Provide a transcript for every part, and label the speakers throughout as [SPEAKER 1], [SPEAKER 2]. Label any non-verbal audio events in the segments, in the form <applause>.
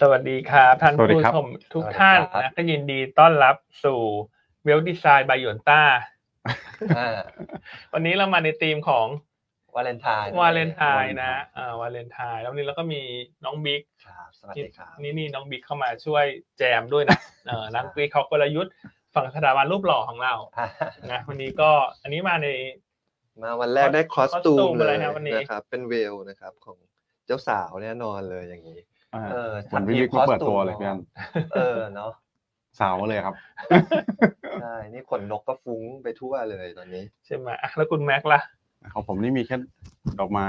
[SPEAKER 1] สวัสดีครับ ท่าน
[SPEAKER 2] สวัสดี
[SPEAKER 1] ผู้
[SPEAKER 2] ครับ
[SPEAKER 1] ชมทุกท่าน
[SPEAKER 3] สวัสดีครับ
[SPEAKER 1] นะก็ยินดีต้อนรับสู่เวลดีไซน์บายอนต้า
[SPEAKER 3] อ่า
[SPEAKER 1] วันนี้เรามาในธีมของ
[SPEAKER 3] วาเลนไทน์
[SPEAKER 1] วาเลนไทน์นะอ่าวาเลนไทน์แล้ววันนี้เราก็มีน้องบิ๊ก
[SPEAKER 3] ครับสวัสดีครับ
[SPEAKER 1] นี่นี่น้องบิ๊กเข้ามาช่วยแจมด้วยนะเออนักวิเคราะห์กลยุทธ์ฝั่งสถาบันรูปหล่อของเรา
[SPEAKER 3] อ่ะ
[SPEAKER 1] นะวันนี้ก็อันนี้มาใน
[SPEAKER 4] มาวันแรกได้คอสตูม
[SPEAKER 1] costume
[SPEAKER 4] เล
[SPEAKER 1] อะไร
[SPEAKER 4] ย
[SPEAKER 1] ครับวันนี้
[SPEAKER 4] นะครับ เป็นเวลนะครับของเจ้าสาวแน่นอนเลยอย่างนี้
[SPEAKER 2] อ่า
[SPEAKER 3] เออ
[SPEAKER 2] เหมือนพี่บิ๊ก
[SPEAKER 3] ทำที
[SPEAKER 2] เขาเปิด
[SPEAKER 3] คอส
[SPEAKER 2] ตัวเลยพี่อัน
[SPEAKER 3] เออเนาะ
[SPEAKER 2] สาวเลยครับ
[SPEAKER 4] ใช่ นี่ขนนกก็ฟุ้งไปทั่วเลยตอนนี้
[SPEAKER 1] ใช่ไหมอ่ะแล้วคุณแม็กซ์ล่ะ
[SPEAKER 2] ของผมนี่มีแค่ดอกไม้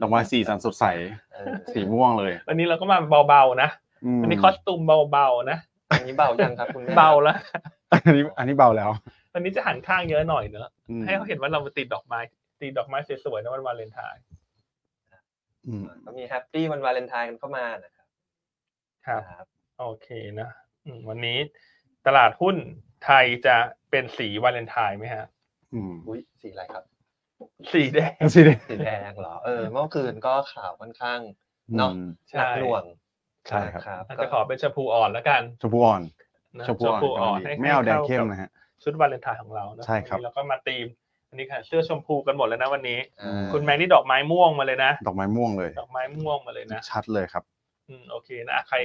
[SPEAKER 2] ดอกไม้สีสันสดใส
[SPEAKER 3] เออ
[SPEAKER 2] สีม่วงเลย
[SPEAKER 1] วันนี้เราก็มาเบาๆนะ
[SPEAKER 2] ม
[SPEAKER 1] วันนี้คอสตูมเบาๆนะ
[SPEAKER 3] อันนี้เบายังครับคุณแม่
[SPEAKER 1] เบาแล้ว <laughs>
[SPEAKER 2] อันนี้อันนี้เบาแล้ว
[SPEAKER 1] วันนี้จะหันข้างเยอะหน่อยเนอะ
[SPEAKER 2] อืม
[SPEAKER 1] ให้เขาเห็นว่าเรามาติดดอกไม้ติดดอกไม้สวยๆนะวันวาเลนไทน์
[SPEAKER 2] อืม
[SPEAKER 3] ก็มีแฮปปี้วันวาเลนไทน์กันเข้ามานะครับบ
[SPEAKER 1] โอเคนะอืมวันนี้ตลาดหุ้นไทยจะเป็นสีวาเลนไทน์ไหมฮะ
[SPEAKER 2] อืม
[SPEAKER 3] อุ้ยสีอะไรครับ
[SPEAKER 1] สีแดง
[SPEAKER 2] สีแดง
[SPEAKER 3] สีแดงเหรอเออเมื่อคืนก็ข่าวค่อนข้าง เนอะ
[SPEAKER 2] อืม
[SPEAKER 3] หนักหน่วง
[SPEAKER 2] ใช่ครับ
[SPEAKER 3] ครับ
[SPEAKER 1] อาจจะขอเป็นชมพูอ่อนแล้วกัน
[SPEAKER 2] ชมพูอ่อน
[SPEAKER 1] นะ
[SPEAKER 2] ชมพูอ่อนกำลังดีไม่เอาแดงเข้มนะฮะ
[SPEAKER 1] ชุดวาเลนไทน์ของเรานะ
[SPEAKER 2] ใช่ครับ
[SPEAKER 1] วันนี้เราก็มาตีมอันนี้ค่ะเสื้อชมพูกันหมดแล้วนะวันนี้
[SPEAKER 3] อ่า
[SPEAKER 1] คุณแม็กนี่ดอกไม้ม่วงมาเลยนะ
[SPEAKER 2] ดอกไม้ม่วงเลย
[SPEAKER 1] ดอกไม้ม่วงมาเลยนะ
[SPEAKER 2] ชัดเลยครับ
[SPEAKER 1] อืมโอเคนะใคร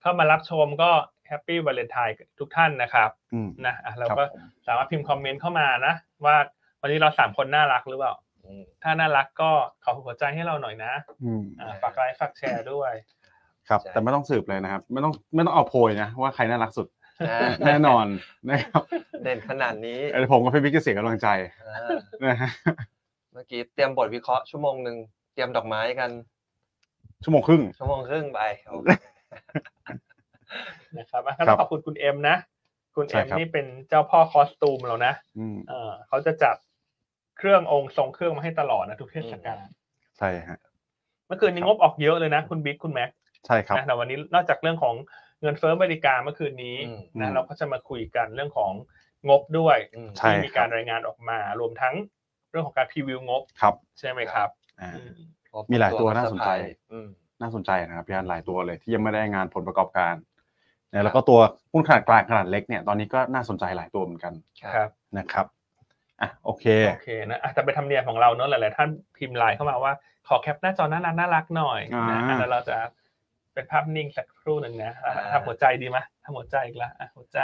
[SPEAKER 1] เข้ามารับชมก็แฮปปี้วาเลนไทน์ทุกท่านนะครับ
[SPEAKER 2] อืม
[SPEAKER 1] นะอ่ะเรา
[SPEAKER 2] ครับ
[SPEAKER 1] ก็
[SPEAKER 2] ผม
[SPEAKER 1] สามารถพิมพ์คอมเมนต์เข้ามานะ ว่าวันนี้เราสามคนน่ารักหรือเปล่า
[SPEAKER 3] อืม
[SPEAKER 1] ถ้าน่ารักก็ขอหัวใจให้เราหน่อยนะ
[SPEAKER 2] อืม
[SPEAKER 1] อ่าฝากไลค์ฝากแชร์ด้วย
[SPEAKER 2] ครับ
[SPEAKER 3] ใช่
[SPEAKER 2] แต่ไม่ต้องสืบเลยนะครับ ไม่ต้องไม่ต้องเอาโพยนะว่าใครน่ารักสุด
[SPEAKER 3] อ่า
[SPEAKER 2] แน่นอน <laughs> นะครับ
[SPEAKER 3] เด่นขนาดนี้
[SPEAKER 2] เออผมกับพี่บิ๊กจะเสียกำลังใจ
[SPEAKER 3] อ่า
[SPEAKER 2] นะฮะ
[SPEAKER 3] เมื่อกี้เตรียมบทวิเคราะห์ชั่วโมงหนึ่งเตรียมดอกไม้กัน
[SPEAKER 2] ชั่วโมงครึ่ง
[SPEAKER 3] ชั่วโมงครึ่งไปโอเค
[SPEAKER 1] นะครับอ่ะ
[SPEAKER 2] ครับ
[SPEAKER 1] ก็ขอบคุณคุณเอ็มนะ คุณ
[SPEAKER 2] ใช่
[SPEAKER 1] เอ็ม
[SPEAKER 2] ครับ
[SPEAKER 1] นี่เป็นเจ้าพ่อคอสตูมเรานะ
[SPEAKER 2] อืม
[SPEAKER 1] เออเขาจะจัดเครื่ององค์ทรงเครื่องมาให้ตลอดนะทุกเทศกาล
[SPEAKER 2] ใช่ฮะ
[SPEAKER 1] เมื่อคืนนี้
[SPEAKER 2] ครับ
[SPEAKER 1] งบออกเยอะเลยนะ คุณบิ๊กคุณแม็ก
[SPEAKER 2] ใช่ครับ
[SPEAKER 1] นะแต่วันนี้นอกจากเรื่องของเงินเฟ้ออเมริกาเมื่อคืนนี้
[SPEAKER 3] อืม
[SPEAKER 1] นะ
[SPEAKER 2] อืม
[SPEAKER 1] เราก็จะมาคุยกันเรื่องของงบด้วย
[SPEAKER 3] อืม
[SPEAKER 2] ใช่
[SPEAKER 1] ที่มี
[SPEAKER 2] ครั
[SPEAKER 1] การ
[SPEAKER 2] บ
[SPEAKER 1] รายงานออกมา รวมทั้งเรื่องของการพรีวิวงบ
[SPEAKER 2] ครับ
[SPEAKER 1] ใช่ไหมครับ
[SPEAKER 2] อ่า
[SPEAKER 1] อืม
[SPEAKER 2] มีหลายตัวน่าสนใจ
[SPEAKER 3] อืม
[SPEAKER 2] น่าสนใจนะครับพี่อันหลายตัวเลยที่ยังไม่ได้งานผลประกอบการนะแล้วก็ตัวหุ้นขนาดกลางขนาดเล็กเนี่ยตอนนี้ก็น่าสนใจหลายตัวเหมือนกัน
[SPEAKER 1] ครับ
[SPEAKER 2] นะครับอ่ะโอเค
[SPEAKER 1] โอเคนะอาจจะแต่เป็นธรรมเนียมของเราเนอะหลายๆท่านพิมพ์ไลน์เข้ามาว่าขอแคปหน้าจอน่ารักน่ารักหน่อย
[SPEAKER 2] อ่า
[SPEAKER 1] นะอ่ะแล้วเราจะเป็นภาพนิ่งสักครู่หนึ่งนะอ่ะ
[SPEAKER 3] อ่า
[SPEAKER 1] ทำหัวใจดีไหมทำหัวใจอีกละอ่ะหัวใจ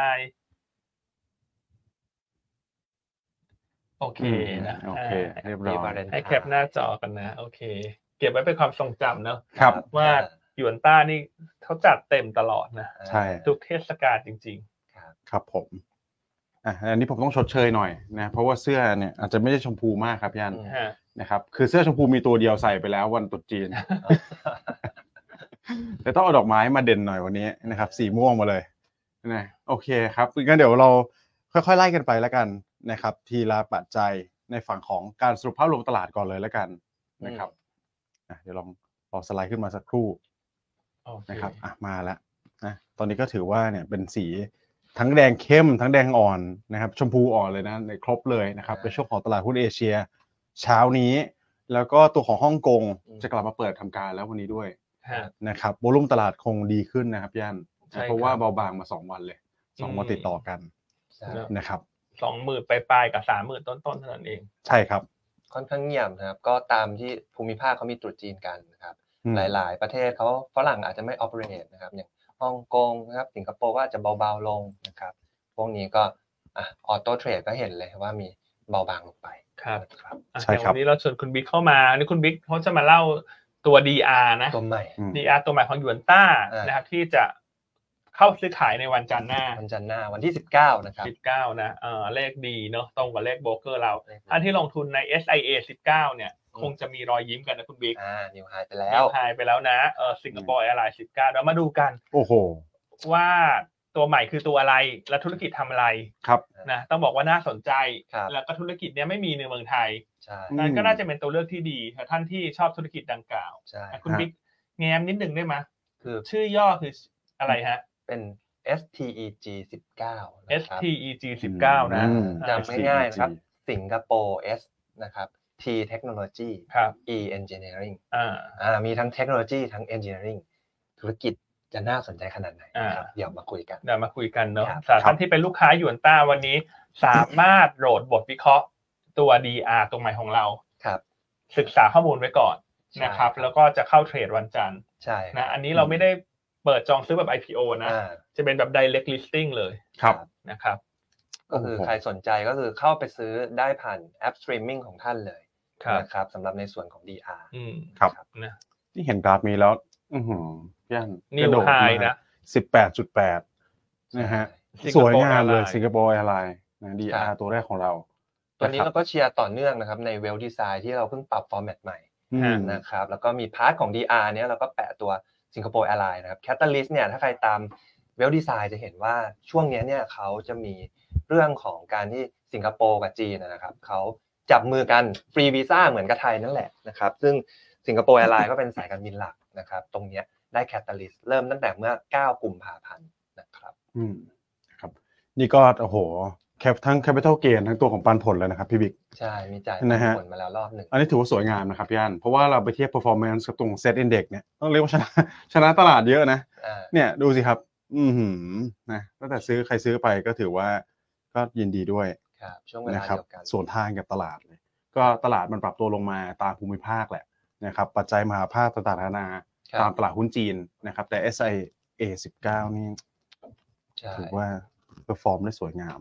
[SPEAKER 1] โอเคนะ
[SPEAKER 2] โอเค
[SPEAKER 1] อ่ะ
[SPEAKER 2] เรียบร้อ
[SPEAKER 3] มีป
[SPEAKER 2] ย
[SPEAKER 3] ระเด็น
[SPEAKER 1] ให้แคปหน้าจอกันนะ โอเค เก็บไว้เป็นความทรงจำเนอะ
[SPEAKER 2] ครับ
[SPEAKER 1] ว่าหยวนต้านี่เขาจัดเต็มตลอดนะ
[SPEAKER 2] ใช่
[SPEAKER 1] ทุกเทศกาลจริง ๆ
[SPEAKER 2] ครับผมอ่ะอันนี้ผมต้องชดเชยหน่อยนะเพราะว่าเสื้อเนี่ยอาจจะไม่ได้ชมพูมากครับพี่อัน
[SPEAKER 3] อืม
[SPEAKER 1] ฮะ
[SPEAKER 2] นะครับคือเสื้อชมพูมีตัวเดียวใส่ไปแล้ววันตรุษจีน
[SPEAKER 3] อ่า
[SPEAKER 2] แต่ต้องเอาดอกไม้มาเด่นหน่อยวันนี้นะครับ สีม่วงมาเลยนะโอเคครับงั้นเดี๋ยวเราค่อยๆไล่กันไปแล้วกันนะครับ ทีละปัจจัยในฝั่งของการสรุปภาพรวมตลาดก่อนเลยแล้วกันนะครับอ่ะเดี๋ยวลองรอสไลด์ขึ้นมาสักครู่
[SPEAKER 1] โอเ
[SPEAKER 2] นะครับอ่ะมาแล้วนะตอนนี้ก็ถือว่าเนี่ยเป็นสีทั้งแดงเข้ม ทั้งแดงอ่อนนะครับ ชมพูอ่อนเลยนะในครบเลยนะครับในช่วงของตลาดหุ้นเอเชีย เช้านี้ แล้วก็ตัวของฮ่องกงจะกลับมาเปิดทำการแล้ววันนี้ด้วย
[SPEAKER 1] ฮะ
[SPEAKER 2] นะครับโวลุ่มตลาดคงดีขึ้นนะครับย่าน
[SPEAKER 1] ใช่ครับ
[SPEAKER 2] เพราะว่าเบาบางมาสองวันเลยสอง
[SPEAKER 1] อืม
[SPEAKER 2] วันติดต่อกัน
[SPEAKER 3] ใช่
[SPEAKER 2] นะครับ
[SPEAKER 1] สองหมื่นปลายๆกับสามหมื่นต้นๆเท่านั้นเอง
[SPEAKER 2] ใช่ครับ
[SPEAKER 3] ค่อนข้างเงียบนะครับ ก็ตามที่ภูมิภาคเขามีตรุษจีนกันนะครับ
[SPEAKER 2] อืม
[SPEAKER 3] หลาย ๆ ประเทศเขาฝรั่งอาจจะไม่ operate นะครับ อย่างฮ่องกงนะครับสิงคโปร์ก็อาจจะเบา ๆ ลงนะครับ พวกนี้ก็อ่ะออโต้เทรดก็เห็นเลยว่ามีเบาบางลงไป
[SPEAKER 1] ครับ
[SPEAKER 3] นะครับ
[SPEAKER 1] อ่ะ
[SPEAKER 2] ใช่
[SPEAKER 1] อย่าง
[SPEAKER 2] ครับ
[SPEAKER 1] วันนี้เราชวนคุณบิ๊กเข้ามาอันนี้คุณบิ๊กเขาจะมาเล่าตัว DR นะ
[SPEAKER 3] ตัวใหม่
[SPEAKER 2] อืม
[SPEAKER 1] DR ตัวใหม่ของหยวนต้า
[SPEAKER 3] อ่าน
[SPEAKER 1] นะครับ ที่จะเข้าซื้อขายในวันจันทร์หน้า
[SPEAKER 3] วันจันทร์หน้าวันที่ 19 นะครับ
[SPEAKER 1] 19 นะเออเลขดีเนาะตรงกับเลขโบรกเกอร์เรา
[SPEAKER 3] เลขดี
[SPEAKER 1] ท่านที่ลงทุนใน SIA 19 เนี่ย
[SPEAKER 3] อื
[SPEAKER 1] ค
[SPEAKER 3] ม
[SPEAKER 1] งจะมีรอยยิ้มกันนะคุณบิ๊ก
[SPEAKER 3] อ่านิวไฮไปแล้
[SPEAKER 1] แล้ว วหายไปแล้วนะเออสิงคโปร์แอร์ไลน์19 เดี๋ยวมาดูกัน
[SPEAKER 2] โอ้โห
[SPEAKER 1] ว่าตัวใหม่คือตัวอะไรและธุรกิจทำอะไร
[SPEAKER 2] ครับ
[SPEAKER 1] นะต้องบอกว่าน่าสนใจ
[SPEAKER 3] ครับ
[SPEAKER 1] แล้วก็ธุรกิจเนี้ยไม่มีในเมืองไทย
[SPEAKER 3] ใช่
[SPEAKER 2] อืม
[SPEAKER 1] นั่นก็น่าจะเป็นตัวเลือกที่ดีแต่ท่านที่ชอบธุรกิจดังกล่าว
[SPEAKER 3] ใช่
[SPEAKER 1] อ่ะคุณ
[SPEAKER 2] ฮะ
[SPEAKER 1] บิ๊กแง้มนิดหนึ่งได้ไหม
[SPEAKER 3] คือ
[SPEAKER 1] ชื่อย่อคืออะไรฮะ
[SPEAKER 3] เป็น STEG 19
[SPEAKER 1] S
[SPEAKER 3] นะครับ
[SPEAKER 1] T E G 1 9นะ
[SPEAKER 2] อืม
[SPEAKER 3] จำง่ายๆนะครับ สิงคโปร์ S นะครับ T Technology
[SPEAKER 1] ครับ
[SPEAKER 3] E Engineering
[SPEAKER 1] อ่า
[SPEAKER 3] อ่ามีทั้งเทคโนโลยีทั้ง Engineering ธุรกิจ จะน่าสนใจขนาดไหนนะครับ
[SPEAKER 1] อ่า
[SPEAKER 3] เดี๋ยวมาคุยกัน
[SPEAKER 1] เดี๋ยวมาคุยกันเนาะ
[SPEAKER 3] ครับ
[SPEAKER 1] สำหรับท่านที่เป็นลูกค้าหยวนต้าวันนี้ สามารถโหลดบทวิเคราะห์ ตัว DR ตรงใหม่ของเรา
[SPEAKER 3] ครับ
[SPEAKER 1] ศึกษาข้อมูลไว้ก่อน
[SPEAKER 3] ใช่
[SPEAKER 1] นะครับ แล้วก็จะเข้าเทรดวันจันทร์
[SPEAKER 3] ใช่
[SPEAKER 1] นะอันนี้เราไม่ได้เปิดจองซื้อแบบ IPO นะ
[SPEAKER 3] อ่า
[SPEAKER 1] จะเป็นแบบ direct listing เลย
[SPEAKER 2] ครับ
[SPEAKER 1] นะครับ
[SPEAKER 3] ก็คือ
[SPEAKER 2] โอ้โห
[SPEAKER 3] ใครสนใจก็คือเข้าไปซื้อได้ผ่านแอปสตรีมมิ่งของท่านเลย
[SPEAKER 1] ครับ
[SPEAKER 3] นะครับสำหรับในส่วนของ DR
[SPEAKER 1] อืม
[SPEAKER 2] ครับ
[SPEAKER 1] นะ
[SPEAKER 2] ที่เห็นกราฟนี้แล้ว อือหือพี่อัน
[SPEAKER 1] นิวไฮนะ
[SPEAKER 2] สิบแปดจุดแปดนะฮะ สวยงามเลย
[SPEAKER 1] Airlines
[SPEAKER 2] สิงคโปร์แอร์ไลน์นะดี
[SPEAKER 3] ครั
[SPEAKER 2] อา
[SPEAKER 3] บ
[SPEAKER 2] ตัวแรกของเรา
[SPEAKER 3] ตัวนี้เราก็เชียร์ต่อเนื่องนะครับในเวลดีไซน์ที่เราเพิ่งปรับฟอร์แมตใหม่
[SPEAKER 2] อืม
[SPEAKER 3] นะครับแล้วก็มีพาร์ทของ DR เนี้ยเราก็แปะตัวสิงคโปร์แอร์ไลน์นะครับแคตตาลิสเนี่ยถ้าใครตามเวลดีไซน์จะเห็นว่าช่วงเนี้ยเนี่ยเขาจะมีเรื่องของการที่สิงคโปร์กับจีนนะครับเขาจับมือกันฟรีวีซ่าเหมือนกับไทยนั่นแหละนะครับซึ่งสิงคโปร์แอร์ไลน์ก็เป็นสายการบินหลักนะครับตรงเนี้ยได้แคตตาลิสเริ่มตั้งแต่เมื่อ 9 กุมภาพันธ์นะครับ
[SPEAKER 2] อืมครับนี่ก็โอ้โหแคปทั้ง Capital Gain ทั้งตัวของปันผลเลยนะครับพี่บิ๊ก
[SPEAKER 3] ใช่ มีจ่าย
[SPEAKER 2] นะฮะ
[SPEAKER 3] ผลมาแล้วรอบหนึ่ง
[SPEAKER 2] อันนี้ถือว่าสวยงามนะครับพี่อันเพราะว่าเราไปเทียบ performance กับตรง Set Index เนี่ยต้องเรียกว่าชนะ <laughs> ชนะตลาดเยอะนะ
[SPEAKER 3] อ่า
[SPEAKER 2] เนี่ยดูสิครับ อือหือนะตั้งแต่ซื้อใครซื้อไปก็ถือว่าก็ยินดีด้วย
[SPEAKER 3] ครับ ช่วงเวลา
[SPEAKER 2] นะครับ
[SPEAKER 3] เดียวกัน
[SPEAKER 2] ส่วนทางกับตลาดเลยก็ตลาดมันปรับตัวลงมาตามภูมิภาคแหละนะครับปัจจัยมหาภาคต่างๆนานา
[SPEAKER 3] ครับ
[SPEAKER 2] ตามตลาดหุ้นจีนนะครับแต่ SIA 19 นี่
[SPEAKER 3] ใช่
[SPEAKER 2] ถือว่า perform ได้สวยงาม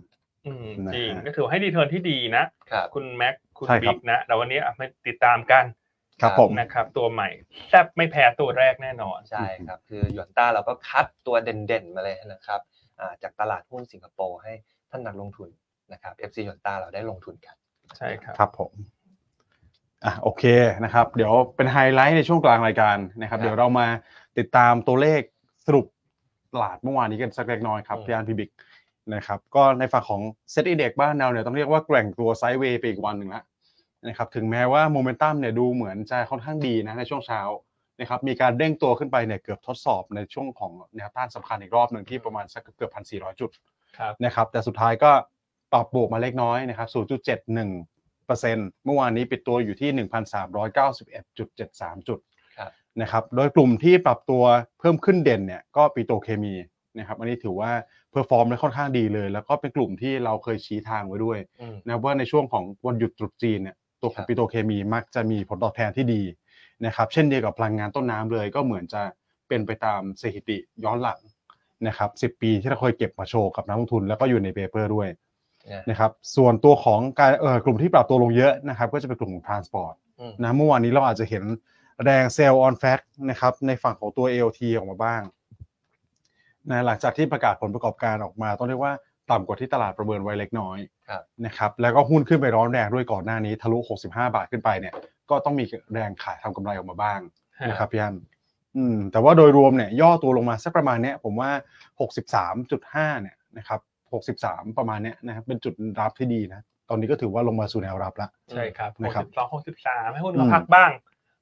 [SPEAKER 1] อืม
[SPEAKER 2] นะ
[SPEAKER 1] จริง
[SPEAKER 2] ฮะ
[SPEAKER 1] ก็ถือว่าให้ดีเทิร์นที่ดีนะ
[SPEAKER 3] ครับ
[SPEAKER 1] คุณแม็กคุณ
[SPEAKER 2] ใช่ครับ
[SPEAKER 1] บิ๊กนะแต่วันนี้อ่ะมาติดตามกัน
[SPEAKER 2] ครับ
[SPEAKER 3] ครับ
[SPEAKER 2] ผม
[SPEAKER 1] นะครับ ตัวใหม่แซ่บไม่แพ้ตัวแรกแน่นอน
[SPEAKER 3] ใช่ครับ คือหยวนต้าเราก็คัดตัวเด่นๆ มาเลยนะครับอ่าจากตลาดหุ้นสิงคโปร์ให้ท่านนักลงทุนนะครับ FC หยวนต้าเราได้ลงทุนกัน
[SPEAKER 1] ใช่ครับ
[SPEAKER 2] ครับผมอ่ะโอเคนะครับ เดี๋ยวเป็นไฮไลท์ในช่วงกลางรายการนะครับ
[SPEAKER 3] ครับ
[SPEAKER 2] เดี๋ยวเรามาติดตามตัวเลขสรุปตลาดเมื่อวานนี้กันสักเล็กน้อยครับ
[SPEAKER 1] อืม
[SPEAKER 2] พี่อันพี่บิ๊กนะครับ ก็ในฝั่งของเซ็ตอีเด็กบ้านเราเนี่ยต้องเรียกว่าแกว่งตัวไซด์เวย์ไปอีกวันหนึ่งละนะครับถึงแม้ว่าโมเมนตัมเนี่ยดูเหมือนจะค่อนข้างดีนะในช่วงเช้านะครับมีการเด้งตัวขึ้นไปเนี่ยเกือบทดสอบในช่วงของแนวต้านสำคัญอีกรอบหนึ่งที่ประมาณสักเกือบพันสี่ร้อยจุด
[SPEAKER 1] ครับ
[SPEAKER 2] นะครับแต่สุดท้ายก็ปรับบวกมาเล็กน้อยนะครับ 0.71%เมื่อวานนี้ปิดตัวอยู่ที่ 1,391.73 จุด
[SPEAKER 3] ครับ
[SPEAKER 2] นะครับโดยกลุ่มที่ปรับตัวเพิ่มขึ้นเด่นเนี่ยก็ปิโตรเคมีนะครับอันนี้ถือว่าเพอร์ฟอร์มได้ค่อนข้างดีเลย แล้วก็เป็นกลุ่มที่เราเคยชี้ทางไว้ด้วย
[SPEAKER 3] อืม
[SPEAKER 2] นะว่าในช่วงของวันหยุดตรุษจีนเนี่ยตัวข
[SPEAKER 3] ค
[SPEAKER 2] อ
[SPEAKER 3] รั
[SPEAKER 2] ง
[SPEAKER 3] บ
[SPEAKER 2] ปิโตรเคมีมักจะมีผลตอบแทนที่ดีนะครับเช่นเดียวกับพลังงานต้นน้ำเลย ก็เหมือนจะเป็นไปตามสถิติย้อนหลังนะครับ 10 ปีที่เราเคยเก็บมาโชว์กับนักลงทุนแล้วก็อยู่ในเปเปอร์ด้วย
[SPEAKER 3] นะ
[SPEAKER 2] นะครับส่วนตัวของการเอ่อกลุ่มที่ปรับตัวลงเยอะนะครับก็จะเป็นกลุ่มของ transport
[SPEAKER 3] อืม
[SPEAKER 2] นะเมื่อวานนี้เราอาจจะเห็นแรงเซลล์ออนแฟกนะครับในฝั่งของตัว AOT ออกมาบ้างนะหลังจากที่ประกาศผลประกอบการออกมาต้องเรียกว่าต่ำกว่าที่ตลาดประเมินไว้เล็กน้อย
[SPEAKER 3] ครับ
[SPEAKER 2] นะครับแล้วก็หุ้นขึ้นไปร้อนแรงด้วยก่อนหน้านี้ทะลุ 65 บาทขึ้นไปเนี่ยก็ต้องมีแรงขายทำกำไรออกมาบ้าง นะครับพี่อันอืมแต่ว่าโดยรวมเนี่ยย่อตัวลงมาสักประมาณเนี้ยผมว่า 63.5 เนี่ยนะครับ 63 ประมาณเนี้ยนะครับเป็นจุดรับที่ดีนะ ตอนนี้ก็ถือว่าลงมาสู่แนวรับละ
[SPEAKER 1] ใช่ครับห
[SPEAKER 2] นะ
[SPEAKER 1] ก
[SPEAKER 2] ครับ
[SPEAKER 1] สิบสองหกสิบสามให้หุ้น
[SPEAKER 2] อื
[SPEAKER 1] มาม พักบ้าง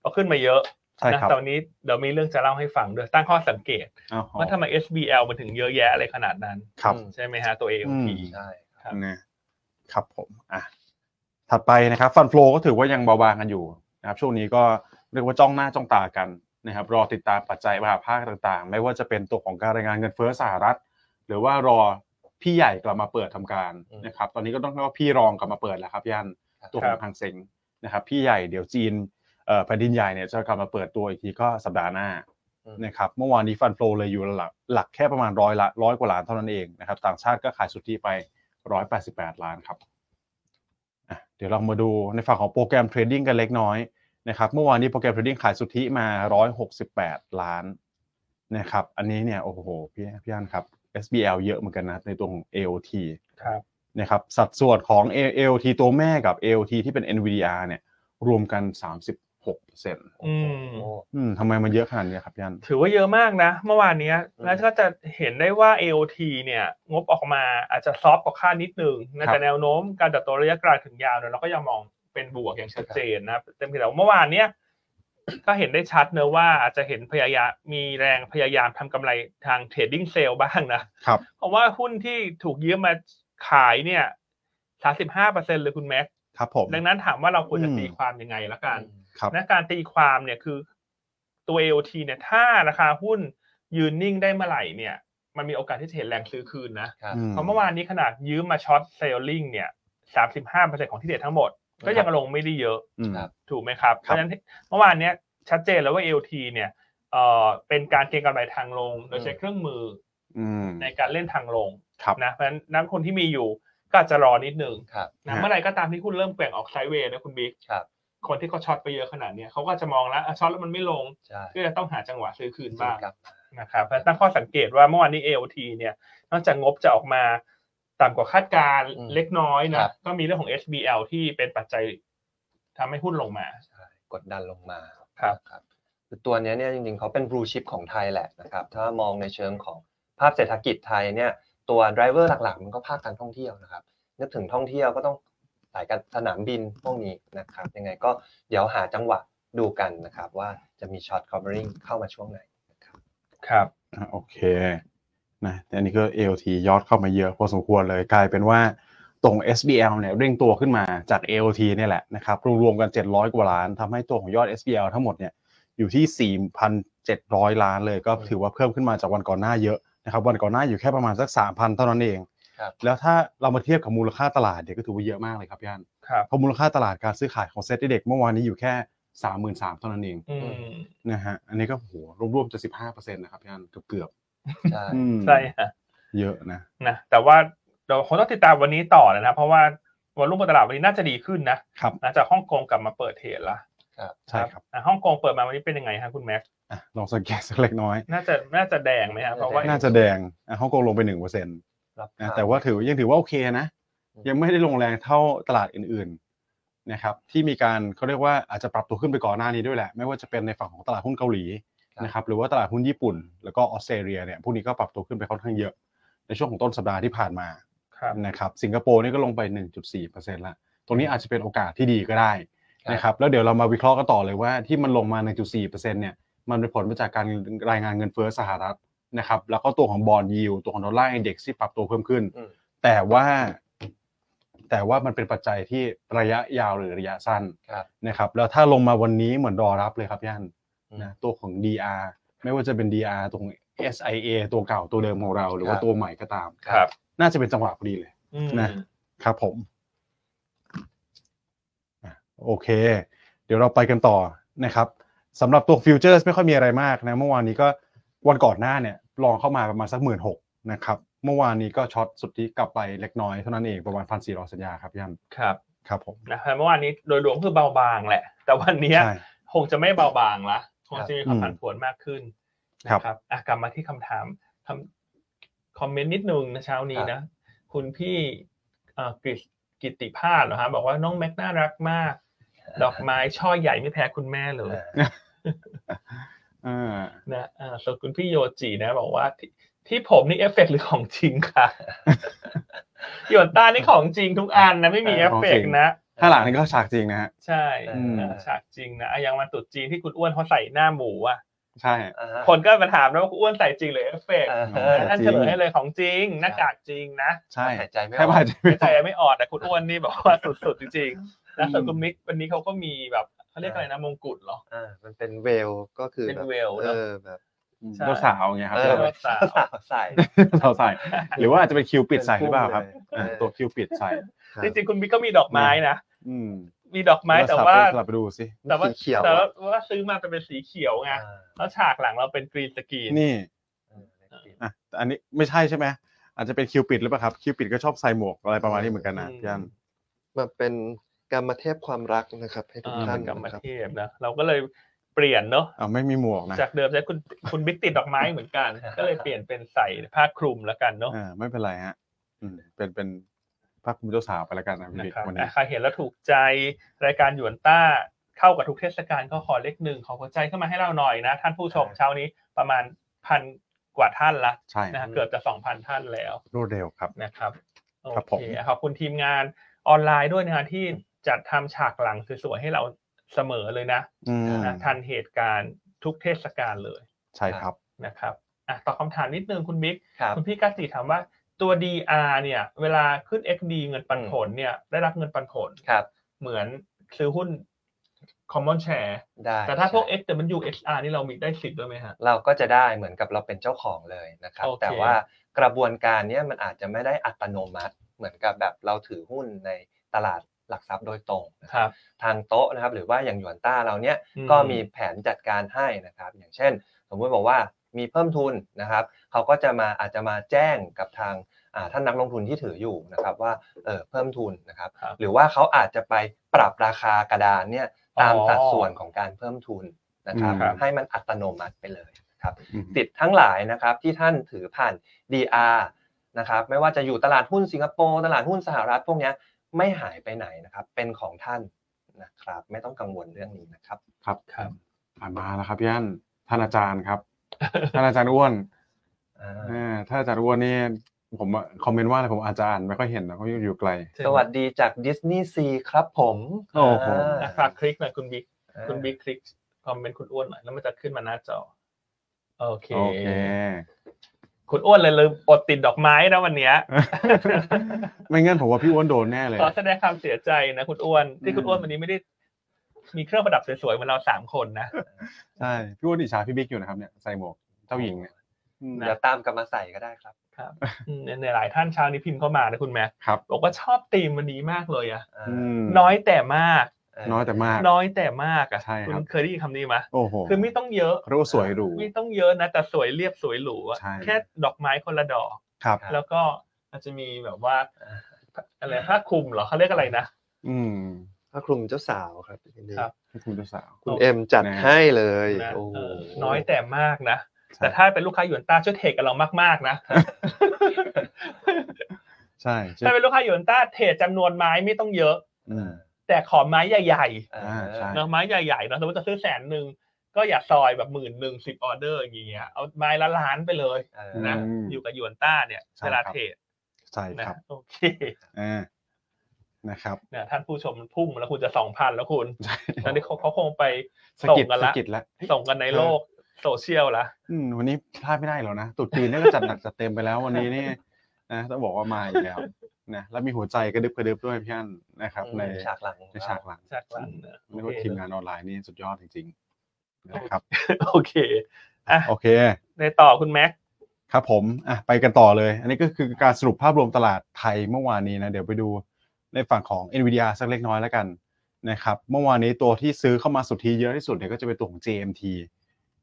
[SPEAKER 1] ก็ขึ้นมาเยอะ
[SPEAKER 2] ใช่
[SPEAKER 1] นะครับ ตอนนี้เดี๋ยวมีเรื่องจะเล่าให้ฟังด้วยตั้งข้อสังเกต
[SPEAKER 2] อ้าว
[SPEAKER 1] ว่าทำไม SBL มันถึงเยอะแยะอะไรขนาดนั้น
[SPEAKER 2] ครับ
[SPEAKER 1] ใช่ไหมฮะตัว
[SPEAKER 2] อื
[SPEAKER 1] AOT
[SPEAKER 2] ม
[SPEAKER 3] ใช่ครับ
[SPEAKER 2] นะครับผมอ่ะถัดไปนะครับฟันฟลอก็ถือว่ายังเบาบางกันอยู่นะครับช่วงนี้ก็เรียกว่าจ้องหน้าจ้องตากันนะครับรอติดตามปัจจัยมหาภาคต่างๆ ไม่ว่าจะเป็นตัวของการรายงานเงินเฟ้อสหรัฐ หรือว่ารอพี่ใหญ่กลับมาเปิดทำการ
[SPEAKER 3] อืม
[SPEAKER 2] นะครับตอนนี้ก็ต้องเรียกว่าพี่รองกลับมาเปิดแล้วครับย่านตัวข
[SPEAKER 1] ค
[SPEAKER 2] อ
[SPEAKER 1] รั
[SPEAKER 2] ง
[SPEAKER 1] บ
[SPEAKER 2] ทางเซ็งนะครับพี่ใหญ่เดี๋ยวจีนเอ่อแผ่นดินใหญ่เนี่ยจะกลับมาเปิดตัวอีกทีก็สัปดาห์หน้า
[SPEAKER 3] อืม
[SPEAKER 2] นะครับเมื่อวานนี้ฟันโฟลเลยอยู่หลักหลักแค่ประมาณร้อยละร้อยกว่าล้านเท่านั้นเองนะครับต่างชาติก็ขายสุทธิไป 188 ล้านครับอ่ะเดี๋ยวเรามาดูในฝั่งของโปรแกรมเทรดดิ้งกันเล็กน้อยนะครับเมื่อวานนี้โปรแกรมเทรดดิ้งขายสุทธิมา 168 ล้านนะครับอันนี้เนี่ยโอ้โหพี่พี่อันครับ SBL เยอะเหมือนกันนะในตัวของ AOT
[SPEAKER 1] ครับ
[SPEAKER 2] นะครับสัดส่วนของ AOT ตัวแม่กับ AOT ที่เป็น NVDR เนี่ยรวมกัน 36%
[SPEAKER 1] อืม
[SPEAKER 3] โอ้
[SPEAKER 2] อืมทำไมมันเยอะขนาดนี้ครับพี่อัน
[SPEAKER 1] ถือว่าเยอะมากนะ เมื่อวานเนี้ย
[SPEAKER 3] อืม
[SPEAKER 1] แล้วก็จะเห็นได้ว่า AOT เนี่ย งบออกมาอาจจะซอฟต์กว่าคาดนิดนึงนะครับ แต่แนวโน้มการเติบโตระยะกลางถึงยาวเนี่ยเราก็ยังมองเป็นบวกอย่างชัดเจนนะครับเต็มที่แล้วเมื่อวานเนี้ยก็เห็นได้ชัดเนอะว่าอาจจะเห็นพยายามมีแรงพยายามทำกำไรทางเทรดดิ้งเซลล์บ้างนะครับ เพราะว่าหุ้นที่ถูกยืมมาขายเนี่ยสามสิบห้าเปอร์เซ็นต์เลยคุณแม็กซ์
[SPEAKER 2] ครับผม
[SPEAKER 1] ดังนั้นถามว่าเราควรจะ
[SPEAKER 2] อืม
[SPEAKER 1] ตีความยังไงละกัน
[SPEAKER 2] ครับ
[SPEAKER 1] นะการตีความเนี่ยคือตัว AOT เนี่ยถ้าราคาหุ้น ยืนนิ่งได้เมื่อไหร่เนี่ย มันมีโอกาสที่จะเห็นแรงซื้อคืนนะ
[SPEAKER 3] ครับ
[SPEAKER 1] เพราะเมื่อวานนี้ขนาดยืมมาช็อตเซลลิงเนี่ยสามสิบห้าเปอร์เซ็นของที่เด็ดทั้งหมด ก็ยังลงไม่ได้เยอะ
[SPEAKER 2] อืม
[SPEAKER 3] ครับ
[SPEAKER 1] ถูกไหมครับ เพราะฉะนั้นเมื่อวานเนี้ยชัดเจนแล้วว่า AOT เนี่ยเอ่อเป็นการเก็งกำไรทางลง โดยใช้เครื่องมือ
[SPEAKER 2] อืม
[SPEAKER 1] ในการเล่นทางลง
[SPEAKER 2] ครับ
[SPEAKER 1] นะเพราะฉะนั้นนักลงทุนที่มีอยู่ก็อาจจะรอนิดนึง
[SPEAKER 3] ครับ
[SPEAKER 1] นะเมื่อไหร่ก็ตามที่หุ้นเริ่มแกว่งออกไซด์เวย์นะคุณบิ๊ก
[SPEAKER 3] ครับ
[SPEAKER 1] คนที่เขาช็อตไปเยอะขนาดเนี้ยเขาก็จะมองแล้วอ่ะช็อตแล้วมันไม่ลง
[SPEAKER 3] ใช่
[SPEAKER 1] ก็จะต้องหาจังหวะซื้อคืนบ้าง
[SPEAKER 3] ครับ
[SPEAKER 1] นะครับแล้วตั้งข้อสังเกตว่าเมื่อวานนี้ AOT เนี่ยนอกจากงบจะออกมาต่ำกว่าคาดการณ์
[SPEAKER 3] อืม
[SPEAKER 1] เล็กน้อย
[SPEAKER 3] ครั
[SPEAKER 1] นะ
[SPEAKER 3] บ
[SPEAKER 1] ก็มีเรื่องของ SBL ที่เป็นปัจจัยทำให้หุ้นลงมา
[SPEAKER 3] ใช่กดดันลงมา
[SPEAKER 1] ครับ
[SPEAKER 3] ครับคือตัวเนี้ยเนี่ยจริงๆเขาเป็นบลูชิพของไทยแหละนะครับถ้ามองในเชิงของภาพเศรษฐกิจไทยเนี่ยตัว driver หลักๆ มันก็ภาคการท่องเที่ยวนะครับนึกถึงท่องเที่ยวก็ต้องสายการสนามบินพวกนี้นะครับยังไงก็เดี๋ยวหาจังหวะดูกันนะครับว่าจะมีช็อต covering เข้ามาช่วงไหนนะครับ
[SPEAKER 1] ครับ
[SPEAKER 2] อ่ะโอเคนะแต่อันนี้ก็ AOT ยอดเข้ามาเยอะพอสมควรเลยกลายเป็นว่าตรง SBL เนี่ยเร่งตัวขึ้นมาจาก AOT เนี่ยแหละนะครับรวมๆกัน 700 กว่าล้านทำให้ตัวของยอด SBL ทั้งหมดเนี่ยอยู่ที่ 4,700 ล้านเลยก็ถือว่าเพิ่มขึ้นมาจากวันก่อนหน้าเยอะนะครับวันก่อนหน้าอยู่แค่ประมาณสัก 3,000 เท่านั้นเอง
[SPEAKER 3] ครับ
[SPEAKER 2] แล้วถ้าเรามาเทียบกับมูลค่าตลาดเนี่ยก็ถือว่าเยอะมากเลยครับพี่อัน
[SPEAKER 1] ครับ
[SPEAKER 2] เพราะมูลค่าตลาดการซื้อขายของเซ็ตเด็กเมื่อวานนี้อยู่แค่ 33,000เท่านั้นเอง
[SPEAKER 1] อืม
[SPEAKER 2] นะฮะอันนี้ก็โหรวมๆจะ15%นะครับพี่อันเกือบ
[SPEAKER 3] ใช่
[SPEAKER 2] ๆอืม
[SPEAKER 1] ใช่ฮะ
[SPEAKER 2] เยอะนะ
[SPEAKER 1] นะแต่ว่าเราคงต้องติดตามวันนี้ต่อนะครับ เพราะว่าวอลลุ่มบนตลาดวันนี้น่าจะดีขึ้นนะครับ หลังจากฮ่องกงกลับมาเปิดเทรดละ
[SPEAKER 2] ใช่ครับ
[SPEAKER 1] อ่ะฮ่องกงเปิดมาวันนี้เป็นยังไงฮะคุณแม็กซ์
[SPEAKER 2] อ่ะลองสังเกตสักเล็กน้อย
[SPEAKER 1] น่าจะน่าจะแดงไหมฮะเพราะว่า
[SPEAKER 2] น่าจะแดงอ่ะฮ่องกงลงไปหนึ่งเปอร์เซ็นต์
[SPEAKER 3] รับ
[SPEAKER 2] นะ
[SPEAKER 3] ข่าว
[SPEAKER 2] แต่ว่าถือยังถือว่าโอเคนะ ยังไม่ได้ลงแรงเท่าตลาดอื่นๆนะครับที่มีการเขาเรียกว่าอาจจะปรับตัวขึ้นไปก่อนหน้านี้ด้วยแหละ ไม่ว่าจะเป็นในฝั่งของตลาดหุ้นเกาหลีนะครับหรือว่าตลาดหุ้นญี่ปุ่น แล้วก็ออสเตรเลียเนี่ยพวกนี้ก็ปรับตัวขึ้นไปค่อนข้างเยอะ ในช่วงของต้นสัปดาห์ที่ผ่านมา
[SPEAKER 1] ครับ
[SPEAKER 2] นะครับสิงคโปร์นี่ก็ลงไป 1.4%ละตรงนี้อาจจะเป็นโอกาสที่ดีก็ได้
[SPEAKER 3] ครับ
[SPEAKER 2] นะครับแล้วเดี๋ยวเรามาวิเคราะห์กันต่อเลยว่าที่มันลงมา 1.4%เนี่ยมันเป็นผลมาจากการรายงานเงินเฟ้อสหรัฐนะครับแล้วก็ตัวของบอลยิวตัวของดอลลาร์อินเด็กซ์ที่ปรับตัวเพิ่มขึ้น
[SPEAKER 3] อืม
[SPEAKER 2] แต่ว่าแต่ว่ามันเป็นปัจจัยที่ระยะยาวหรือระยะสั้น
[SPEAKER 3] ครับ
[SPEAKER 2] นะครับแล้วถ้าลงมาวันนี้เหมือนรอรับเลยครับย่าน
[SPEAKER 3] อืม
[SPEAKER 2] นะตัวของ DR ไม่ว่าจะเป็น DR ตรง SIA ตัวเก่าตัวเดิมของเราหรือ
[SPEAKER 3] ค
[SPEAKER 2] ว่า
[SPEAKER 3] รับ
[SPEAKER 2] ตัวใหม่ก็ตาม
[SPEAKER 1] ครับ
[SPEAKER 2] น่าจะเป็นจังหวะพอดีเลย
[SPEAKER 1] อืม
[SPEAKER 2] นะ ครับผมอ่ะโอเค เดี๋ยวเราไปกันต่อนะครับสำหรับตัวฟิวเจอร์สไม่ค่อยมีอะไรมากนะเมื่อวานนี้ก็วันก่อนหน้าเนี่ยลองเข้ามาประมาณสักหมื่นหกนะครับเมื่อวานนี้ก็ช็อตสุดที่กลับไปเล็กน้อยเท่านั้นเองประมาณพันสี่ร้อยสัญญาครับพี่อัน
[SPEAKER 1] ครับ
[SPEAKER 2] ครับผม
[SPEAKER 1] นะเมื่อวานนี้โดยรวมคือเบาบางแหละ แต่วันเนี้ย
[SPEAKER 2] ใช่
[SPEAKER 1] คงจะไม่เบาบางละคงจะมีความ
[SPEAKER 2] อืม
[SPEAKER 1] ผันผวนมากขึ้นนะครับ อ่ะกลับมาที่คำถามคำคอมเมนต์นิดนึงนะเช้านี้นะ คุณพี่เอ่อกฤษกิติภาสเหรอฮะบอกว่าน้องแม็กน่ารักมาก ดอกไม้ช่อใหญ่ไม่แพ้คุณแม่เลย
[SPEAKER 2] อ่า
[SPEAKER 1] นะอ่าส่วนคุณพี่โยจีนะ บอกว่าที่ที่ผมนี่เอฟเฟกต์หรือของจริง <laughs> ค่ะ โยต้านี่ของจริงทุกอันนะไม่มีเอฟเฟกต์นะ
[SPEAKER 2] ถ้าหลังนี้ก็ฉากจริงนะฮะ
[SPEAKER 1] ใช่
[SPEAKER 3] เอ
[SPEAKER 2] อ
[SPEAKER 1] ฉากจริงนะอ่ะอย่างวันตรุษจีนที่คุณอ้วนเขาใส่หน้าหมูอ่ะ
[SPEAKER 2] ใช่
[SPEAKER 3] อ่าฮะ
[SPEAKER 1] <laughs> คนก็มาถามนะว่าคุณอ้วนใส่จริงหรือเอฟเฟกต์
[SPEAKER 3] อ่าฮะ
[SPEAKER 1] ท่านเฉลยให้เลยของจริงหน้ากากจริงนะ
[SPEAKER 2] ใช่
[SPEAKER 3] หายใจไม่อ
[SPEAKER 2] แค่
[SPEAKER 3] อก
[SPEAKER 2] ผ่าน
[SPEAKER 1] ไม่ใจไม่ออดแต่คุณอ้วนนี่ <laughs> บอกว่าสุดๆจริงๆนะส่วนคุณมิกวันนี้เขาก็มีแบบเขาเรียกอะไรนะมงกุฎเหรอ
[SPEAKER 4] อ่ามันเป็นเวลก็คือ
[SPEAKER 1] เป็น
[SPEAKER 4] แบบ
[SPEAKER 1] เวลเน
[SPEAKER 4] เอ
[SPEAKER 1] อะ
[SPEAKER 4] อแบบ
[SPEAKER 1] ใช่
[SPEAKER 2] เจ้าสาวอย่างเงี้ยครับ
[SPEAKER 3] เอ
[SPEAKER 1] เอ
[SPEAKER 3] อ
[SPEAKER 1] อสาว
[SPEAKER 3] สาวใส่
[SPEAKER 2] เราใส่ หรือว่าอาจจะเป็นคิวปิดใส่หรือเปล่าครับ
[SPEAKER 4] เออ
[SPEAKER 2] อ่ะตัวคิวปิดใส่
[SPEAKER 1] จริงๆคุณมิกก็มีดอกไม้นะ
[SPEAKER 2] อืม
[SPEAKER 1] มีดอกไม้แต่ว่า
[SPEAKER 2] สลับไปดูสิ
[SPEAKER 1] แต่ว่า
[SPEAKER 4] สีเขียว
[SPEAKER 1] แต่ว่า
[SPEAKER 4] อะ
[SPEAKER 1] ว่าซื้อมาเป็นสีเขียวไง
[SPEAKER 3] อ่า
[SPEAKER 1] แล้วฉากหลังเราเป็นกรีนสกรีน
[SPEAKER 2] นี่
[SPEAKER 3] เออ
[SPEAKER 2] อ่ะแต่อันนี้ไม่ใช่ใช่ไหมอาจจะเป็นคิวปิดหรือเปล่าครับคิวปิดก็ชอบใส่หมวกอะไรประมาณนี้เหมือนกันนะพี่อัน
[SPEAKER 4] มาเป็นกรรมเทพความรักนะครับ ให้ทุก
[SPEAKER 1] อ่า
[SPEAKER 4] ท่า
[SPEAKER 1] เป็น นกรรม
[SPEAKER 4] นะครับ
[SPEAKER 1] เทพนะเราก็เลยเปลี่ยนเนอะ
[SPEAKER 2] อ่าไม่มีหมวกนะ
[SPEAKER 1] จากเดิมใช้คุณคุณบิ๊กติดดอกไม้เหมือนกัน ก็เลยเปลี่ยนเป็นใส่ผ้าคลุมแล้วกันเนาะ
[SPEAKER 2] อ่าไม่เป็นไรฮะอืมเป็นเป็นภาคภูมิเจ้าสาวไปแล้วกันนะพี่
[SPEAKER 1] นะ
[SPEAKER 2] บิ๊ก
[SPEAKER 1] ครับ
[SPEAKER 2] วัน
[SPEAKER 1] อ่ะ
[SPEAKER 2] นี้
[SPEAKER 1] ใครเห็นแล้วถูกใจรายการหยวนต้าเข้ากับทุกเทศกาลก็ขอเลขหนึ่งขอหัวใจเข้ามาให้เราหน่อยนะ ท่านผู้ชมเช้านี้ประมาณพันกว่าท่านละ
[SPEAKER 2] ใช่
[SPEAKER 1] นะฮะเกือบจะสองพันท่านแล้ว
[SPEAKER 2] รวดเร็วครับ
[SPEAKER 1] นะครับโอ
[SPEAKER 2] ครับผม
[SPEAKER 1] เคขอบคุณทีมงานออนไลน์ด้วยนะฮะที่จัดทำฉากหลังสวยๆให้เราเสมอเลยนะ
[SPEAKER 2] อืม
[SPEAKER 1] นะทันเหตุการณ์ทุกเทศกาลเลย
[SPEAKER 2] ใช่ครับ
[SPEAKER 1] นะครับอ่ะตอบคำถามนิดนึงคุณบิ๊ก
[SPEAKER 3] ครับ
[SPEAKER 1] คุณพี่กาสีถามว่าตัว DR เนี่ย เวลาขึ้น XD เงินปันผลเนี่ย ได้รับเงินปันผล
[SPEAKER 3] ครับ
[SPEAKER 1] เหมือนซื้อหุ้น common share
[SPEAKER 3] ได้
[SPEAKER 1] แต่ถ้าพวก
[SPEAKER 3] ใช่
[SPEAKER 1] XWHR นี่เรามีได้สิทธิ์ด้วยไหมฮะ
[SPEAKER 3] เราก็จะได้เหมือนกับเราเป็นเจ้าของเลยนะครับ
[SPEAKER 1] โอเค
[SPEAKER 3] แต่ว่ากระบวนการเนี้ยมันอาจจะไม่ได้อัตโนมัติ เหมือนกับแบบเราถือหุ้นในตลาดหลักทรัพย์โดยตรงนะ
[SPEAKER 1] ค
[SPEAKER 3] ครับ
[SPEAKER 1] รับ
[SPEAKER 3] ทางโต๊ะนะครับหรือว่าอย่างหยวนต้าเราเนี้ย
[SPEAKER 1] อืม
[SPEAKER 3] ก็มีแผนจัดการให้นะครับ อย่างเช่น สมมุติบอกว่ามีเพิ่มทุนนะครับเขาก็จะมาอาจจะมาแจ้งกับทางอ่าท่านนักลงทุนที่ถืออยู่นะครับว่าเออเพิ่มทุนนะครับ
[SPEAKER 1] ครับ
[SPEAKER 3] หรือว่าเขาอาจจะไปปรับราคากระดานเนี่ยตาม
[SPEAKER 1] อ๋อ
[SPEAKER 3] สัดส่วนของการเพิ่มทุนนะครับ
[SPEAKER 2] อืมครับ
[SPEAKER 3] ให้มันอัตโนมัติไปเลยนะครับ
[SPEAKER 2] อืม
[SPEAKER 3] สิทธิ์ทั้งหลายนะครับที่ท่านถือผ่าน DR นะครับไม่ว่าจะอยู่ตลาดหุ้นสิงคโปร์ตลาดหุ้นสหรัฐพวกเนี้ยไม่หายไปไหนนะครับเป็นของท่านนะครับไม่ต้องกังวลเรื่องนี้นะครับ
[SPEAKER 2] ครับ
[SPEAKER 1] ครับ
[SPEAKER 2] อ่ามาแล้วครับพี่อันท่านอาจารย์ครับ ท่านอาจารย์อ้วนอ่าท่านอาจารย์อ้วนนี่ผมอะคอมเมนต์ว่าอะไรผมอาจจะอ่านไม่ค่อยเห็นนะเพราะอยู่ไกล
[SPEAKER 3] สวัสดีจากดิสนีย์ซีครับผม
[SPEAKER 2] โอ้โห
[SPEAKER 1] อ่ะฝากคลิกหน่อยคุณบิ๊ก คุณบิ๊กคลิกคอมเมนต์คุณอ้วนหน่อยแล้วมันจะขึ้นมาหน้าจอ โอเค
[SPEAKER 2] โอเค <laughs>
[SPEAKER 1] คุณอ้วนเลยลืมอดติดดอกไม้นะวันเนี้ย
[SPEAKER 2] ไม่งั้นผมว่าพี่อ้วนโดนแน่เลย
[SPEAKER 1] ขอแสดงความเสียใจนะคุณอ้วน ที่คุณอ้วนวันนี้ไม่ได้ มีเครื่องประดับสวยๆเหมือนเราสามคนนะ
[SPEAKER 2] ใช่พี่อ้วนอิจฉาพี่บิ๊กอยู่นะครับเนี่ยใส่หมวกเจ้าหญิงเนี่ย
[SPEAKER 3] เดี๋ยวตามกลับมาใส่ก็ได้ครับ
[SPEAKER 1] อืมในหลายท่านเช้านี้พิมพ์เข้ามานะคุณแม่
[SPEAKER 2] ครับ
[SPEAKER 1] บอกว่าชอบธีมวันนี้มากเลยอะ
[SPEAKER 3] อ่า
[SPEAKER 2] อืม
[SPEAKER 1] น้อยแต่มาก
[SPEAKER 3] เอ่อ
[SPEAKER 2] น้อยแต่มาก
[SPEAKER 1] น้อยแต่มากอะ
[SPEAKER 2] ใช่ครับ
[SPEAKER 1] คุณเคยได้ยินคำนี้ไหม
[SPEAKER 2] โอ้โห
[SPEAKER 1] คือไม่ต้องเยอะ
[SPEAKER 2] เรียกว่าสวยหรู
[SPEAKER 1] ไม่ต้องเยอะนะแต่สวยเรียบสวยหรูอะ
[SPEAKER 2] ใช่
[SPEAKER 1] แค่ดอกไม้คนละดอก
[SPEAKER 2] ครับ
[SPEAKER 3] ครับ
[SPEAKER 1] แล้วก็อาจจะมีแบบว่าอะไรผ้าคลุมเหรอเขาเรียกอะไรนะ
[SPEAKER 2] อืม
[SPEAKER 4] ผ้าคลุมเจ้าสาวครับทีนี้
[SPEAKER 1] ครับ
[SPEAKER 2] คุณเจ้าสาว
[SPEAKER 4] คุณเอ็มจัด
[SPEAKER 2] นะ
[SPEAKER 4] ให้เลย
[SPEAKER 1] นะ
[SPEAKER 4] โอ้โห
[SPEAKER 1] เออน้อยแต่มากนะ
[SPEAKER 2] ใช่
[SPEAKER 1] แต่ถ้าเป็นลูกค้าหยวนต้าช่วยเทรดกับเรามากๆนะ
[SPEAKER 2] ใช่
[SPEAKER 1] <laughs>
[SPEAKER 2] ใช่
[SPEAKER 1] ถ้าเป็นลูกค้าหยวนต้าเทรดจำนวนไม้ไม่ต้องเยอะ
[SPEAKER 2] อืม
[SPEAKER 1] แต่ขอไม้ใหญ่
[SPEAKER 3] เอ่อ
[SPEAKER 2] อ่าใช่
[SPEAKER 1] ๆเนาะไม้ใหญ่ๆเนาะสมมติจะซื้อแสนหนึ่งก็อย่าซอยแบบหมื่นหนึ่งสิบออเดอร์อย่างเงี้ยเอาไม้ละล้านไปเลย
[SPEAKER 3] เอ่อ
[SPEAKER 1] นะ
[SPEAKER 2] อืม
[SPEAKER 1] อยู่กับหยวนต้าเนี่ย
[SPEAKER 2] ใช่
[SPEAKER 1] เวลา
[SPEAKER 2] ครับ
[SPEAKER 1] เทรด
[SPEAKER 2] ใช่
[SPEAKER 1] นะครับ โอเค
[SPEAKER 2] อ่านะครับ
[SPEAKER 1] นะท่านผู้ชมพุ่งมาแล้วคุณจะสองพันแล้วคุณ
[SPEAKER 2] ใช่
[SPEAKER 1] ตอนนี้เขาเขาคงไป
[SPEAKER 2] สะ
[SPEAKER 1] ส่ง
[SPEAKER 2] กิด
[SPEAKER 1] กัน
[SPEAKER 2] สะ
[SPEAKER 1] ละ
[SPEAKER 2] กิดละ
[SPEAKER 1] ส่งกันในโลกโซเชียลละ
[SPEAKER 2] อืมวันนี้พลาดไม่ได้หรอกนะตรุ๊จีนเนี่ยก็จัดหนัก <laughs> จัดเต็มไปแล้ววันนี้นี่นะต้องบอกว่ามาอีกแล้วนะแล้วมีหัวใจกระดึบกระดึบด้วยพี่อันนะครับใน
[SPEAKER 3] ฉากหลังของ
[SPEAKER 2] ในฉากหลัง
[SPEAKER 1] ฉากหลังนะ
[SPEAKER 2] เรียกว่า
[SPEAKER 1] โอเค
[SPEAKER 2] ทีมงานออนไลน์นี่สุดยอดจริงๆนะครับ
[SPEAKER 1] โอเคอ่ะ
[SPEAKER 2] โอเค
[SPEAKER 1] ในต่อคุณแม็ก
[SPEAKER 2] ครับผมอ่ะไปกันต่อเลย อันนี้ก็คือการสรุปภาพรวมตลาดไทยเมื่อวานนี้นะ เดี๋ยวไปดูในฝั่งของ NVIDIA สักเล็กน้อยแล้วกันนะครับ เมื่อวานนี้ตัวที่ซื้อเข้ามาสุทธิเยอะที่สุดเนี่ยก็จะเป็นตัวของ JMT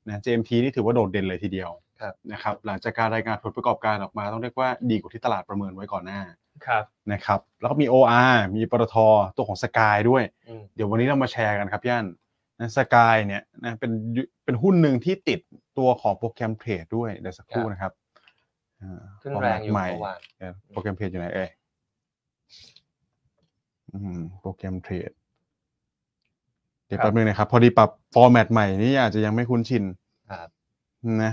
[SPEAKER 2] นะ JMT นี่ถือว่าโดดเด่นเลยทีเดียวนะครับ หลังจากการรายงานผลประกอบการออกมาต้องเรียกว่าดีกว่าที่ตลาดประเมินไว้ก่อนหน้า
[SPEAKER 1] ครับ
[SPEAKER 2] นะครับ แล้วก็มี OR มีปตทตัวของ Sky ด้วย
[SPEAKER 3] อืม
[SPEAKER 2] เดี๋ยววันนี้เรามาแชร์กันครับย่านนะสกายเนี่ยนะเป็นยุเป็นหุ้นหนึ่งที่ติดตัวของโปรแกรมเทรดด้วยเดี๋ยวสักครู่นะครับอ่า
[SPEAKER 3] ขึ้น
[SPEAKER 2] ความ
[SPEAKER 3] แร
[SPEAKER 2] หลาง ก
[SPEAKER 3] อยู่
[SPEAKER 2] ใหม่
[SPEAKER 3] เมื่อวาน
[SPEAKER 2] เอ่อโปรแกรมเทรดอยู่ไหนเอ่ยอืมโปรแกรมเทรดเดี๋ยว
[SPEAKER 1] ครับ
[SPEAKER 2] แป๊บนึงนะครับ พอดีปรับฟอร์แมตใหม่นี่อาจจะยังไม่คุ้นชิน
[SPEAKER 3] ครับ
[SPEAKER 2] นะ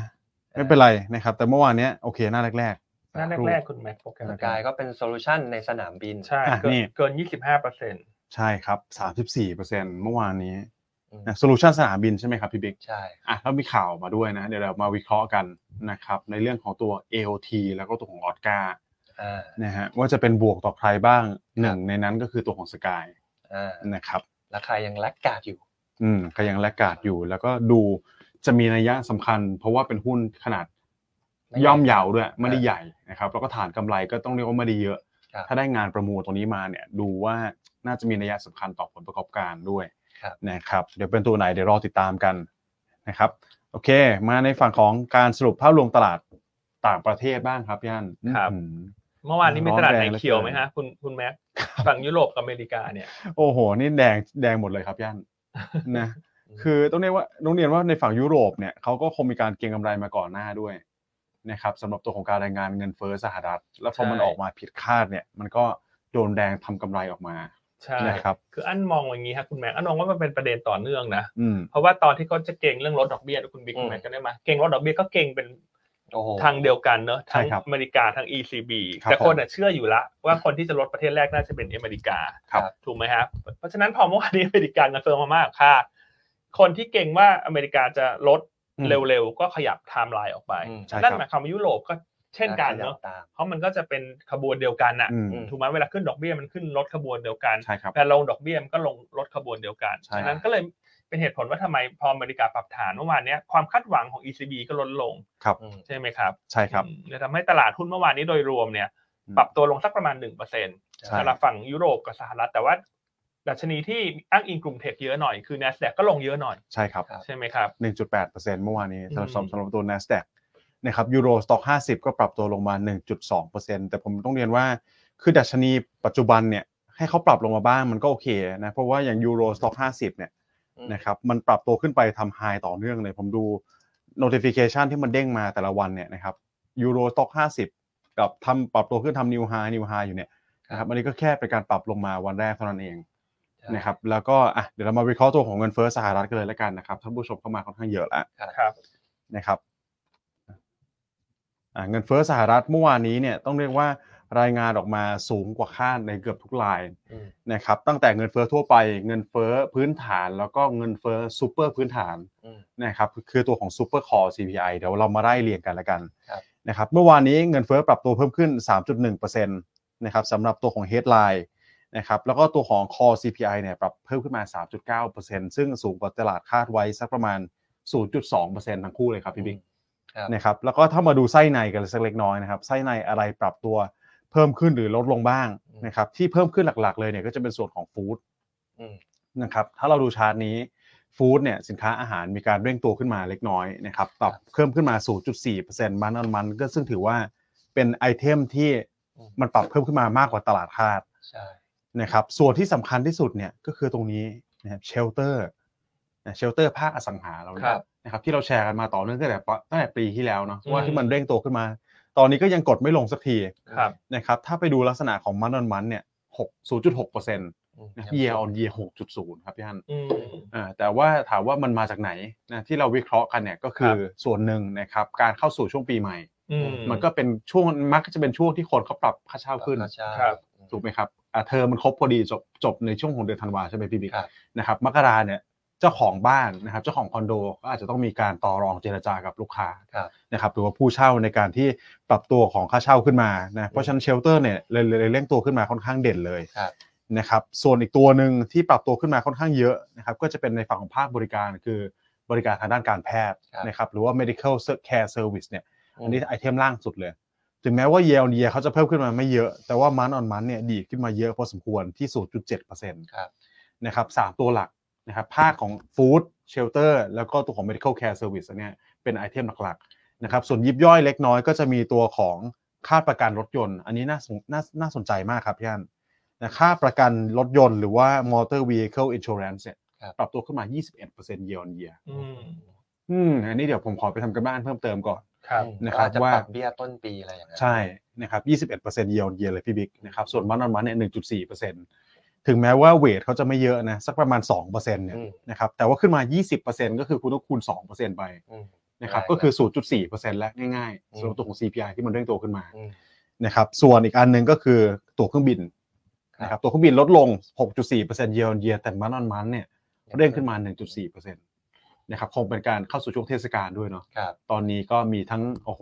[SPEAKER 2] ไม่เป็นไรนะครับ แต่เมื่อวานเนี้ยโอเคหน้าแรกๆ
[SPEAKER 1] หน้า
[SPEAKER 2] สักค
[SPEAKER 1] แรกๆคุณแม็กโปรแกรม
[SPEAKER 3] สกายก็เป็นโซลูชันในสนามบิน
[SPEAKER 1] ใช่
[SPEAKER 2] อ่ะ
[SPEAKER 1] เกิ
[SPEAKER 2] นี่
[SPEAKER 1] นเกินยี่สิบห้าเปอร์เซ็นต์
[SPEAKER 2] ใช่ครับสามสิบสี่เปอร์เซ็นเมื่อวานนี้
[SPEAKER 3] อืม
[SPEAKER 2] นะโซลูชันสนามบินใช่ไหมครับพี่บิ๊ก
[SPEAKER 3] ใช่
[SPEAKER 2] อ่ะแล้วมีข่าวมาด้วยนะ เดี๋ยวเรามาวิเคราะห์กันนะครับในเรื่องของตัว AOT แล้วก็ตัวของออสการ์
[SPEAKER 3] อ่า
[SPEAKER 2] นะฮะว่าจะเป็นบวกต่อใครบ้างหนึ่งในนั้นก็คือตัวของสกาย
[SPEAKER 3] อ่า
[SPEAKER 2] นะครับ
[SPEAKER 3] ราคายังแลกกาดอยู่
[SPEAKER 2] อืมก็ยังแลกกาดอยู่ แล้วก็ดูจะมีนัยยะสำคัญ เพราะว่าเป็นหุ้นขนาดย่อมเยาวด้วยไม่ได้ใหญ่นะครับแล้วก็ฐานกำไรก็ต้องเรียกว่าไม่ได้เยอะ
[SPEAKER 3] ครับ
[SPEAKER 2] ถ้าได้งานประมูลตรงนี้มาเนี่ยดูว่าน่าจะมีนัยยะสำคัญต่อผลประกอบการด้วย
[SPEAKER 3] ครับ
[SPEAKER 2] นะครับเดี๋ยวเป็นตัวไหนเดี๋ยวรอติดตามกันนะครับ โอเค มาในฝั่งของการสรุปภาพรวมตลาดต่างประเทศบ้างครับย่านอื้อหือ
[SPEAKER 1] เมื่อวานนี้มีตลาดไหน
[SPEAKER 2] ร้อนแรงเหลือ
[SPEAKER 1] เขียว
[SPEAKER 2] เกิน
[SPEAKER 1] ไหมฮะคุณคุณแม็กฝั่งยุโรปกับอเมริกาเนี่ย
[SPEAKER 2] โอ้โห นี่แดงแดงหมดเลยครับ <laughs> ย่านนะ คือต้องเรียกว่าต้องเรียนว่าในฝั่งยุโรปเนี่ยเขาก็คงมีการเก็งกำไรมาก่อนหน้าด้วยนะครับสำหรับตัวของการรายงานเงินเฟ้อสหรัฐ แล้วพอมัน
[SPEAKER 1] ใช่
[SPEAKER 2] ออกมาผิดคาดเนี่ย มันก็โดนแดงทำกำไรออกมา
[SPEAKER 1] ใช่
[SPEAKER 2] นะครับ
[SPEAKER 1] คืออันมองอย่างนี้ฮะคุณแม็กอันมองว่ามันเป็นประเด็นต่อเนื่องนะ
[SPEAKER 2] อืม
[SPEAKER 1] เพราะว่าตอนที่เขาจะเก่งเรื่องลดดอกเบี้ยคุณบิ๊ก
[SPEAKER 3] อืม
[SPEAKER 1] คุณแม็กก็ได้ไหมเก่งลดดอกเบี้ยก็เก่งเป็น
[SPEAKER 3] โอ้โห
[SPEAKER 1] ทางเดียวกันเนอะทั้
[SPEAKER 2] ใช่
[SPEAKER 1] ง
[SPEAKER 2] ครับ
[SPEAKER 1] อเมริกาทั้ง ECB
[SPEAKER 2] ครับ
[SPEAKER 1] แต่คนน่ะเชื่ออยู่ละว่าคนที่จะลดประเทศแรกน่าจะเป็นอเมริกา
[SPEAKER 2] ครับ
[SPEAKER 1] ถูกไหมครับเพราะฉะนั้นพอเมื่อวานนี้อเมริกาเงินเฟ้อมามากกว่าคาดคนที่เก่งว่าอเมริกาจะลด เร็วๆ ก็ขยับไทม์ไลน์ออกไป
[SPEAKER 3] อืม
[SPEAKER 2] ใช่ครับ
[SPEAKER 1] นั่นหมายความว่ายุโรปก็ เช่นกันะ
[SPEAKER 3] ขยับ
[SPEAKER 1] เนาะ
[SPEAKER 3] ตาม
[SPEAKER 1] เพราะมันก็จะเป็นขบวนเดียวกันน่ะ
[SPEAKER 2] อืม
[SPEAKER 1] ถูกไหมเวลาขึ้นดอกเบี้ยมันขึ้นลดขบวนเดียวกัน
[SPEAKER 2] ใช่ครับ
[SPEAKER 1] แต่ลงดอกเบี้ยมันก็ลงลดขบวนเดียวกัน
[SPEAKER 2] ใช่
[SPEAKER 1] ฉะนั้นก็เลยเป็นเหตุผลว่าทำไมพออเมริกาปรับฐานเมื่อวานเนี้ยความคาดหวังของ ECB ก็ลดลง
[SPEAKER 3] อืม
[SPEAKER 1] ใช่ไหมครับ
[SPEAKER 2] ใช่ครับ
[SPEAKER 1] อืมเลยทำให้ตลาดหุ้นเมื่อวานนี้โดยรวมเนี่ย
[SPEAKER 2] อืม
[SPEAKER 1] ปรับตัวลงสักประมาณ1%เปอร์เซ็นต์
[SPEAKER 2] ใช่
[SPEAKER 1] สำหรับฝั่งยุโรปกับสหรัฐ แต่ว่าดัชนีที่อ้างอิงกลุ่มเทคเยอะหน่อยคือ NASDAQ ก็ลงเยอะหน่อย
[SPEAKER 2] ใช่ครับ
[SPEAKER 1] ใช่ไหมครับ
[SPEAKER 2] 1.8%เมื่อวานนี้สำหรับ
[SPEAKER 1] อืม
[SPEAKER 2] สำหรับตัว NASDAQ นะครับยูโรสต็อก50 ก็ปรับตัวลงมา 1.2%แต่ผมต้องเรียนว่า คือดัชนีปัจจุบันเนี่ยให้เขาปรับลงมาบ้างมันก็โอเคนะเพราะว่าอย่างยูโรสต็อก50เนี่ย
[SPEAKER 3] อืม
[SPEAKER 2] นะครับมันปรับตัวขึ้นไปทำไฮต่อเนื่องเลย ผมดู notification ที่มันเด้งมาแต่ละวันเนี่ยนะครับยูโรสต็อก50 กับทำปรับตัวขึ้นทำนิวไฮนิวไฮอยู่เนี่ยนะครับอันนี้ก็แค่เป็นการปรับลงมาวันแรกเท่านั้นเอง
[SPEAKER 3] ใช่
[SPEAKER 2] นะครับแล้วก็อ่ะเดี๋ยวเรามาวิเคราะห์ตัวของเงินเฟ้อสหรัฐกันเลยละกันนะครับท่านผู้ชมเข้ามาค่อนข้างเยอะแล้ว
[SPEAKER 1] ครับ
[SPEAKER 2] นะครับอ่ะเงินเฟ้อสหรัฐเมื่อวานนี้เนี่ยต้องเรียกว่ารายงานออกมาสูงกว่าคาดในเกือบทุกราย
[SPEAKER 3] อืม
[SPEAKER 2] นะครับตั้งแต่เงินเฟ้อทั่วไปเงินเฟ้อพื้นฐานแล้วก็เงินเฟ้อซูเปอร์พื้นฐาน
[SPEAKER 3] อืม
[SPEAKER 2] นะครับคือตัวของซูเปอร์คอ CPI เดี๋ยวเรามาไล่เรียงกันละกัน
[SPEAKER 3] ครับ
[SPEAKER 2] นะครับเมื่อวานนี้เงินเฟ้อปรับตัวเพิ่มขึ้น 3.1%นะครับสำหรับตัวของ headline นะครับแล้วก็ตัวของ Core CPI เนี่ยปรับเพิ่มขึ้นมา 3.9%ซึ่งสูงกว่าตลาดคาดไว้สักประมาณ 0.2%ทั้งคู่เลยครับพี่บิ๊ก
[SPEAKER 3] ครับ
[SPEAKER 2] นะครับแล้วก็ถ้ามาดูไส้ในกันสักเล็กน้อยนะครับไส้ในอะไรปรับตัวเพิ่มขึ้นหรือลดลงบ้างนะครับที่เพิ่มขึ้นหลักๆเลยเนี่ยก็จะเป็นส่วนของฟู้ด
[SPEAKER 3] อืม
[SPEAKER 2] นะครับถ้าเราดูชาร์ตนี้ฟู้ดเนี่ยสินค้าอาหารมีการเร่งตัวขึ้นมาเล็กน้อยนะครับปรับเพิ่มขึ้นมา 0.4%มันมันก็ซึ่งถือว่าเป็นไอเทมที่มันปรับเพิ่มขึ้นมามากกว่าตลาดคาด
[SPEAKER 3] ใช่
[SPEAKER 2] นะครับส่วนที่สำคัญที่สุดเนี่ยก็คือตรงนี้นะครับเชลเตอร์เชลเตอร์ภาคอสังหาเรา
[SPEAKER 3] ค
[SPEAKER 2] เนี่ย
[SPEAKER 3] รับ
[SPEAKER 2] นะครับที่เราแชร์กันมาต่อเนื่องตั้งแต่ปะตั้งแต่ปีที่แล้วเนาะ
[SPEAKER 3] อืม
[SPEAKER 2] ว่าที่มันเร่งตัวขึ้นมา ตอนนี้ก็ยังกดไม่ลงสักที
[SPEAKER 1] ครับ
[SPEAKER 2] นะครับถ้าไปดูลักษณะของมันนอนมันเนี่ยหกศูนย์จุดหกเปอร์เซ็นต์นะครับเยียร์ออนเยียร์หกจุดศูนย์ครับพี่ฮัน
[SPEAKER 1] อืม
[SPEAKER 2] อ่าแต่ว่าถามว่ามันมาจากไหนนะที่เราวิเคราะห์กันเนี่ยก็คื
[SPEAKER 1] ค
[SPEAKER 2] อ
[SPEAKER 1] รับ
[SPEAKER 2] ส่วนหนึ่งนะครับการเข้าสู่ช่วงปีใหม่
[SPEAKER 1] อืม
[SPEAKER 2] มันก็เป็นช่วงมักจะเป็นช่วงที่คนเขาปรับค่าเช่าขึ้น
[SPEAKER 3] ใช่
[SPEAKER 1] ครับ
[SPEAKER 2] ถูกไหมครับอ่ะเทอมมันครบพอดีจบจบในช่วงของเดือนธันวาใช่ไหมพี่บิ๊ก
[SPEAKER 3] ครับ
[SPEAKER 2] นะครับ มกราเนี่ยเจ้าของบ้านนะครับ เจ้าของคอนโดก็อาจจะต้องมีการต่อรองเจรจากับลูกค้า
[SPEAKER 3] ครับ
[SPEAKER 2] นะครับหรือว่าผู้เช่าในการที่ปรับตัวของค่าเช่าขึ้นมานะเพราะฉะนั้นเชลเตอร์เนี่ยเลยเลยเลยเร่งตัวขึ้นมาค่อนข้างเด่นเลย
[SPEAKER 3] ครับ
[SPEAKER 2] นะครับ ส่วนอีกตัวหนึ่งที่ปรับตัวขึ้นมาค่อนข้างเยอะนะครับก็จะเป็นในฝั่งของภาคบริการคือบริการทางด้านการแพทย์นะครับหรือว่า medical care service เนี่ย อันนี้ไอเทมล่างสุดเลย ถึงแม้ว่าเยลเดียเขาจะเพิ่มขึ้นมาไม่เยอะ แต่ว่ามันออนมันเนี่ยดีดขึ้นมาเยอะพอสมควรที่ 0.7%
[SPEAKER 3] ครับ
[SPEAKER 2] นะครับสามตัวหลักนะครับภาคของฟู้ดเชลเตอร์แล้วก็ตัวของ medical care service อันเนี่ยเป็นไอเทมหลักๆนะครับส่วนยิบย่อยเล็กน้อยก็จะมีตัวของค่าประกันรถยนต์ อันนี้น่าสนน่าน่าสนใจมากครับพี่อันนะค่าประกันรถยนต์หรือว่า motor vehicle insurance เนี่ย
[SPEAKER 3] ครับ
[SPEAKER 2] ปรับตัวขึ้นมา 21% year on year
[SPEAKER 1] อืม
[SPEAKER 2] อืมอันนี้เดี๋ยวผมขอไปทำกันบ้านเพิ่มเติมก่อน
[SPEAKER 1] ครับ
[SPEAKER 2] นะครับ
[SPEAKER 3] อจจ
[SPEAKER 2] ว่า
[SPEAKER 3] ปรับเบี้ยต้นปีอะไรอย่างเงี้ย
[SPEAKER 2] ใช่นะครับ21% year on year เลยพี่บิ๊กนะครับ ส่วนมันออนมันเนี่ย1.4%ถึงแม้ว่าเวทเขาจะไม่เยอะนะ สักประมาณ2%เนี่ย
[SPEAKER 3] อืม
[SPEAKER 2] นะครับ แต่ว่าขึ้นมา 20%ก็คือคุณต้องคูณ 2%ไป
[SPEAKER 3] อืม
[SPEAKER 2] นะครับ
[SPEAKER 3] ได้
[SPEAKER 2] ก็คือ 0.4%แล้วง่ายๆ
[SPEAKER 3] อืม
[SPEAKER 2] สำหรับตัวของ CPI ที่มันเร่งตัวขึ้นมา
[SPEAKER 3] อืม
[SPEAKER 2] นะครับ ส่วนอีกอันหนึ่งก็คือตัวเครื่องบิน
[SPEAKER 3] ครับ
[SPEAKER 2] นะครับ ตัวเครื่องบินลดลง 6.4% year on year แต่มันออนมันเนี่ยเร่งขึ้นมา 1.4%นะครับ คงเป็นการเข้าสู่ช่วงเทศกาลด้วยเนาะ
[SPEAKER 3] ครับ
[SPEAKER 2] ตอนนี้ก็มีทั้งโอ้โห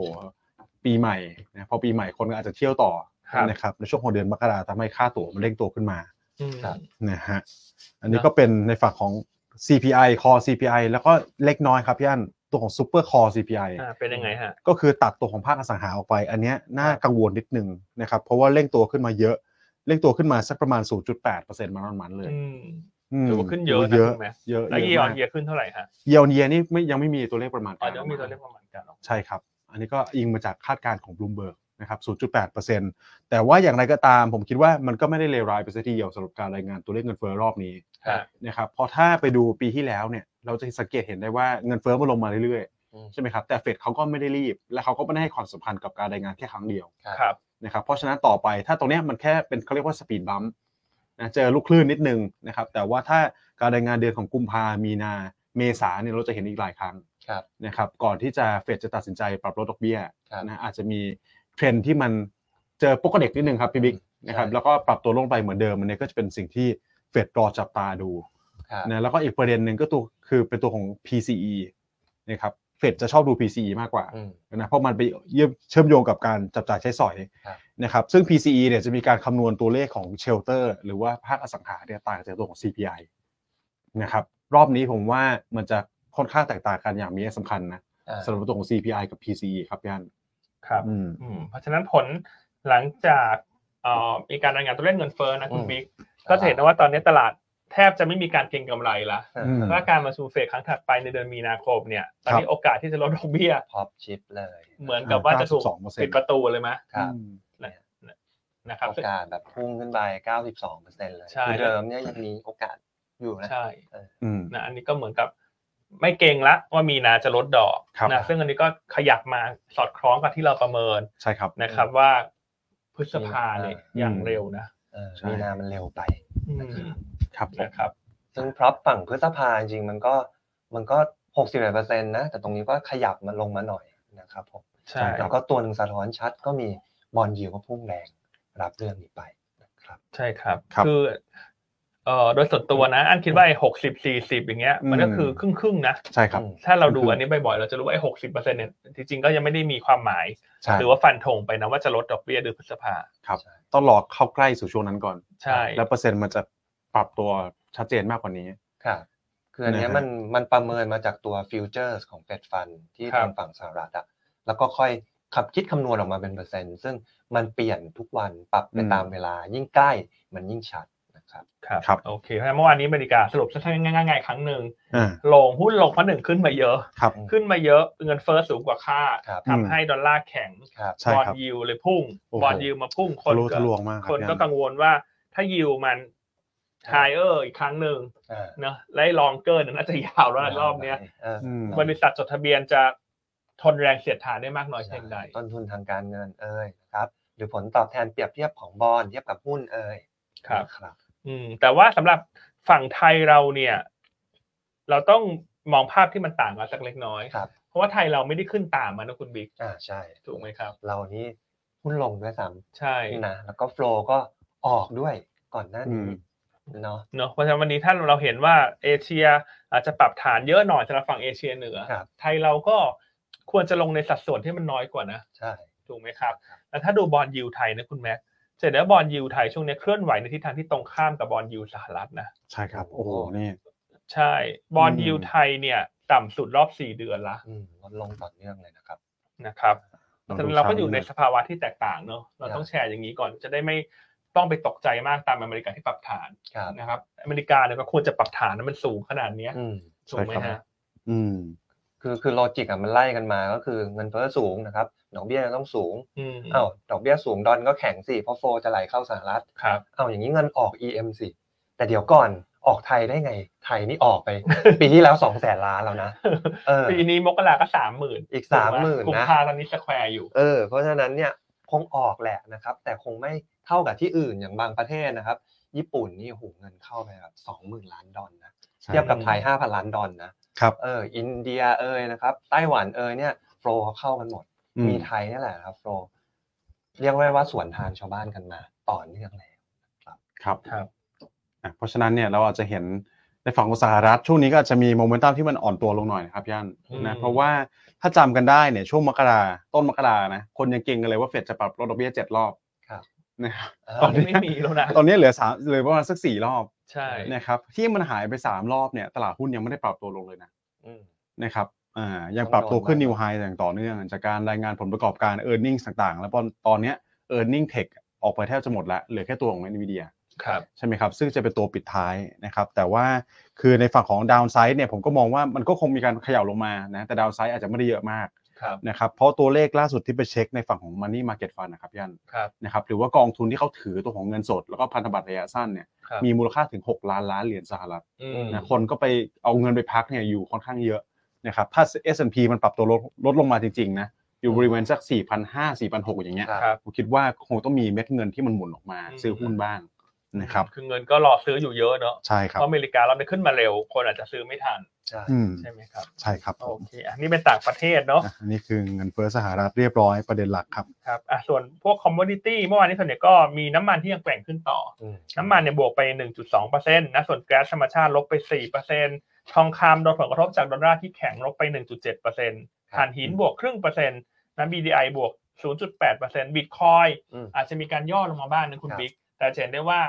[SPEAKER 2] ปีใหม่นะพอปีใหม่คนก็อาจจะเที่ยวต่อ
[SPEAKER 1] ครับ
[SPEAKER 2] นะครับในช่วงของเดือนมกราทำให้ค่าตั๋วมันเร่งตัวขึ้นมา
[SPEAKER 1] อืม
[SPEAKER 3] ครับ
[SPEAKER 2] นะฮะอันนี้
[SPEAKER 1] นะ
[SPEAKER 2] ก็เป็นในฝั่งของ CPI Core CPI แล้วก็เล็กน้อยครับพี่อันตัวของ Super Core CPI
[SPEAKER 1] อ่าเป็นยังไงฮะ
[SPEAKER 2] ก็คือตัดตัวของภาคอสังหาออกไป อันเนี้ยน่ากังวลนิดนึงนะครับเพราะว่าเร่งตัวขึ้นมาเยอะเร่งตัวขึ้นมาสักประมาณ 0.8%มาตอนมันเลย
[SPEAKER 1] อืม
[SPEAKER 2] ม
[SPEAKER 1] ถือว่าขึ้นเยอะนะ
[SPEAKER 2] เยอะ
[SPEAKER 1] ถูกไหม
[SPEAKER 2] เยอะ
[SPEAKER 1] แล้ว
[SPEAKER 2] เย
[SPEAKER 1] เยีย
[SPEAKER 2] อะ
[SPEAKER 1] ร์ออ
[SPEAKER 2] มา
[SPEAKER 1] น
[SPEAKER 2] ก
[SPEAKER 1] เยียร์ขึ้นเท่าไหร่ฮะ
[SPEAKER 2] เยียร์เยียร์นี่ไม่ยังไม่มีตัวเลขประมาณ
[SPEAKER 1] อ๋
[SPEAKER 2] กา
[SPEAKER 1] อ
[SPEAKER 2] ร
[SPEAKER 1] เดี๋ยวมีตัวเลขประมาณกันเนอะ
[SPEAKER 2] ใช่ครับ อันนี้ก็อิงมาจากคาดการณ์ของ Bloomberg นะครับ 0.8%แต่ว่าอย่างไรก็ตามผมคิดว่ามันก็ไม่ได้เลวร้ายไปซะทีเดียวสำหรับการรายงานตัวเลขเงินเฟ้อรอบนี้
[SPEAKER 3] ครับ
[SPEAKER 2] นะครับ เพราะถ้าไปดูปีที่แล้วเนี่ยเราจะสังเกตเห็นได้ว่าเงินเฟ้อมันลงมาเรื่อย
[SPEAKER 3] อืม
[SPEAKER 2] ๆ ใช่ไหมครับ แต่เฟดเขาก็ไม่ได้รีบ และเขาก็ไม่ได้ให้ความสำคัญกับการรายงานแค่ครั้งเดียว
[SPEAKER 1] ครับ
[SPEAKER 2] นะครับ เพราะฉะนั้นต่อไปถ้าตรงเนี้ยมันแค่เป็นเขาเรียกว่าสปีดบัมป์นะเจอลูกคลื่นนิดนึงนะครับ แต่ว่าถ้าการรายงานเดือนของกุมภามีนา เมษาเนี่ยเราจะเห็นอีกหลายครั้ง
[SPEAKER 3] ครับ
[SPEAKER 2] นะครับก่อนที่จะเฟดจะตัดสินใจปรับลดดอกเบี้ย
[SPEAKER 3] ครับ
[SPEAKER 2] นะอาจจะมีเทรนด์ที่มันเจอปกเด็กนิดนึงครับพี่บิ๊กนะครับ
[SPEAKER 3] ใช่
[SPEAKER 2] แล้วก็ปรับตัวลงไปเหมือนเดิมอันนี้ก็จะเป็นสิ่งที่เฟดรอจับตาดู
[SPEAKER 3] ครับ
[SPEAKER 2] นะแล้วก็อีกประเด็นหนึ่งก็ตัวคือเป็นตัวของ PCE นะครับ เฟดจะชอบดู PCE มากกว่า
[SPEAKER 3] อืม
[SPEAKER 2] นะเพราะมันไปเยื่อมเชื่อมโยงกับการจับจ่ายใช้สอย
[SPEAKER 3] ครับ
[SPEAKER 2] นะครับซึ่ง PCE เนี่ยจะมีการคำนวณตัวเลขของเชลเตอร์หรือว่าภาคอสังหาเนี่ยต่างจากตัวของ CPI นะครับรอบนี้ผมว่ามันจะค่อนข้างแตกต่างกันอย่างมีนัยสำคัญนะ
[SPEAKER 3] อ่า
[SPEAKER 2] สำหรับตัวของ CPI กับ PCE ครับพี่อัน
[SPEAKER 1] ครับ
[SPEAKER 2] อืม
[SPEAKER 1] อืมเพราะฉะนั้นผลหลังจากเอ่อมีการรายงานตัวเลขเงินเฟ้อนะคุณ
[SPEAKER 3] อืม
[SPEAKER 1] บิ๊กก็จะเห็นนะว่าตอนนี้ตลาดแทบจะไม่มีการเก็งกำไรละ
[SPEAKER 2] อืม
[SPEAKER 1] ว่าการมาสู่เฟสครั้งถัดไปในเดือนมีนาคมเนี่ยตอนนี้
[SPEAKER 2] ครับ
[SPEAKER 1] โอกาสที่จะลดดอกเบี้ย
[SPEAKER 3] พอบชิปเลย
[SPEAKER 1] เหมือนกับว่าจะถูก
[SPEAKER 2] 92%
[SPEAKER 1] ปิดประตูเลยไหม
[SPEAKER 3] ครับ
[SPEAKER 2] อืม
[SPEAKER 1] นะครับ
[SPEAKER 3] โอกาสแบบพุ่งขึ้นไป 92เปอร์เซ็นต์เลย
[SPEAKER 1] ใช่
[SPEAKER 3] คือเดิมเนี่ยยังมีโอกาสอยู่นะ
[SPEAKER 1] ใช่
[SPEAKER 2] อืม
[SPEAKER 1] นะอันนี้ก็เหมือนกับไม่เก่งละว่ามีนาจะลดดอก
[SPEAKER 2] ครับ
[SPEAKER 1] นะซึ่งอันนี้ก็ขยับมาสอดคล้องกับที่เราประเมิน
[SPEAKER 2] ใช่ครับ
[SPEAKER 1] นะครับว่าพฤษภาเนี่ย
[SPEAKER 2] อืม
[SPEAKER 1] อย่างเร็วนะ
[SPEAKER 3] เออ
[SPEAKER 2] ใช่
[SPEAKER 3] มีนามันเร็วไป
[SPEAKER 1] อืม
[SPEAKER 2] ครับผม
[SPEAKER 1] นะครับ
[SPEAKER 3] ซึ่งพร็อพฝั่งพฤษภาจริงๆมันก็มันก็หกสิบเอ็ดเปอร์เซ็นต์นะ แต่ตรงนี้ก็ขยับมันลงมาหน่อยนะครับผม
[SPEAKER 1] ใช่
[SPEAKER 3] แล้วก็ตัวหนึ่งสะท้อนชัดก็มีบอลยิวก็พุ่งแรงรับเรื่องนี้ไปนะครับ
[SPEAKER 1] ใช่ครับ
[SPEAKER 2] ครับ
[SPEAKER 1] อเอ่อโดยส่วนตัวนะ อันคิดว่าไอ้หกสิบสี่สิบอย่างเงี้ย มันก็
[SPEAKER 2] อืม
[SPEAKER 1] คือครึ่งครึ่งๆนะ
[SPEAKER 2] ใช่ครับ
[SPEAKER 3] อืม
[SPEAKER 1] ถ้าเราดู
[SPEAKER 2] ครึ่งๆ
[SPEAKER 1] อันนี้บ่อยๆ เราจะรู้ว่าไอ้หกสิบเปอร์เซ็นต์เนี่ยจริงๆก็ยังไม่ได้มีความหมาย
[SPEAKER 2] ใช่
[SPEAKER 1] หรือว่าฟันธงไปนะว่าจะลดดอกเบี้ยเดือนพฤษภา
[SPEAKER 2] ครับ
[SPEAKER 3] ใช่
[SPEAKER 2] ต้องรอเข้าใกล้สู่ช่วงนั้นก่อน
[SPEAKER 1] ใช่
[SPEAKER 2] แล้วเปอร์เซ็นต์มันจะปรับตัวชัดเจนมากกว่านี้
[SPEAKER 3] ครับคืออันเนี้ย
[SPEAKER 2] นะฮะ
[SPEAKER 3] มันมันประเมินมาจากตัวฟิวเจอร์สของเฟดฟันที่
[SPEAKER 1] ครับ
[SPEAKER 3] ทางฝั่งสหรัฐอะแล้วก็ค่อยขับคิดคำนวณออกมาเป็นเปอร์เซ็นต์ ซึ่งมันเปลี่ยนทุกวันปรับไป
[SPEAKER 2] อืม
[SPEAKER 3] ตามเวลายิ่งใกล้มันยิ่งชัดนะครับ
[SPEAKER 1] ครับ
[SPEAKER 2] ครับ
[SPEAKER 1] โอเคเพราะฉะนั้นเมื่อวานนี้อเมริกาสรุปสั้นๆง่ายๆครั้งหนึ่ง
[SPEAKER 2] อ่า
[SPEAKER 1] ลงหุ้นลงเพราะหนึ่งขึ้นมาเยอะ
[SPEAKER 2] ครับ
[SPEAKER 3] อืม
[SPEAKER 1] ขึ้นมาเยอะเงินเฟ้อสูงกว่าคาด
[SPEAKER 3] ครับ
[SPEAKER 1] ทำให้ดอลลาร์แข็ง
[SPEAKER 3] ครับ
[SPEAKER 2] ใช่
[SPEAKER 1] บอล
[SPEAKER 2] ครับ
[SPEAKER 1] ยิวเลยพุ่ง
[SPEAKER 2] โอ้โห
[SPEAKER 1] บอลยิวมาพุ่งคน
[SPEAKER 2] ทะลุ
[SPEAKER 1] ก็
[SPEAKER 2] ทะลวงมากครับ
[SPEAKER 1] คน
[SPEAKER 2] พี่อั้
[SPEAKER 1] ก็
[SPEAKER 2] น
[SPEAKER 1] กังวลว่าถ้ายิวมันไฮเออร์อีกครั้งหนึ่ง
[SPEAKER 3] อ่า
[SPEAKER 1] เนอะไล่ลองเกินยน่าจะยาวแล้วนะรอบเนี้ย
[SPEAKER 3] เออ
[SPEAKER 2] อืม
[SPEAKER 1] บริษัทจดทะเบียนจะทนแรงเสียดทานได้มากน้อยเพียงใด
[SPEAKER 3] ต้นทุนทางการเงินเอ่ยนะครับหรือผลตอบแทนเปรียบเทียบของบอลเทียบกับหุ้นเอ่ย
[SPEAKER 1] ครับ
[SPEAKER 3] นะครับ
[SPEAKER 1] อืม แต่ว่าสำหรับฝั่งไทยเราเนี่ย เราต้องมองภาพที่มันต่างกันสักเล็กน้อย
[SPEAKER 3] ครับ
[SPEAKER 1] เพราะว่าไทยเราไม่ได้ขึ้นตามมันนะคุณบิ๊ก
[SPEAKER 3] อ่าใช่
[SPEAKER 1] ถูกไหมครับ
[SPEAKER 3] เรานี้หุ้นลงด้วยซ้
[SPEAKER 1] ใช่
[SPEAKER 3] ำนะแล้วก็โฟลก็ออกด้วยก่อนหน้านี้
[SPEAKER 2] อืม
[SPEAKER 3] เนาะ
[SPEAKER 1] เนอะเพราะฉะนั้นวันนี้ถ้าเราเห็นว่าเอเชียอาจจะปรับฐานเยอะหน่อยสำหรับฝั่งเอเชียเหนือ
[SPEAKER 3] ครับ
[SPEAKER 1] ไทยเราก็ควรจะลงในสัดส่วนที่มันน้อยกว่านะ
[SPEAKER 3] ใช่
[SPEAKER 1] ถูกไหมครับ แล้วถ้าดูบอลยูไทยนะคุณแม็กเสร็จแล้วบอลยูไทยช่วงนี้เคลื่อนไหวในทิศทางที่ตรงข้ามกับบอลยูสหรัฐนะ
[SPEAKER 2] ใช่ครับโอ้โหนี่
[SPEAKER 1] ใช่ บอล
[SPEAKER 2] อืม
[SPEAKER 1] ยูไทยเนี่ยต่ำสุดรอบสี่เดือนละ
[SPEAKER 3] อืมลดลงต่อเนื่องเลยนะครับ
[SPEAKER 1] นะครับ
[SPEAKER 2] ลอง
[SPEAKER 1] ฉะ
[SPEAKER 2] ดู
[SPEAKER 1] นั้นเราก็
[SPEAKER 2] ช้
[SPEAKER 1] อยู่ใน
[SPEAKER 2] ดง
[SPEAKER 1] สภาวะที่แตกต่างเนอะเราต้อง
[SPEAKER 3] ครับ
[SPEAKER 1] แชร์อย่างนี้ก่อนจะได้ไม่ต้องไปตกใจมากตามอเมริกาที่ปรับฐาน
[SPEAKER 3] ครับ
[SPEAKER 1] นะครับ อเมริกาเนี่ยก็ควรจะปรับฐานนะมันสูงขนาดเนี้ย
[SPEAKER 3] อืม
[SPEAKER 1] ถูกไหม
[SPEAKER 2] ใช่ครั
[SPEAKER 1] ฮะ
[SPEAKER 2] บ อืม
[SPEAKER 3] คือคือโลจิกอ่ะมันไล่กันมาก็คือเงินเฟ้อสูงนะครับดอกเบี้ยจะต้องสูง
[SPEAKER 1] อืม
[SPEAKER 3] อ้าวดอกเบี้ยสูงดอลก็แข็งสิเพราะโฟลจะไหลเข้าสหรัฐ
[SPEAKER 1] ครับ
[SPEAKER 3] เอาอย่างนี้เงินออก EM สิ แต่เดี๋ยวก่อนออกไทยได้ไง ไทยนี่อ
[SPEAKER 1] <laughs>
[SPEAKER 3] อกไป ปีที่แล้วสองแสนล้านแล้วนะ เออ
[SPEAKER 1] ปีนี้มกราก็สามหมื่น
[SPEAKER 3] อีก30,000นะ
[SPEAKER 1] กุมภาตอนนี้สแควร์อยู่
[SPEAKER 3] เออ เพราะฉะนั้นเนี่ยคงออกแหละนะครับ แต่คงไม่เท่ากับที่อื่นอย่างบางประเทศนะครับ ญี่ปุ่นนี่โอ้โหูเงินเข้าไปแบบสองหมื่นล้านดอลนะ เทียบกับไทยห้าพันล้านดอลนะครับ เออ อินเดียเอยนะครับ ไต้หวันเอยเนี่ยโฟลเขาเข้ากันหมด
[SPEAKER 2] อืม
[SPEAKER 3] มีไทยนี่แหละครับโฟลเรียกได้ว่าสวนทางชาวบ้านกันมา ต่อเนื่องเลย
[SPEAKER 2] ครับ
[SPEAKER 1] ครับ
[SPEAKER 2] อ่ะเพราะฉะนั้นเนี่ยเราอาจจะเห็นในฝั่งของสหรัฐช่วงนี้ก็อาจจะมีโมเมนตัมที่มันอ่อนตัวลงหน่อยนะครับย่าน
[SPEAKER 1] อืม
[SPEAKER 2] นะเพราะว่าถ้าจำกันได้เนี่ยช่วงมกราต้นมกรานะคนยังเก่งกันเลยว่าเฟดจะปรับลดดอกเบี้ยเจ็ดรอบ
[SPEAKER 3] ครับ
[SPEAKER 2] นะครับ
[SPEAKER 3] เออ
[SPEAKER 1] ตอนนี้ไม่มีแล้วนะ
[SPEAKER 2] ตอนนี้เหลือสามเหลือประมาณสักสี่รอบ
[SPEAKER 1] ใช่
[SPEAKER 2] นะครับที่มันหายไปสามรอบเนี่ยตลาดหุ้นยังไม่ได้ปรับตัวลงเลยนะ
[SPEAKER 3] อืม
[SPEAKER 2] นะครับอ่ายังปรับตัวขึ้นนิวไฮอย่างต่อเนื่อง จากการรายงานผลประกอบการ e a r n i n g ต่างๆ แล้วตอนตอนเนี้ย e a r n i n g Tech ออกไปแทบจะหมดแล้ว เหลือแค่ตัวของ NVIDIA
[SPEAKER 1] ครับ
[SPEAKER 2] ใช่ไหมครับ ซึ่งจะเป็นตัวปิดท้ายนะครับ แต่ว่าคือในฝั่งของ Downside เนี่ยผมก็มองว่ามันก็คงมีการเขย่าลงมานะแต่ Downside อาจจะไม่ได้เยอะมาก
[SPEAKER 1] ครับ
[SPEAKER 2] นะครับเพราะตัวเลขล่าสุดที่ไปเช็คในฝั่งของ Money Market Fund นะครับพี่อัน
[SPEAKER 1] ครับ
[SPEAKER 2] นะครับหรือว่ากองทุนที่เขาถือตัวของเงินสด แล้วก็พันธบัตรระยะสั้นเนี่ย
[SPEAKER 1] ครับ
[SPEAKER 2] มีมูลค่าถึง 6 ล้านล้านเหรียญสหรัฐ
[SPEAKER 1] อืม
[SPEAKER 2] นะคนก็ไปเอาเงินไปพักเนี่ยอยู่ค่อนข้างเยอะนะครับถ้า S&P มันปรับตัวลดลดลงมาจริงๆนะอยู่บริเวณสัก 4,500 4,600 อย่างเงี้ย
[SPEAKER 3] ครับ
[SPEAKER 1] ครับ
[SPEAKER 2] ผมคิดว่าคงต้องมีเม็ดเงินที่มันหมุนออกมา
[SPEAKER 1] อืม
[SPEAKER 2] ซื้อหุ้นบ้างนะครับ
[SPEAKER 1] คือเงินก็รอซื้ออยู่เยอะเนอะ
[SPEAKER 2] ใช่ค
[SPEAKER 1] เพ
[SPEAKER 2] รับ
[SPEAKER 1] ราะอเมริการอบนี้ขึ้นมาเร็ว คนอาจจะซื้อไม่ทัน
[SPEAKER 3] ใช่
[SPEAKER 2] อืม
[SPEAKER 1] ใช่ไหมครับ
[SPEAKER 2] ใช่ครับผ
[SPEAKER 1] โอ
[SPEAKER 2] ม
[SPEAKER 1] เคอันนี้เป็นต่างประเทศเนาะ
[SPEAKER 2] อ่ะอันนี้คือเงินเฟ้อสหรัฐเรียบร้อยประเด็นหลักครับ
[SPEAKER 1] ครับอ่ะส่วนพวกคอมม o ดิตี้เมื่อวานนี้ส่วนใหญ่ก็มีน้ำมันที่ยังแกว่งขึ้นต่อ
[SPEAKER 3] อืม
[SPEAKER 1] น้ำมันเนี่ยบวกไป 1.2%นะส่วนแก๊สธรรมชาติลบไป 4%ทองคำโดนผลกระทบจากดอลลาร์ที่แข็งลบไป 1.7%ถ่านหินบวกครึ่งเปอร์เซ็นต์นะ BDI บวก 0.8%บิตคอย
[SPEAKER 3] อืม
[SPEAKER 1] อาจจะมีการย่อลงมาบ้างนะคุณ
[SPEAKER 3] ครับ
[SPEAKER 1] บิ๊กแต่จะเห็นได้ว่า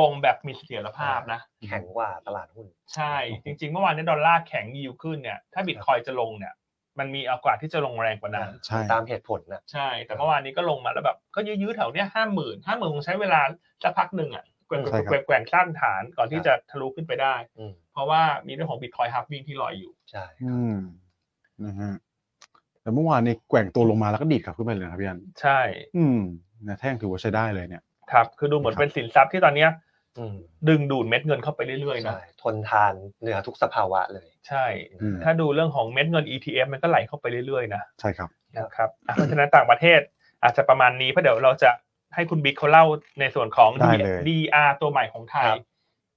[SPEAKER 1] ลงแบบมีเสถียรภาพนะ
[SPEAKER 3] แข็งกว่าตลาดหุ้น
[SPEAKER 1] ใช่ จริงๆ เมื่อวานเนี้ดอลลาร์แข็งยิวขึ้นเนี่ยถ้าบิตคอยจะลงเนี่ยมันมีโอกาสที่จะลงแรงกว่านั้น
[SPEAKER 2] ใช่
[SPEAKER 3] ตามเหตุผลนะ
[SPEAKER 1] ใช่ แต่เมื่อวานนี้ก็ลงมาแล้วแบบก็ยื้อๆแถวเนี้ยห้าหมื่นห้าหมื่นคงใช้เวลาสักพักหนึ่งอ่ะแกว่ง
[SPEAKER 3] ใช่
[SPEAKER 1] ๆ
[SPEAKER 3] ครับ
[SPEAKER 1] แกว่งๆแกว่งสร้างฐานก่อนที่จะทะลุขึ้นไปได้
[SPEAKER 3] อืม
[SPEAKER 1] เพราะว่ามีเรื่องของบิตคอยฮับวิ่งที่ลอยอยู่
[SPEAKER 3] ใช่
[SPEAKER 2] อืมนะฮะแต่เมื่อวานนี้แกว่งตัวลงมาแล้วก็ดีดกลับขึ้นไปเลยนะครับพี่อัน
[SPEAKER 1] ใช่
[SPEAKER 2] อืมนะแท่งถือว่าใช้ได้เลยเนี่ย
[SPEAKER 1] ครับ คือดูเหมือนเป็นสินทรัพย์ที่ตอนเนี้ย
[SPEAKER 3] อืม
[SPEAKER 1] ดึงดูดเม็ดเงินเข้าไปเรื่อยๆนะ
[SPEAKER 3] ใช่ทนทานเหนือทุกสภาวะเลย
[SPEAKER 1] ใช่
[SPEAKER 2] อืม
[SPEAKER 1] ถ้าดูเรื่องของเม็ดเงิน ETF มันก็ไหลเข้าไปเรื่อยๆนะ
[SPEAKER 2] ใช่ครับ
[SPEAKER 1] นะครับอ่ะเพราะฉะนั้นต่างประเทศอาจจะประมาณนี้เพราะเดี๋ยวเราจะให้คุณบิ๊กเขาเล่าในส่วนของ
[SPEAKER 2] ได้เลย
[SPEAKER 1] DR ตัวใหม่ของไทย
[SPEAKER 3] ครับ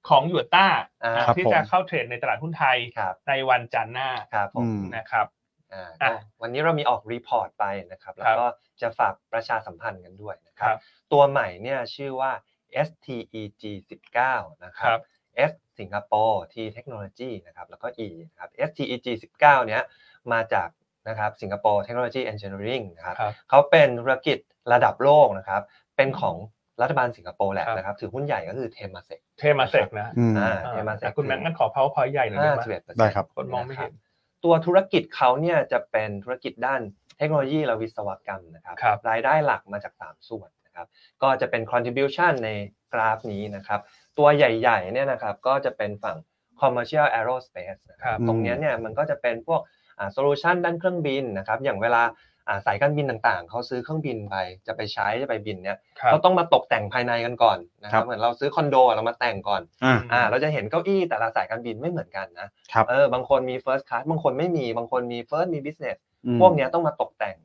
[SPEAKER 1] ของยูต้า
[SPEAKER 3] อ่า
[SPEAKER 1] อ่ะ
[SPEAKER 2] ครับ
[SPEAKER 1] ที่
[SPEAKER 2] ผม
[SPEAKER 1] จะเข้าเทรดในตลาดหุ้นไทย
[SPEAKER 3] ครับ
[SPEAKER 1] ในวันจันทร์หน้า
[SPEAKER 3] ครับผ
[SPEAKER 2] อื
[SPEAKER 3] ม
[SPEAKER 2] ม
[SPEAKER 1] นะครับ
[SPEAKER 3] อ่า
[SPEAKER 1] อ่ะ
[SPEAKER 3] ก็วันนี้เรามีออกรีพอร์ตไปนะครับ แล้วก็จะฝากประชาสัมพันธ์กันด้วยนะครั
[SPEAKER 1] ครับ บ
[SPEAKER 3] ตัวใหม่เนี่ยชื่อว่า STEG 19นะค
[SPEAKER 1] ครั
[SPEAKER 3] รับ
[SPEAKER 1] บ
[SPEAKER 3] S สิงคโปร์ T เทคโนโลยีนะครับ แล้วก็ E นะครับ STEG 19เนี้ยมาจากนะครับสิงคโปร์เทคโนโลยีเอนจิเนียริงนะครับ
[SPEAKER 1] ครับ
[SPEAKER 3] เขาเป็นธุรกิจระดับโลกนะครับ เป็นของรัฐบาลสิงคโปร์แหละ
[SPEAKER 1] ครับ
[SPEAKER 3] นะครับ ถือหุ้นใหญ่ก็คือเทม a เซก
[SPEAKER 1] เทมาเซกนะ
[SPEAKER 2] อืม
[SPEAKER 3] อ่า
[SPEAKER 1] อ่า
[SPEAKER 3] เทมาเซ
[SPEAKER 1] แต่
[SPEAKER 3] ก
[SPEAKER 1] คุณแม็กซ์งั้นขอ powerpoint ใหญ่หน่อยได้
[SPEAKER 3] ห้า
[SPEAKER 1] ไหม
[SPEAKER 3] สิบเอ็ดเปอร์เซ็นต์
[SPEAKER 2] ได้ครับ
[SPEAKER 1] คนมองไม่เห็น
[SPEAKER 3] ตัวธุรกิจเขาเนี่ยจะเป็นธุรกิจด้านเทคโนโลยีและวิศวกรรมนะครับ
[SPEAKER 1] ครับ
[SPEAKER 3] รายได้หลักมาจาก 3 ส่วนนะครับ ก็จะเป็น contribution ในกราฟนี้นะครับ ตัวใหญ่ๆเนี่ยนะครับก็จะเป็นฝั่ง commercial aerospace นะค
[SPEAKER 1] ครั
[SPEAKER 3] รับ
[SPEAKER 1] บ
[SPEAKER 3] ตรงเนี้ยเนี่ยมันก็จะเป็นพวกอ่า solution ด้านเครื่องบินนะครับ อย่างเวลาอ่าสายการบินต่างๆ เขาซื้อเครื่องบินไป จะไปใช้จะไปบินเนี่ย
[SPEAKER 1] ครับ
[SPEAKER 3] เขาต้องมาตกแต่งภายในกันก่อนนะค
[SPEAKER 2] ครั
[SPEAKER 3] รับ
[SPEAKER 2] บ
[SPEAKER 3] เหมือนเราซื้อคอนโดอะเรามาแต่งก่อน
[SPEAKER 2] อ่า
[SPEAKER 3] อ่าเราจะเห็นเก้าอี้แต่ละสายการบินไม่เหมือนกันนะครับ เออบางคนมี first class บางคนไม่มีบางคนมี first มี business
[SPEAKER 2] อืม
[SPEAKER 3] พวกเนี้ยต้องมาตกแต่ง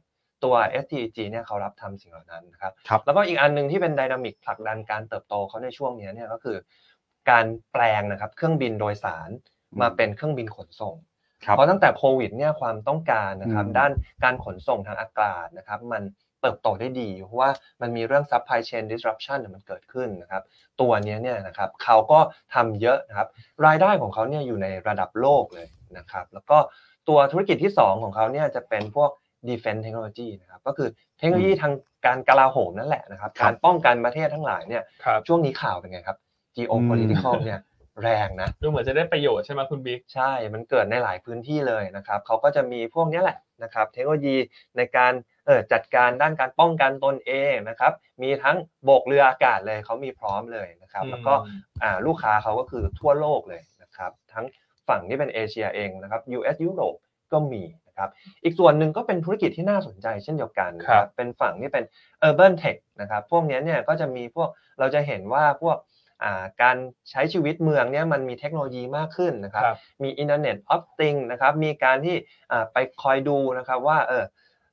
[SPEAKER 3] ตัว STG เนี่ยเขารับทำสิ่งเหล่านั้นนะครับ
[SPEAKER 2] ครับ
[SPEAKER 3] แล้วก็อีกอันหนึ่งที่เป็นไดนามิกผลักดันการเติบโตเขาในช่วงเนี้ยเนี่ยก็คือ การแปลงนะครับเครื่องบินโดยสาร
[SPEAKER 2] อืม
[SPEAKER 3] มาเป็นเครื่องบินขนส่ง
[SPEAKER 2] ครับ
[SPEAKER 3] เพราะตั้งแต่โควิดเนี่ยความต้องการนะครับ
[SPEAKER 2] อืม
[SPEAKER 3] ด้านการขนส่งทางอากาศนะครับมันเติบโตได้ดีเพราะว่ามันมีเรื่อง supply chain disruption เนี่ยมันเกิดขึ้นนะครับตัวเนี้ยเนี่ยนะครับเขาก็ทำเยอะนะครับรายได้ของเขาเนี่ยอยู่ในระดับโลกเลยนะครับแล้วก็ตัวธุรกิจที่ 2 ของเขาเนี่ยจะเป็นพวก defense technology นะครับก็คือเทคโนโลยีทางการกลาโหมนั่นแหละนะครับ
[SPEAKER 2] ครับ
[SPEAKER 3] การป้องกันประเทศทั้งหลายเนี่ย
[SPEAKER 1] ครับ
[SPEAKER 3] ช่วงนี้ข่าวเป็นไงครับ geopolitical เนี่ยแรงนะ
[SPEAKER 1] ดูเหมือนจะได้ประโยชน์ใช่ไหมคุณบิ๊ก
[SPEAKER 3] ใช่ มันเกิดในหลายพื้นที่เลยนะครับ เขาก็จะมีพวกเนี้ยแหละนะครับ เทคโนโลยีในการเอ่อจัดการด้านการป้องกันตนเองนะครับ มีทั้งบกเรืออากาศเลยเขามีพร้อมเลยนะครับ แล้วก็
[SPEAKER 1] อืม
[SPEAKER 3] อ่าลูกค้าเขาก็คือทั่วโลกเลยนะครับ ทั้งฝั่งที่เป็นเอเชียเองนะครับ US ยุโรปก็มีนะครับ อีกส่วนหนึ่งก็เป็นธุรกิจที่น่าสนใจเช่นเดียวกันนะ
[SPEAKER 1] ค
[SPEAKER 3] ค
[SPEAKER 1] รั
[SPEAKER 3] รับ
[SPEAKER 1] บ
[SPEAKER 3] เป็นฝั่งที่เป็น Urban Tech นะครับ พวกเนี้ยเนี่ยก็จะมีพวกเราจะเห็นว่าพวกอ่าการใช้ชีวิตเมืองเนี่ยมันมีเทคโนโลยีมากขึ้นนะครับ
[SPEAKER 1] ครับ
[SPEAKER 3] มี Internet of Things นะครับ มีการที่อ่าไปคอยดูนะครับว่าเออ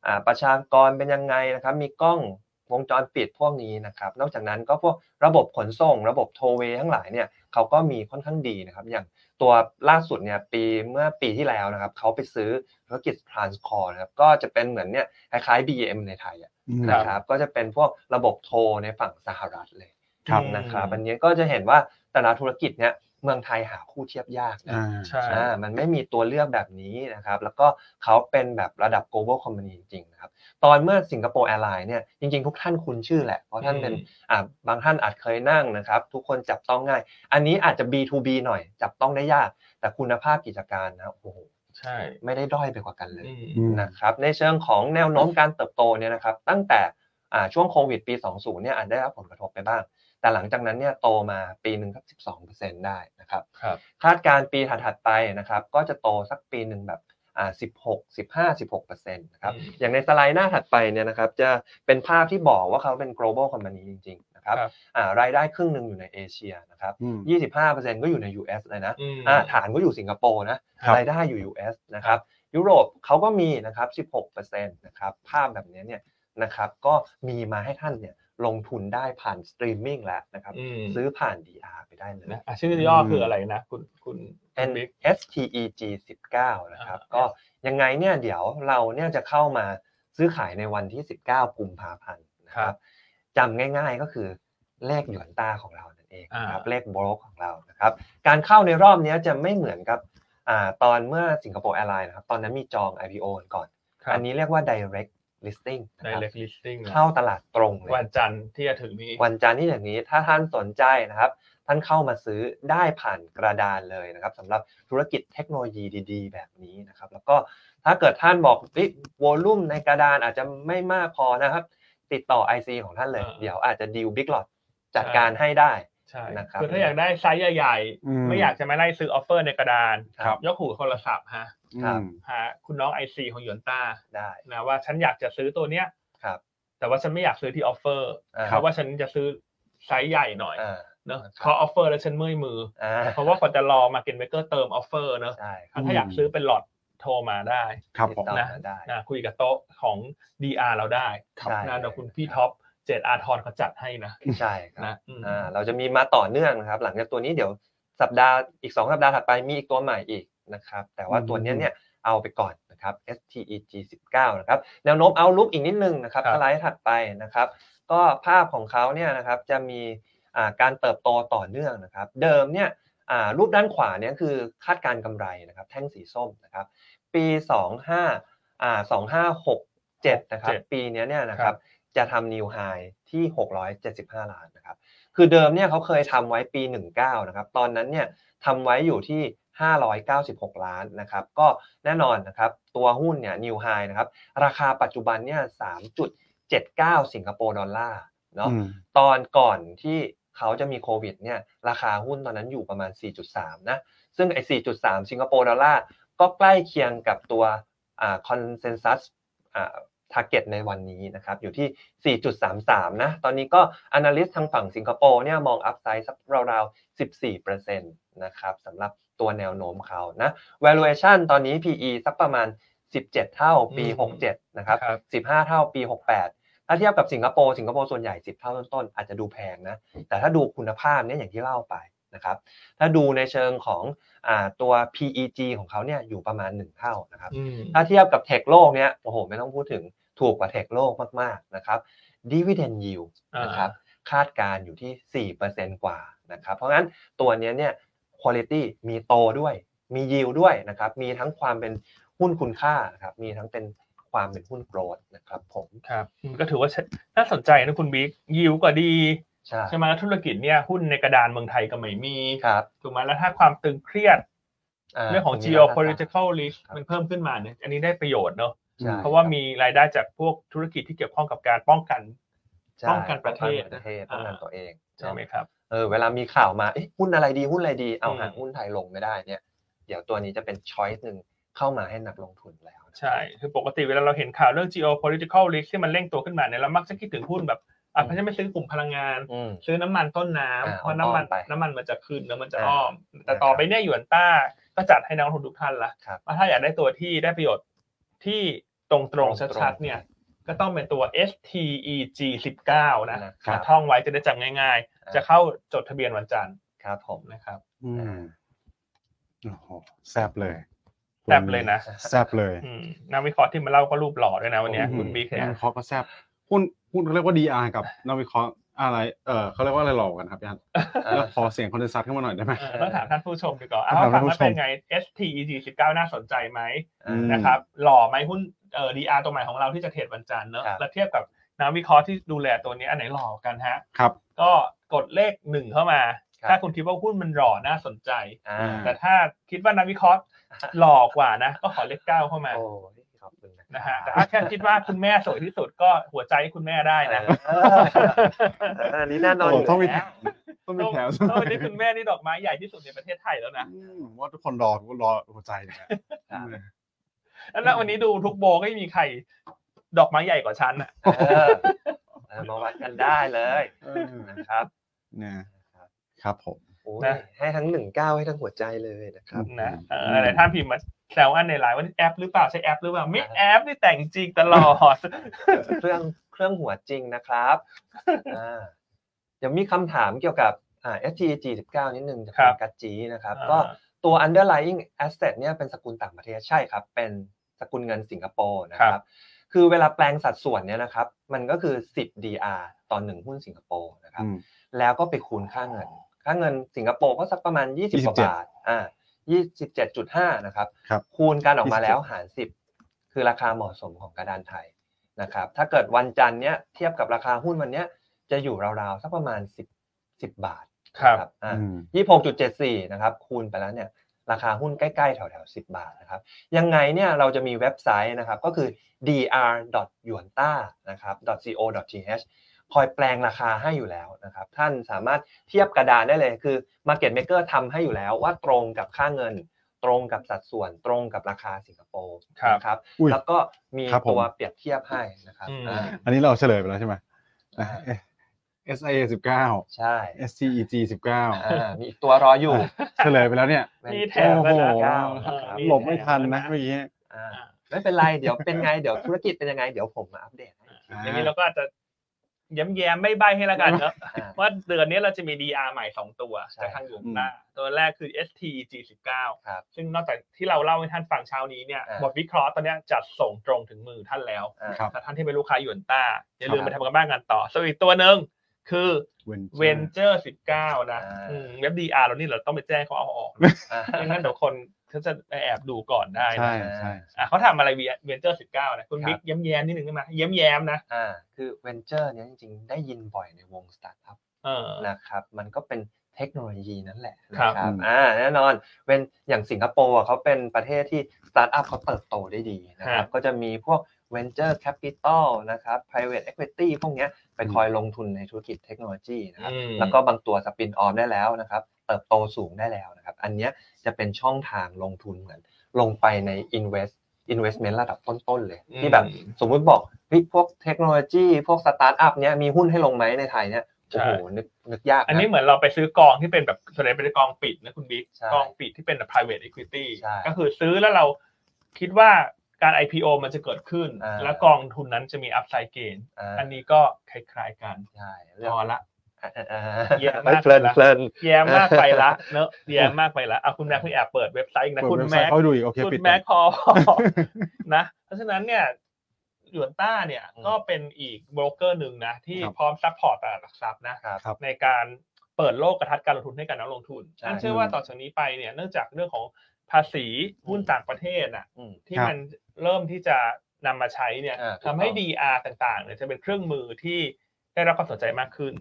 [SPEAKER 3] อ่าประชากรเป็นยังไงนะครับ มีกล้องวงจรปิดพวกนี้นะครับ นอกจากนั้นก็พวกระบบขนส่ง ระบบโทเวทั้งหลายเนี่ยเขาก็มีค่อนข้างดีนะครับ อย่างตัวล่าสุดเนี่ยปีเมื่อปีที่แล้วนะครับ เขาไปซื้อธุรกิจ Transcor นะครับ ก็จะเป็นเหมือนเนี่ยคล้ายๆ BM ในไทยอะ
[SPEAKER 2] อืม
[SPEAKER 3] นะครับก็จะเป็นพวกระบบโทรในฝั่งสหรัฐเลย
[SPEAKER 2] ครับ
[SPEAKER 3] นะครับอันนี้ก็จะเห็นว่าแต่ละธุรกิจเนี่ยเมืองไทยหาคู่เทียบยากนะ
[SPEAKER 2] อ่า
[SPEAKER 1] ใช่
[SPEAKER 3] อ่ามันไม่มีตัวเลือกแบบนี้นะครับ แล้วก็เขาเป็นแบบระดับ global company จริงๆนะครับ ตอนเมื่อสิงคโปร์แอร์ไลน์เนี่ยจริงๆ ทุกท่านคุ้นชื่อแหละ เพราะท่านเป็นอ่าบางท่านอาจเคยนั่งนะครับ ทุกคนจับต้องง่าย อันนี้อาจจะ B2B หน่อย จับต้องได้ยาก แต่คุณภาพกิจการนะโอ้โห
[SPEAKER 1] ใช่
[SPEAKER 3] ไม่ได้ด้อยไปกว่ากันเลย
[SPEAKER 1] อืม
[SPEAKER 2] อืม
[SPEAKER 3] นะครับในเชิงของแนวโน้มการเติบโตเนี่ยนะครับตั้งแต่อ่าช่วงโควิดปี 20 เนี่ยอาจได้รับผลกระทบไปบ้าง แต่หลังจากนั้นเนี่ยโตมาปีหนึ่งสัก 12 ได้นะครับ
[SPEAKER 1] ครับ
[SPEAKER 3] คาดการณ์ปีถัดๆไปนะครับก็จะโตสักปีหนึ่งแบบอ่า16 15 16นะครับอย่างในสไลด์หน้าถัดไปเนี่ยนะครับจะเป็นภาพที่บอกว่าเขาเป็น global company จริงๆนะครับ
[SPEAKER 1] ครับ
[SPEAKER 3] อ่ารายได้ครึ่งหนึ่งอยู่ในเอเชียนะครับ
[SPEAKER 2] อืม
[SPEAKER 3] 25%ก็อยู่ใน US เลยนะ
[SPEAKER 1] อืม
[SPEAKER 3] อ่าฐานก็อยู่สิงคโปร์นะครับ รายได้อยู่ US นะครับยุโรปเขาก็มีนะครับ 16%นะครับภาพแบบเนี้ยเนี่ย นะครับ ก็มีมาให้ท่านเนี่ยลงทุนได้ผ่านสตรีมมิ่งแล้วนะครับ
[SPEAKER 1] อืม
[SPEAKER 3] ซื้อผ่าน DR ไปได้เลย
[SPEAKER 1] นะอ่ะชื่อย่อคืออะไรนะ คุณคุณคุณ
[SPEAKER 3] N
[SPEAKER 1] บิ๊ก
[SPEAKER 3] S T E G 19นะครับ
[SPEAKER 1] อ่า
[SPEAKER 3] ก็ยังไงเนี่ยเดี๋ยวเราเนี่ยจะเข้ามาซื้อขายในวันที่ 19 กุมภาพันธ์นะครับจำง่ายๆก็คือเลขหยวนต้าของเรานั่นเองนะครับ
[SPEAKER 1] อ่า
[SPEAKER 3] เลขบล็อกของเรานะครับ การเข้าในรอบเนี้ยจะไม่เหมือนกับอ่าตอนเมื่อสิงคโปร์แอร์ไลน์นะครับ ตอนนั้นมีจอง IPO ก่อน
[SPEAKER 1] ครับ
[SPEAKER 3] อันนี้เรียกว่า direct listing นะครั
[SPEAKER 1] direct
[SPEAKER 3] บ
[SPEAKER 1] listing นะ
[SPEAKER 3] เข้าตลาดตรงเลย
[SPEAKER 1] วันจันทร์ที่จะถึงนี้
[SPEAKER 3] วันจันทร์ที่อย่างนี้ถ้าท่านสนใจนะครับ ท่านเข้ามาซื้อได้ผ่านกระดานเลยนะครับสำหรับธุรกิจเทคโนโลยีดี ๆ แบบนี้นะครับ แล้วก็ถ้าเกิดท่านบอกวิวอลลุ่มในกระดานอาจจะไม่มากพอนะครับ ติดต่อ IC ของท่านเลย
[SPEAKER 1] อ่า
[SPEAKER 3] เดี๋ยวอาจจะดีลบิ๊กหลอดจัด
[SPEAKER 1] ใช่
[SPEAKER 3] การให้ได้
[SPEAKER 1] ใช่
[SPEAKER 3] นะครับ
[SPEAKER 1] คือถ้าอยากได้ไซส์ใหญ่
[SPEAKER 2] อืม
[SPEAKER 1] ๆ ไม่อยากจะมาไล่ซื้อออฟเฟอร์ในกระดาน
[SPEAKER 2] ครับ
[SPEAKER 1] ยกหูโทรศัพท์ฮะ
[SPEAKER 3] ครับ
[SPEAKER 2] อืม
[SPEAKER 1] หาคุณน้องไอซีของหยวนต้า
[SPEAKER 3] ได้
[SPEAKER 1] นะว่าฉันอยากจะซื้อตัวเนี้ย
[SPEAKER 3] ครับ
[SPEAKER 1] แต่ว่าฉันไม่อยากซื้อที่ออฟเฟอร์
[SPEAKER 3] อ่า
[SPEAKER 1] เพราะว่าฉันจะซื้อไซส์ใหญ่หน่อย
[SPEAKER 3] อ่า
[SPEAKER 1] เนอะเพอออฟเฟอร์แล้วฉันเมื่อยมือ
[SPEAKER 3] อ่า
[SPEAKER 1] เพราะว่าคนจะรอมาเก็ตเมเกอร์เติมออฟเฟอร์เนอะ
[SPEAKER 3] ใช่ค
[SPEAKER 1] ถ้า
[SPEAKER 2] ม
[SPEAKER 3] รับ
[SPEAKER 1] ถ้าอยากซื้อเป็นหลอดโทรมาได้
[SPEAKER 2] ครับ
[SPEAKER 3] ติด
[SPEAKER 2] ผม
[SPEAKER 3] ต่อมาได้
[SPEAKER 1] นะคุยกับโต๊ะของ DR เราได้
[SPEAKER 2] ครับ
[SPEAKER 3] ได้
[SPEAKER 1] นะเดี๋ยวคุณพี่ท็อปเจดอาทรเขาจัดให้นะ
[SPEAKER 3] ใช่ครับ
[SPEAKER 1] นะอืม
[SPEAKER 3] อ่าเราจะมีมาต่อเนื่องนะครับ หลังจากตัวนี้เดี๋ยวสัปดาห์อีก 2 สัปดาห์ถัดไปมีอีกตัวใหม่อีกนะครับ แต่ว่าตัวเนี้ยเนี่ยเอาไปก่อนนะครับ STEG 19นะครับแนวโน้มเอาลุกอีกนิดนึงนะครับ
[SPEAKER 1] ครั
[SPEAKER 3] ส
[SPEAKER 1] บ
[SPEAKER 3] ไลด์ถัดไปนะครับ ก็ภาพของเขาเนี่ยนะครับจะมีอ่าการเติบโตต่อเนื่องนะครับ เดิมเนี่ยอ่ารูปด้านขวาเนี่ยคือคาดการณ์กำไรนะครับ แท่งสีส้มนะครับ ปี 25อ่า2567นะครับปีเนี้ยเนี่ยนะครับจะทำนิวไฮที่ 675 ล้านนะครับ คือเดิมเนี่ยเขาเคยทำไว้ปี 19 นะครับ ตอนนั้นเนี่ยทำไว้อยู่ที่ 596 ล้านนะครับ ก็แน่นอนนะครับ ตัวหุ้นเนี่ยนิวไฮนะครับ ราคาปัจจุบันเนี่ย 3.79 สิงคโปร์ดอลลาร์เนาะ
[SPEAKER 2] อืม
[SPEAKER 3] ตอนก่อนที่เขาจะมีโควิดเนี่ยราคาหุ้นตอนนั้นอยู่ประมาณ 4.3 นะ ซึ่งไอ้ 4.3 สิงคโปร์ดอลลาร์ก็ใกล้เคียงกับตัวคอนเซนแซสทาร์เก็ตในวันนี้นะครับ อยู่ที่ 4.33 นะ ตอนนี้ก็ Analyst ทางฝั่งสิงคโปร์เนี่ยมองอัพไซด์สักราวๆ 14%นะครับสำหรับตัวแนวโน้มเขานะ valuation ตอนนี้ PE สักประมาณ 17 เท่าปี
[SPEAKER 1] อืม
[SPEAKER 3] 67 นะครับ
[SPEAKER 1] ครับ
[SPEAKER 3] 15 เท่าปี 68 ถ้าเทียบกับสิงคโปร์สิงคโปร์ส่วนใหญ่ 10 เท่าต้นๆอาจจะดูแพงนะ แต่ถ้าดูคุณภาพเนี่ยอย่างที่เล่าไปนะครับ ถ้าดูในเชิงของอ่าตัว PEG ของเขาเนี่ยอยู่ประมาณ 1 เท่านะครับ
[SPEAKER 1] อืม
[SPEAKER 3] ถ้าเทียบกับเทคโลกเนี่ยโอ้โหไม่ต้องพูดถึงถูกกว่าเทคโลกมากๆนะครับ Dividend yield
[SPEAKER 1] อ่าน
[SPEAKER 3] นะครับคาดการณ์อยู่ที่ 4%กว่านะครับ เพราะงั้นตัวเนี้ยเนี่ย quality มีโตด้วย มี yield ด้วยนะครับ มีทั้งความเป็นหุ้นคุณค่านะครับมีทั้งเป็นความเป็นหุ้นโกรดนะครับผม
[SPEAKER 1] ครับอืมก็ถือว่าใช่น่าสนใจนะคุณบิ๊กยิวก็ดี
[SPEAKER 3] ใช่
[SPEAKER 1] ใช่ไหมแล้วธุรกิจเนี่ยหุ้นในกระดานเมืองไทยก็ไม่มี
[SPEAKER 3] ครับ
[SPEAKER 1] ถูกไหมแล้วถ้าความตึงเครียด
[SPEAKER 3] า
[SPEAKER 1] เรื่องของ
[SPEAKER 3] ตนี้ราคา
[SPEAKER 1] geopolitical risk
[SPEAKER 3] ครับ
[SPEAKER 1] มันเพิ่มขึ้นมาเนี่ยอันนี้ได้ประโยชน์เนอะ
[SPEAKER 3] ใช่
[SPEAKER 1] เพราะว่ามีรายได้จากพวกธุรกิจที่เกี่ยวข้องกับการป้องกัน
[SPEAKER 3] ใช่
[SPEAKER 1] ป้องกันประเทศ
[SPEAKER 3] ป้องกันประเทศป้องกัน
[SPEAKER 1] อ่า
[SPEAKER 3] ตัวเอง
[SPEAKER 1] ใช่ไหมครับ
[SPEAKER 3] เออเวลามีข่าวมาเอ๊ะหุ้นอะไรดีหุ้นอะไรดีเอา
[SPEAKER 1] อืม
[SPEAKER 3] หาหุ้นไทยลงไม่ได้เนี่ย เดี๋ยวตัวนี้จะเป็นช้อยส์หนึ่งเข้ามาให้นักลงทุนแล้ว
[SPEAKER 1] ใช่คือปกติเวลาเราเห็นข่าวเรื่อง geopolitical risk ที่มันเร่งตัวขึ้นมาเนี่ยเรามักจะคิดถึงหุ้นแบบอ่ะเพราะฉะนั้นไม่ซื้อกลุ่มพลังงาน
[SPEAKER 3] อืม
[SPEAKER 1] ซื้อน้ำมันต้นน้ำ
[SPEAKER 3] อ่า
[SPEAKER 1] เพราะน้ำมัน
[SPEAKER 3] อ้อมไป
[SPEAKER 1] น้ำมันมันจะขึ้นแล้วมันจะ
[SPEAKER 3] อ่า
[SPEAKER 1] อ้อม แต่
[SPEAKER 3] นะครับ
[SPEAKER 1] ต่อไปเนี่ยหยวนต้าก็จัดให้นักลงทุนทุกท่านละ
[SPEAKER 3] ครับ
[SPEAKER 1] ว่าถ้าอยากได้ตัวที่ได้ประโยชน์ที่ตรงต
[SPEAKER 3] ต
[SPEAKER 1] ร
[SPEAKER 3] รง งๆ
[SPEAKER 1] ชัดๆเนี่ยก็ต้องเป็นตัว STEG 19นะ
[SPEAKER 3] นะครับ
[SPEAKER 1] ท่องไว้จะได้จำง่ายๆ จะเข้าจดทะเบียนวันจันทร์
[SPEAKER 3] ครับผม
[SPEAKER 1] นะครับ
[SPEAKER 2] อืมโอ้โหแซบเลย
[SPEAKER 1] แซบเลยนะ
[SPEAKER 2] แซบเลย
[SPEAKER 1] อืมนักวิเคราะห์ที่มาเล่าก็รูปหล่อด้วยนะวันเนี้ย
[SPEAKER 3] อืม
[SPEAKER 1] คุณบิ๊กเนี่
[SPEAKER 2] นั
[SPEAKER 1] ย
[SPEAKER 2] กวิเคราะห์ก็แซบหุ้นหุ้นเขาเรียกว่า DR กับนักวิเคราะห์อะไร เออเขาเรียกว่าอะไรหลอกกันครับพี่อันแล้วขอเสียงคอนเดนซัทขึ้นมาหน่อยได้ไหม
[SPEAKER 1] เออต้องถามท่านผู้ชมดีกว่าเอา
[SPEAKER 2] ต้องถาม
[SPEAKER 1] ฟัง
[SPEAKER 2] ท่านผู้
[SPEAKER 1] ว่า
[SPEAKER 2] ชม
[SPEAKER 1] เป็นไง STEG 19น่าสนใจไหม
[SPEAKER 3] อ่า
[SPEAKER 2] อืม
[SPEAKER 1] นะครับหล่อไหมหุ้นเอ่อ DR ตัวใหม่ของเราที่จะเทรดวันจันทร์เนอะ
[SPEAKER 3] ครับ
[SPEAKER 1] แล้วเทียบกับนักวิเคราะห์ที่ดูแลตัวนี้อันไหนหล่อกันฮะ
[SPEAKER 2] ครับ
[SPEAKER 1] ก็กดเลขหนึ่งเข้ามา
[SPEAKER 3] ครับ
[SPEAKER 1] ถ้าคุณคิดว่าหุ้นมันหล่อน่าสนใจ
[SPEAKER 3] อ่า
[SPEAKER 1] แต่ถ้าคิดว่านักวิเคราะห์หลอกกว่านะ ก็ขอเลขเก้าเข้ามา
[SPEAKER 3] โอ้ยขอบคุณ
[SPEAKER 1] นะฮะแต่ถ้าแค่คิดว่าคุณแม่สวยที่สุดก็หัวใจให้คุณแม่ได้นะ
[SPEAKER 3] เออเอออันนี้แน่นอน
[SPEAKER 2] โอ้
[SPEAKER 3] ยู่
[SPEAKER 2] ต้องมี
[SPEAKER 3] แล้ว
[SPEAKER 2] ต้องมีแถว
[SPEAKER 1] ตอนนี้คุณแม่นี่ดอกไม้ใหญ่ที่สุดในประเทศไทยแล้วนะ
[SPEAKER 2] อืมผมว่าทุกคนรอรอหัวใจเลยนะ
[SPEAKER 1] แล้วณวันนี้ดูทุกโบก็ไม่มีใครดอกไม้ใหญ่กว่าฉันอ่ะ
[SPEAKER 3] เออเออมาวัดกันได้เลย
[SPEAKER 2] เออ
[SPEAKER 3] นะครับ
[SPEAKER 2] นะครับผม
[SPEAKER 3] โอ้ยให้ทั้งหนึ่งเก้าให้ทั้งหัวใจเลยนะครับ
[SPEAKER 1] นะเออ
[SPEAKER 2] อืม
[SPEAKER 1] หลายๆท่านพิมพ์มา แซวอันในไลน์ว่าแอปหรือเปล่าใช้แอปหรือเปล่าไม่แอปนี่แต่งจริงตลอด
[SPEAKER 3] เครื่องเครื่องหัวจริงนะครับอ่ายังมีคำถามเกี่ยวกับอ่า STG 19 นิดนึงจาก
[SPEAKER 1] ครั
[SPEAKER 3] คุ
[SPEAKER 1] บ
[SPEAKER 3] ณกัจจีนะครับ
[SPEAKER 1] อ่า
[SPEAKER 3] ก็ตัว underlying asset เนี่ยเป็นสกุลต่างประเทศใช่ครับ เป็นสกุลเงินสิงคโปร์นะครับ คือเวลาแปลงสัดส่วนเนี่ยนะครับ มันก็คือ 10 DR ต่อหนึ่งหุ้นสิงคโปร์นะครับ
[SPEAKER 2] อืม
[SPEAKER 3] แล้วก็ไปคูณค่าเงิน ค่าเงินสิงคโปร์ก็สักประมาณ 20ก
[SPEAKER 2] 27
[SPEAKER 3] ว่าบาท อ่า27.5 นะครับ
[SPEAKER 2] ครับ
[SPEAKER 3] คูณกันออกมา
[SPEAKER 2] 27
[SPEAKER 3] แล้วหาร 10 คือราคาเหมาะสมของกระดานไทยนะครับ ถ้าเกิดวันจันทร์เนี้ยเทียบกับราคาหุ้นวันเนี้ยจะอยู่ราวๆสักประมาณ 10 10 บาท
[SPEAKER 1] ครับ
[SPEAKER 3] นะอ่า
[SPEAKER 2] อืม
[SPEAKER 3] ยี่หกจุดเจ็ดสี่นะครับคูณไปแล้วเนี่ยราคาหุ้นใกล้ๆแถวๆสิบบาทนะครับยังไงเนี่ยเราจะมีเว็บไซต์นะครับก็คือ dr y u a n t a นะครับ co th คอยแปลงราคาให้อยู่แล้วนะครับท่านสามารถเทียบกระดานได้เลยคือ Market Maker ทำให้อยู่แล้วว่าตรงกับค่าเงิน ตรงกับสัดส่วนตรงกับราคาสิงคโปร์
[SPEAKER 1] ครับ
[SPEAKER 3] นะครับ
[SPEAKER 2] อุ้ย
[SPEAKER 3] แล้วก็มี
[SPEAKER 2] ครับผม
[SPEAKER 3] ตัวเปรียบเทียบให้นะครับ
[SPEAKER 1] อืม
[SPEAKER 3] อ่า
[SPEAKER 2] อันนี้เราเฉลยไปแล้วใช่ไหมอ่ะ SIA สิบเก้า
[SPEAKER 3] ใช่
[SPEAKER 2] STEG สิบเก้า
[SPEAKER 3] อ่ามีอีกตัวรออยู่
[SPEAKER 2] เฉลยไปแล้วเนี่ย
[SPEAKER 1] มีแถม
[SPEAKER 2] โอ้
[SPEAKER 1] แล้ว
[SPEAKER 2] โห
[SPEAKER 1] นะ
[SPEAKER 3] เก้า
[SPEAKER 2] หลบไม่ทันนะเมื่อกี้
[SPEAKER 3] อ่า
[SPEAKER 1] อ่า
[SPEAKER 3] ไม่เป็นไรเดี๋ยวเป็นไงเดี๋ยวธุรกิจเป็นยังไงเดี๋ยวผมมาอัปเดตให้
[SPEAKER 2] อ่า
[SPEAKER 1] อย่างนี้เราก็อาจจะย้ำแย้มไม่ใบให้แล้วกันเนอะ
[SPEAKER 3] อ่า
[SPEAKER 1] ว่าเดือนนี้เราจะมี DR ใหม่ 2 ตัว
[SPEAKER 3] ใช่
[SPEAKER 1] จากทางอยู่ข้างหน้าตัวแรกคือ STG 19
[SPEAKER 3] ครับ
[SPEAKER 1] ซึ่งนอกจากที่เราเล่าให้ท่านฟังเช้านี้เนี่ย
[SPEAKER 3] อ่า
[SPEAKER 1] บทวิเคราะห์ตอนเนี้ยจัดส่งตรงถึงมือท่านแล้ว
[SPEAKER 3] อ่า
[SPEAKER 2] ครับ
[SPEAKER 1] ถ้าท่านที่เป็นลูกค้าหยวนต้าอย่าลืม
[SPEAKER 3] ครับ
[SPEAKER 1] ไปทำกันบ้านกันต่อส่วนอีกตัวหนึ่งคือ
[SPEAKER 2] Venture
[SPEAKER 1] Venture 19 นะ
[SPEAKER 3] อ่า
[SPEAKER 1] อืมเว็บ DR เรานี่เราต้องไปแจ้งเขาเอาออก
[SPEAKER 3] อ่า <laughs>
[SPEAKER 1] ไม่งั้นเดี๋ยวคนเขาจะไปแอบดูก่อนได้
[SPEAKER 2] ใช่
[SPEAKER 1] นะ
[SPEAKER 2] ใช่
[SPEAKER 1] อ่ะเขาทำอะไร Venture 19นะคุณ
[SPEAKER 3] ครับ
[SPEAKER 1] บิ๊กย้ำแย้มนิดนึงได้ไหมย้ำแย้มนะ
[SPEAKER 3] อ่าคือเวนเจอร์เนี้ยจริงๆ ได้ยินบ่อยในวงสตาร์ทอัพ
[SPEAKER 1] เออ
[SPEAKER 3] นะครับมันก็เป็นเทคโนโลยีนั่นแหละนะครับ
[SPEAKER 2] อืม
[SPEAKER 3] อ่าแน่นอนเวนอย่างสิงคโปร์อ่ะเขาเป็นประเทศที่สตาร์ทอัพเขาเติบโตได้ดีนะครับก็จะมีพวก Venture Capital นะครับ Private Equity พวกเนี้ยไปคอยลงทุนในธุรกิจเทคโนโลยีนะครับ
[SPEAKER 1] อืม
[SPEAKER 3] แล้วก็บางตัวสปินออมได้แล้วนะครับ เติบโตสูงได้แล้วนะครับ อันเนี้ยจะเป็นช่องทางลงทุนเหมือน ลงไปใน invest investment ระดับต้นๆเลย
[SPEAKER 1] อืม
[SPEAKER 3] ที่แบบสมมุติบอกเฮ้ยพวกเทคโนโลยี พวกสตาร์ทอัพเนี้ยมีหุ้นให้ลงไหมในไทยเนี้ยโอ้โหนึกนึกยากะ
[SPEAKER 1] อันนี้เหมือนเราไปซื้อกองที่เป็นแบบส่วนใหญ่เป็นกองปิดนะคุณบิ๊ก
[SPEAKER 3] ใช่
[SPEAKER 1] กองปิดที่เป็นแบบ private equity
[SPEAKER 3] ใช่
[SPEAKER 1] ก็คือซื้อแล้วเราคิดว่าการ IPO มันจะเกิดขึ้น
[SPEAKER 3] อ่า
[SPEAKER 1] แล้วกองทุนนั้นจะมี upside gain
[SPEAKER 3] อ่า
[SPEAKER 1] อันนี้ก็คล้ายๆกัน
[SPEAKER 3] ใช่
[SPEAKER 1] พ
[SPEAKER 3] เรื่อง
[SPEAKER 1] อละ
[SPEAKER 3] อ่าอ่าอ่า
[SPEAKER 1] เยอะมาก
[SPEAKER 3] ไม่เพลินเพลิน
[SPEAKER 1] แย่มากไปละ เนอะแย่มากไปละเอาคุณแม่เพิ่งแอบเปิดเว็บไซต์อีกนะ
[SPEAKER 2] เปิด
[SPEAKER 1] คุณ
[SPEAKER 2] เว็บไซ
[SPEAKER 1] แม่
[SPEAKER 2] ต์เขาดูอีกโอเค
[SPEAKER 1] คุ
[SPEAKER 2] ปิด
[SPEAKER 1] ณ
[SPEAKER 2] ก่
[SPEAKER 1] แม่
[SPEAKER 2] อน
[SPEAKER 1] คอ นะ เพราะฉะนั้นเนี่ยหยวนต้าเนี่ย
[SPEAKER 3] อืม
[SPEAKER 1] ก็เป็นอีกโบรกเกอร์หนึ่งนะที่
[SPEAKER 2] ครับ
[SPEAKER 1] พร้อมซัพพอร์ตตลาดหลักทรัพย์นะ
[SPEAKER 3] ครับ
[SPEAKER 1] ในการเปิดโลกกระทัดการลงทุนให้กับนักลงทุน
[SPEAKER 3] ใช่
[SPEAKER 1] นั่นเชื่อว่าต่อจากนี้ไปเนี่ยเนื่องจากเรื่องของภาษีหุ้นต่างประเทศน่ะ
[SPEAKER 3] อืม
[SPEAKER 1] ที่
[SPEAKER 2] ครับ
[SPEAKER 1] มันเริ่มที่จะนำมาใช้เนี่ย
[SPEAKER 3] อ่าถูกต้
[SPEAKER 1] ทำ
[SPEAKER 3] อง
[SPEAKER 1] ให้ DR ต่างๆเนี่ยจะเป็นเครื่องมือที่ได้รับความสนใจมากขึ้น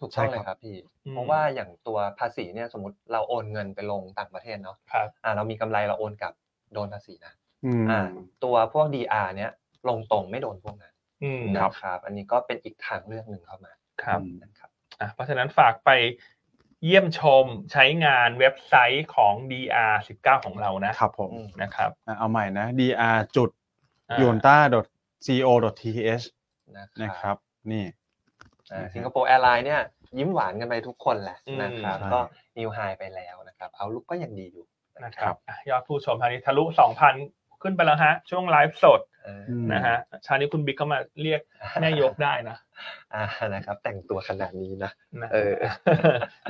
[SPEAKER 3] ถูก
[SPEAKER 2] ใช่
[SPEAKER 3] ต้อง
[SPEAKER 2] ครับ
[SPEAKER 3] เลยครับพี่
[SPEAKER 1] อืม
[SPEAKER 3] เพราะว่าอย่างตัวภาษีเนี่ยสมมติเราโอนเงินไปลงต่างประเทศเนาะ
[SPEAKER 1] ครับ
[SPEAKER 3] อ่าเรามีกำไรเราโอนกลับโดนภาษีนะ
[SPEAKER 2] อืม
[SPEAKER 3] อ่าตัวพวก DR เนี้ยลงตรงไม่โดนพวกนั้น
[SPEAKER 1] อืม
[SPEAKER 3] นะครับ ครับอันนี้ก็เป็นอีกทางเลือกหนึ่งเข้ามา
[SPEAKER 1] ครับ
[SPEAKER 3] นะครับ
[SPEAKER 1] อ่ะเพราะฉะนั้นฝากไปเยี่ยมชมใช้งานเว็บไซต์ของ DR 19 ของเรานะครับ
[SPEAKER 2] ผม
[SPEAKER 3] อืม
[SPEAKER 1] นะครับ
[SPEAKER 2] อ่ะเอาใหม่นะ dr จุด
[SPEAKER 1] อ่า
[SPEAKER 2] y o n t a co th
[SPEAKER 3] นะ
[SPEAKER 2] นะ
[SPEAKER 3] ค
[SPEAKER 2] ค
[SPEAKER 3] รั
[SPEAKER 2] รั
[SPEAKER 3] บบ
[SPEAKER 2] นี่
[SPEAKER 3] อ่าสิงคโปร์แอร์ไลน์เนี่ยยิ้มหวานกันไปทุกคนแหละ
[SPEAKER 1] อืม
[SPEAKER 3] นะครับ
[SPEAKER 2] ใช่
[SPEAKER 3] ก็นิวไฮไปแล้วนะครับเอาลุกก็ยังดีอยู่
[SPEAKER 1] นะค
[SPEAKER 2] ครั
[SPEAKER 1] รับบ อ่ะยอดผู้ชมคราวนี้ทะลุ 2,000 ขึ้นไปแล้วฮะ ช่วงไลฟ์สด
[SPEAKER 3] อ่า
[SPEAKER 2] อืม
[SPEAKER 1] นะฮะเชานี้คุณบิ๊กเข้ามาเรียกแม่ยกได้นะ
[SPEAKER 3] อ่านะครับ แต่งตัวขนาดนี้นะ
[SPEAKER 1] นะ
[SPEAKER 3] เออ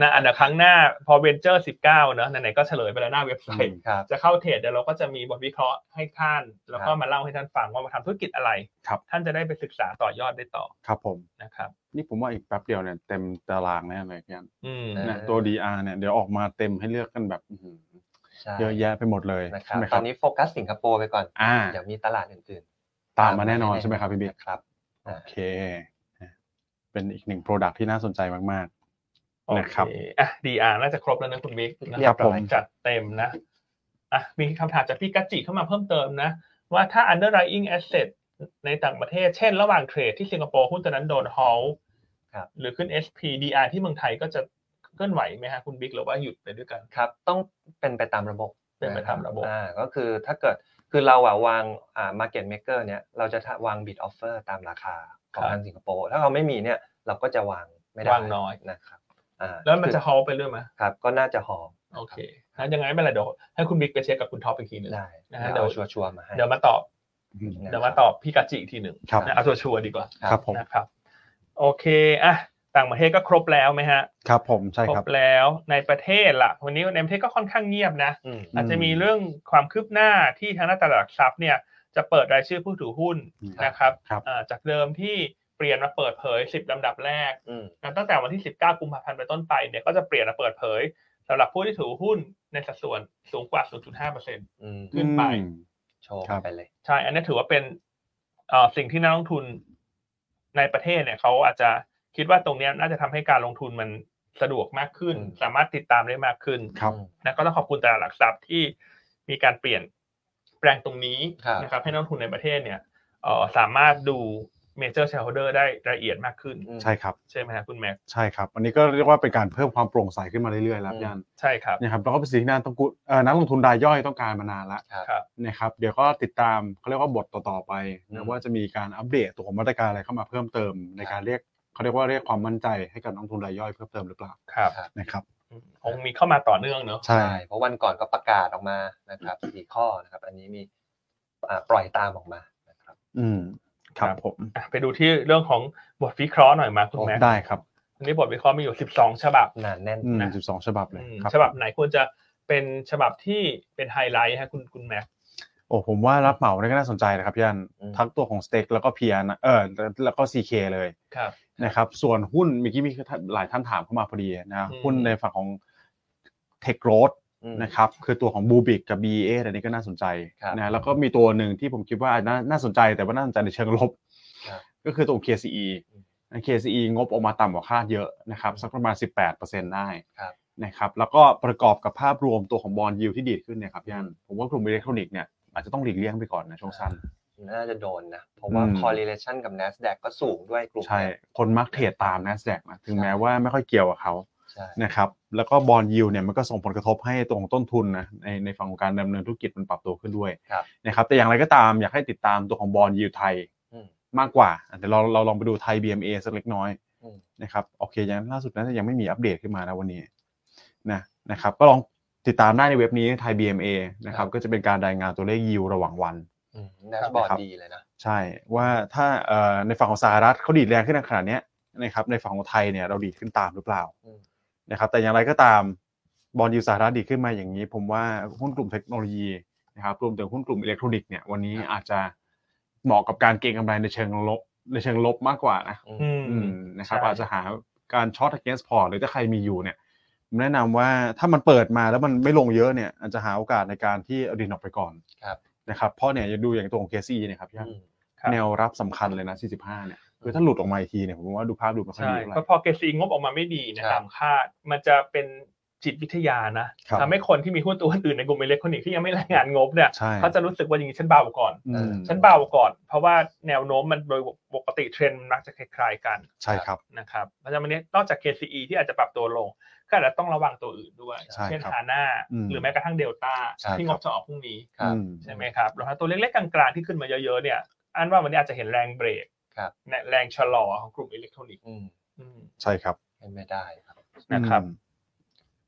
[SPEAKER 1] นะอันเดี๋ยวครั้งหน้าพอเวนเจอร์สิบเก้าเนอะไหนๆก็เฉลยไปแล้วหน้าเว็บไซต์
[SPEAKER 3] ครับ
[SPEAKER 1] จะเข้าเทรดเดี๋ยวเราก็จะมีบทวิเคราะห์ให้ท่าน แล้วก็
[SPEAKER 3] ครับ
[SPEAKER 1] มาเล่าให้ท่านฟังว่ามาทำธุรกิจอะไร
[SPEAKER 2] ครับ
[SPEAKER 1] ท่านจะได้ไปศึกษาต่อยอดได้ต่อ
[SPEAKER 2] ครับผม
[SPEAKER 1] นะครับ
[SPEAKER 2] นี่ผมว่าอีกแป๊บเดียวเนี่ยเต็มตารางแน่เลยเนี่ย
[SPEAKER 1] อืม
[SPEAKER 3] เออ
[SPEAKER 2] นะตัว dr เนี่ยเดี๋ยวออกมาเต็มให้เลือกกันแบบอื้อหือ
[SPEAKER 3] ใช่
[SPEAKER 2] เยอะแยะไปหมดเลย
[SPEAKER 3] นะครับ
[SPEAKER 2] ใช่ไหม
[SPEAKER 3] ต
[SPEAKER 2] ค
[SPEAKER 3] อ
[SPEAKER 2] รั
[SPEAKER 3] น
[SPEAKER 2] บ
[SPEAKER 3] นี้โฟกัสสิงคโปร์ไปก่อน
[SPEAKER 2] อ่า
[SPEAKER 3] เดี๋ยวมีตลาดอื่นๆ
[SPEAKER 2] ตามมาแน่นอนใช่ไหมครับพี่บิ๊ก
[SPEAKER 3] ครับ
[SPEAKER 2] โอเค เป็นอีกหนึ่งโปรดักที่น่าสนใจมาก
[SPEAKER 1] โอ
[SPEAKER 2] นะ
[SPEAKER 1] เค
[SPEAKER 2] ครับ
[SPEAKER 1] อ่ะดีอาร์น่าจะครบแล้วนะคุณบิ๊กนะ
[SPEAKER 2] เรียบร้อย
[SPEAKER 1] จัดเต็มนะอ่ะมีคำถามจากพี่กัจจิเข้ามาเพิ่มเติมนะ ว่าถ้า underlying asset ในต่างประเทศ เช่น ระหว่างเทรดที่สิงคโปร์หุ้นตัวนั้นโดน halt
[SPEAKER 3] ครับ
[SPEAKER 1] หรือขึ้น SP DR ที่เมืองไทยก็จะเคลื่อนไหวไหมฮะคุณบิ๊กหรือว่าหยุดไปด้วยกัน
[SPEAKER 3] ครับต้องเป็นไปตามระบบ
[SPEAKER 1] เป็นไปตามระบบ
[SPEAKER 3] อ่าก็คือถ้าเกิดคือเราอะวางอ่า market maker เนี่ยเราจะทะวาง bid offer ตามราคาขอ
[SPEAKER 1] ค
[SPEAKER 3] ง
[SPEAKER 1] รับ
[SPEAKER 3] ทางสิงคโปร์ถ้าเราไม่มีเนี่ยเราก็จะวางไม่ได้
[SPEAKER 1] วางน้อย
[SPEAKER 3] นะครับอ่า
[SPEAKER 1] แล้วมันจะ
[SPEAKER 3] คือ
[SPEAKER 1] halt ไปเรื่อยไหม
[SPEAKER 3] ครับก็น่าจะหอม
[SPEAKER 1] โอเคนะยังไงไม่เป็นไรเดี๋ยวให้คุณบิ๊กไปเช็คกับคุณท็อปอีกทีหนึ่ง
[SPEAKER 3] ได้
[SPEAKER 1] นะฮะ
[SPEAKER 3] เดี๋ยว
[SPEAKER 1] เดี๋ยว
[SPEAKER 3] ชัวร์ๆมาให้
[SPEAKER 1] เดี๋ยวมาตอบ
[SPEAKER 3] นะครับ
[SPEAKER 1] เดี๋ยวมาตอบพี่กาจิอีกทีหนึ่ง
[SPEAKER 2] ครับ
[SPEAKER 1] นะเอาตัวชัวร์ดีกว่า
[SPEAKER 2] ครับผม
[SPEAKER 1] นะครับ โอเคอ่ะต่างประเทศก็ครบแล้วไหมฮะ
[SPEAKER 2] ครับผมใช่
[SPEAKER 1] คร
[SPEAKER 2] ครับ
[SPEAKER 1] บแล้วในประเทศล่ะ วันนี้ในประเทศก็ค่อนข้างเงียบนะ
[SPEAKER 3] อืม
[SPEAKER 1] อาจจะมีเรื่องความคืบหน้าที่ทางหน้าตลาดหลักทรัพย์เนี่ยจะเปิดรายชื่อผู้ถือหุ้น
[SPEAKER 2] อืม
[SPEAKER 1] นะครับ
[SPEAKER 2] ครับ
[SPEAKER 1] อ่าจากเดิมที่เปลี่ยนมาเปิดเผย 10ลำดับแรก
[SPEAKER 3] อืม
[SPEAKER 1] นะตั้งแต่วันที่ 19 กุมภาพันธ์ไปนต้นไปเนี่ยก็จะเปลี่ยนมาเปิดเผยสำหรับผู้ที่ถือหุ้นในสัดส่วนสูงกว่า 0.5%
[SPEAKER 3] อืม
[SPEAKER 1] ขึ้นไป
[SPEAKER 2] อืม
[SPEAKER 3] โชว์
[SPEAKER 2] ครับ
[SPEAKER 3] ไปเลย
[SPEAKER 1] ใช่ อันนี้ถือว่าเป็นเอ่อสิ่งที่นักลงทุนในประเทศเนี่ยเขาอาจจะคิดว่าตรงเนี้ยน่าจะทำให้การลงทุนมันสะดวกมากขึ้น
[SPEAKER 3] อืม
[SPEAKER 1] สามารถติดตามได้มากขึ้น
[SPEAKER 2] ครับ
[SPEAKER 1] นะก็ต้องขอบคุณตลาดหลักทรัพย์ที่มีการเปลี่ยนแปลงตรงนี้
[SPEAKER 3] ครับ
[SPEAKER 1] นะครับให้นักลงทุนในประเทศเนี่ยเอ่อสามารถดู major shareholder ได้ละเอียดมากขึ้น
[SPEAKER 3] อืม
[SPEAKER 2] ใช่ครับ
[SPEAKER 1] ใช่ไหมครับคุณแม็กซ์
[SPEAKER 2] ใช่ครับ อันนี้ก็เรียกว่าเป็นการเพิ่มความโปร่งใสขึ้นมาเรื่อยๆแล้ว
[SPEAKER 3] อืม
[SPEAKER 2] ยัน
[SPEAKER 1] ใช่ครับ
[SPEAKER 2] นะครับแล้วก็เป็นสิ่งที่นักต้องกุเอ่อนักลงทุนรายย่อยต้องการมานานละ
[SPEAKER 3] ครับ
[SPEAKER 1] ครับ
[SPEAKER 2] นะครับเดี๋ยวก็ติดตามเขาเรียกว่าบทต่อๆไป
[SPEAKER 3] อื
[SPEAKER 2] นะ
[SPEAKER 3] ม
[SPEAKER 2] ว่าจะมีการอัปเดตตัวของมาตรการอะไรเข้ามาเพิ่มเติม ในการเรียกเขาเรียกว่าเรียกความมั่นใจให้กับนักลงทุนรายย่อยเพิ่มเติมหรือเปล่า
[SPEAKER 1] ครับ
[SPEAKER 3] ครับ
[SPEAKER 2] นะครับ
[SPEAKER 1] คงมีเข้ามาต่อเนื่องเนอะ
[SPEAKER 2] ใช่
[SPEAKER 3] ใช่เพราะวันก่อนก็ประกาศออกมานะครับสี่ข้อนะครับ อันนี้มีอ่าปล่อยตามออกมานะครับ
[SPEAKER 2] อืมครับผม
[SPEAKER 1] อ่ะไปดูที่เรื่องของบทวิเคราะห์หน่อยมาคุณแม็กซ์
[SPEAKER 2] ได้ครับ
[SPEAKER 1] วันนี้บทวิเคราะห์มีอยู่ 12 ฉบับ
[SPEAKER 3] หนาแน่น
[SPEAKER 2] อืม
[SPEAKER 1] นะ
[SPEAKER 2] สิบสองฉบับเลย
[SPEAKER 1] อืม
[SPEAKER 2] ครับ
[SPEAKER 1] ฉบับไหนควรจะเป็นฉบับที่เป็นไฮไลท์ฮะคุณคุณแม็กซ์
[SPEAKER 2] โอ้ผมว่ารับเหมาเนี่ยก็น่าสนใจนะครับยัน
[SPEAKER 3] อืม
[SPEAKER 2] ทั้งตัวของสเต็กแล้วก็เพียนะเออแล้วก็ซีเคเลย
[SPEAKER 1] ครับ
[SPEAKER 2] นะครับส่วนหุ้นเมื่อกี้มีหลายท่านถามเข้ามาพอดีนะ
[SPEAKER 1] อืม
[SPEAKER 2] หุ้นในฝั่งของเทคโรด
[SPEAKER 3] อืม
[SPEAKER 2] นะครับคือตัวของบูบิกกับ BA อันนี้ก็น่าสนใจ
[SPEAKER 3] ครับ
[SPEAKER 2] นะแล้วก็มีตัวหนึ่งที่ผมคิดว่าน่าน่าสนใจแต่ว่าน่าสนใจในเชิงลบ
[SPEAKER 3] ครับ
[SPEAKER 2] ก็คือตัว KCE นะ KCE งบออกมาต่ำกว่าคาดเยอะนะครับสักประมาณ 18%ได้
[SPEAKER 3] ครับ
[SPEAKER 2] นะครับแล้วก็ประกอบกับภาพรวมตัวของบอลยิวที่ดีดขึ้นเนี่ยครับย่านผมว่ากลุ่มอิเล็กทรอนิกส์เนี่ยอาจจะต้องหลีกเลี่ยงไปก่อนนะช่วงสั้น
[SPEAKER 3] น่าจะโดนนะ เพราะว่า
[SPEAKER 2] อืม
[SPEAKER 3] correlation กับ NASDAQ ก็สูงด้วยกลุ่ม
[SPEAKER 2] ใช่
[SPEAKER 3] เนี้ย
[SPEAKER 2] คนมักเทรดตาม NASDAQ นะถึง
[SPEAKER 3] ใช่
[SPEAKER 2] แม้ว่าไม่ค่อยเกี่ยวกับเขา
[SPEAKER 3] ใช่
[SPEAKER 2] นะครับแล้วก็บอลยิวเนี่ยมันก็ส่งผลกระทบให้ตรงต้นทุนนะในในฝั่งของการดำเนินธุรกิจมันปรับตัวขึ้นด้วย
[SPEAKER 3] ครับ
[SPEAKER 2] นะครับแต่อย่างไรก็ตามอยากให้ติดตามตัวของบอลยิวไทย
[SPEAKER 3] อืม
[SPEAKER 2] มากกว่าแต่เราเราลองไปดูไทย BMA สักเล็กน้อย
[SPEAKER 3] อืม
[SPEAKER 2] นะครับโอเคยังล่าสุดน่าจะยังไม่มีอัปเดตขึ้นมานะวันนี้นะนะครับก็ลองติดตามได้ในเว็บนี้ไทย BMA นะครับก็จะเป็นการรายงานตัวเลขยิวระหว่างวัน
[SPEAKER 3] อืม dashboard
[SPEAKER 2] ครับ
[SPEAKER 3] ดีเลยนะ
[SPEAKER 2] ใช่ว่าถ้าเอ่อในฝั่งของสหรัฐเขาดีดแรงขึ้นขนาดเนี้ยนะครับในฝั่งของไทยเนี่ยเราดีดขึ้นตามหรือเปล่า
[SPEAKER 3] อืม
[SPEAKER 2] นะครับแต่อย่างไรก็ตามบอลยูสหรัฐดีดขึ้นมาอย่างนี้ ผมว่าหุ้นกลุ่มเทคโนโลยีนะครับรวมถึงหุ้นกลุ่มอิเล็กทรอนิกส์เนี่ยวันนี้อาจจะเหมาะกับการเก็งกำไรในเชิงลบในเชิงลบมากกว่านะ
[SPEAKER 3] อืม
[SPEAKER 1] อื
[SPEAKER 2] อื
[SPEAKER 1] ม
[SPEAKER 2] มนะครับ
[SPEAKER 1] ใช่
[SPEAKER 2] อาจจะหาการช็อต against port หรือถ้าใครมีอยู่เนี่ยผมแนะนำว่าถ้ามันเปิดมาแล้วมันไม่ลงเยอะเนี่ยอาจจะหาโอกาสในการที่เอาดินออกไปก่อน
[SPEAKER 3] ครับ
[SPEAKER 2] นะครับเพราะเนี่ยดูอย่างตัวของ KCE เนี่ยครับพี่อั้น
[SPEAKER 3] อืม
[SPEAKER 1] ครับ
[SPEAKER 2] แนวรับสำคัญเลยนะ 45 เนี่ย คือถ้าหลุดออกมาอีกทีเนี่ย ผมว่าดูภาพดูไมันค่อย
[SPEAKER 1] ใช่
[SPEAKER 2] ดีเท่าไห
[SPEAKER 1] เพราะ
[SPEAKER 2] ร่
[SPEAKER 1] พอเกซีงบออกมาไม่ดีนะครับ ตามคาด มันจะเป็นจิตวิทยานะครับ ทำให้คนที่มีหุ้นตัวอื่นในกลุ่มอิเล็กทรอนิกส์ที่ยังไม่รายงานงบเนี่ย
[SPEAKER 2] ใช่
[SPEAKER 1] เขาจะรู้สึกว่าอย่างนี้ฉันเบาก่อน
[SPEAKER 2] อืม
[SPEAKER 1] ฉันเบาก่อน เพราะว่าแนวโน้มมันโดยปกติเทรนด์มันมักจะคล้ายๆกัน
[SPEAKER 2] ใช่ครับ
[SPEAKER 1] นะครับเพราะฉะนั้นวันนี้นอกจาก KCE ที่อาจจะปรับตัวลง ก็อาจจะต้องระวังตัวอื่นด้วย
[SPEAKER 2] ใช่
[SPEAKER 1] เช่น
[SPEAKER 2] ครับ
[SPEAKER 1] ฮาน่า
[SPEAKER 2] อืม
[SPEAKER 1] หรือแม้กระทั่งเดลต้า
[SPEAKER 2] ใช่
[SPEAKER 1] ที่
[SPEAKER 2] ค
[SPEAKER 1] ง
[SPEAKER 2] รั
[SPEAKER 1] บบ จะออกพรุ่งนี้
[SPEAKER 3] ครับ
[SPEAKER 2] อืม
[SPEAKER 1] ใช่ไหมครับแล้วถ้าตัวเล็กๆกลางๆที่ขึ้นมาเยอะๆเนี่ยอันว่าวันนี้อาจจะเห็นแรงเบรก
[SPEAKER 3] ครับ
[SPEAKER 1] และแรงชะลอของกลุ่มอิเล็กทรอนิกส์
[SPEAKER 3] อืม
[SPEAKER 1] อืม
[SPEAKER 2] ใช่ครับ
[SPEAKER 3] เป็นไม่ได้ครับ
[SPEAKER 1] นะครับ
[SPEAKER 2] อืม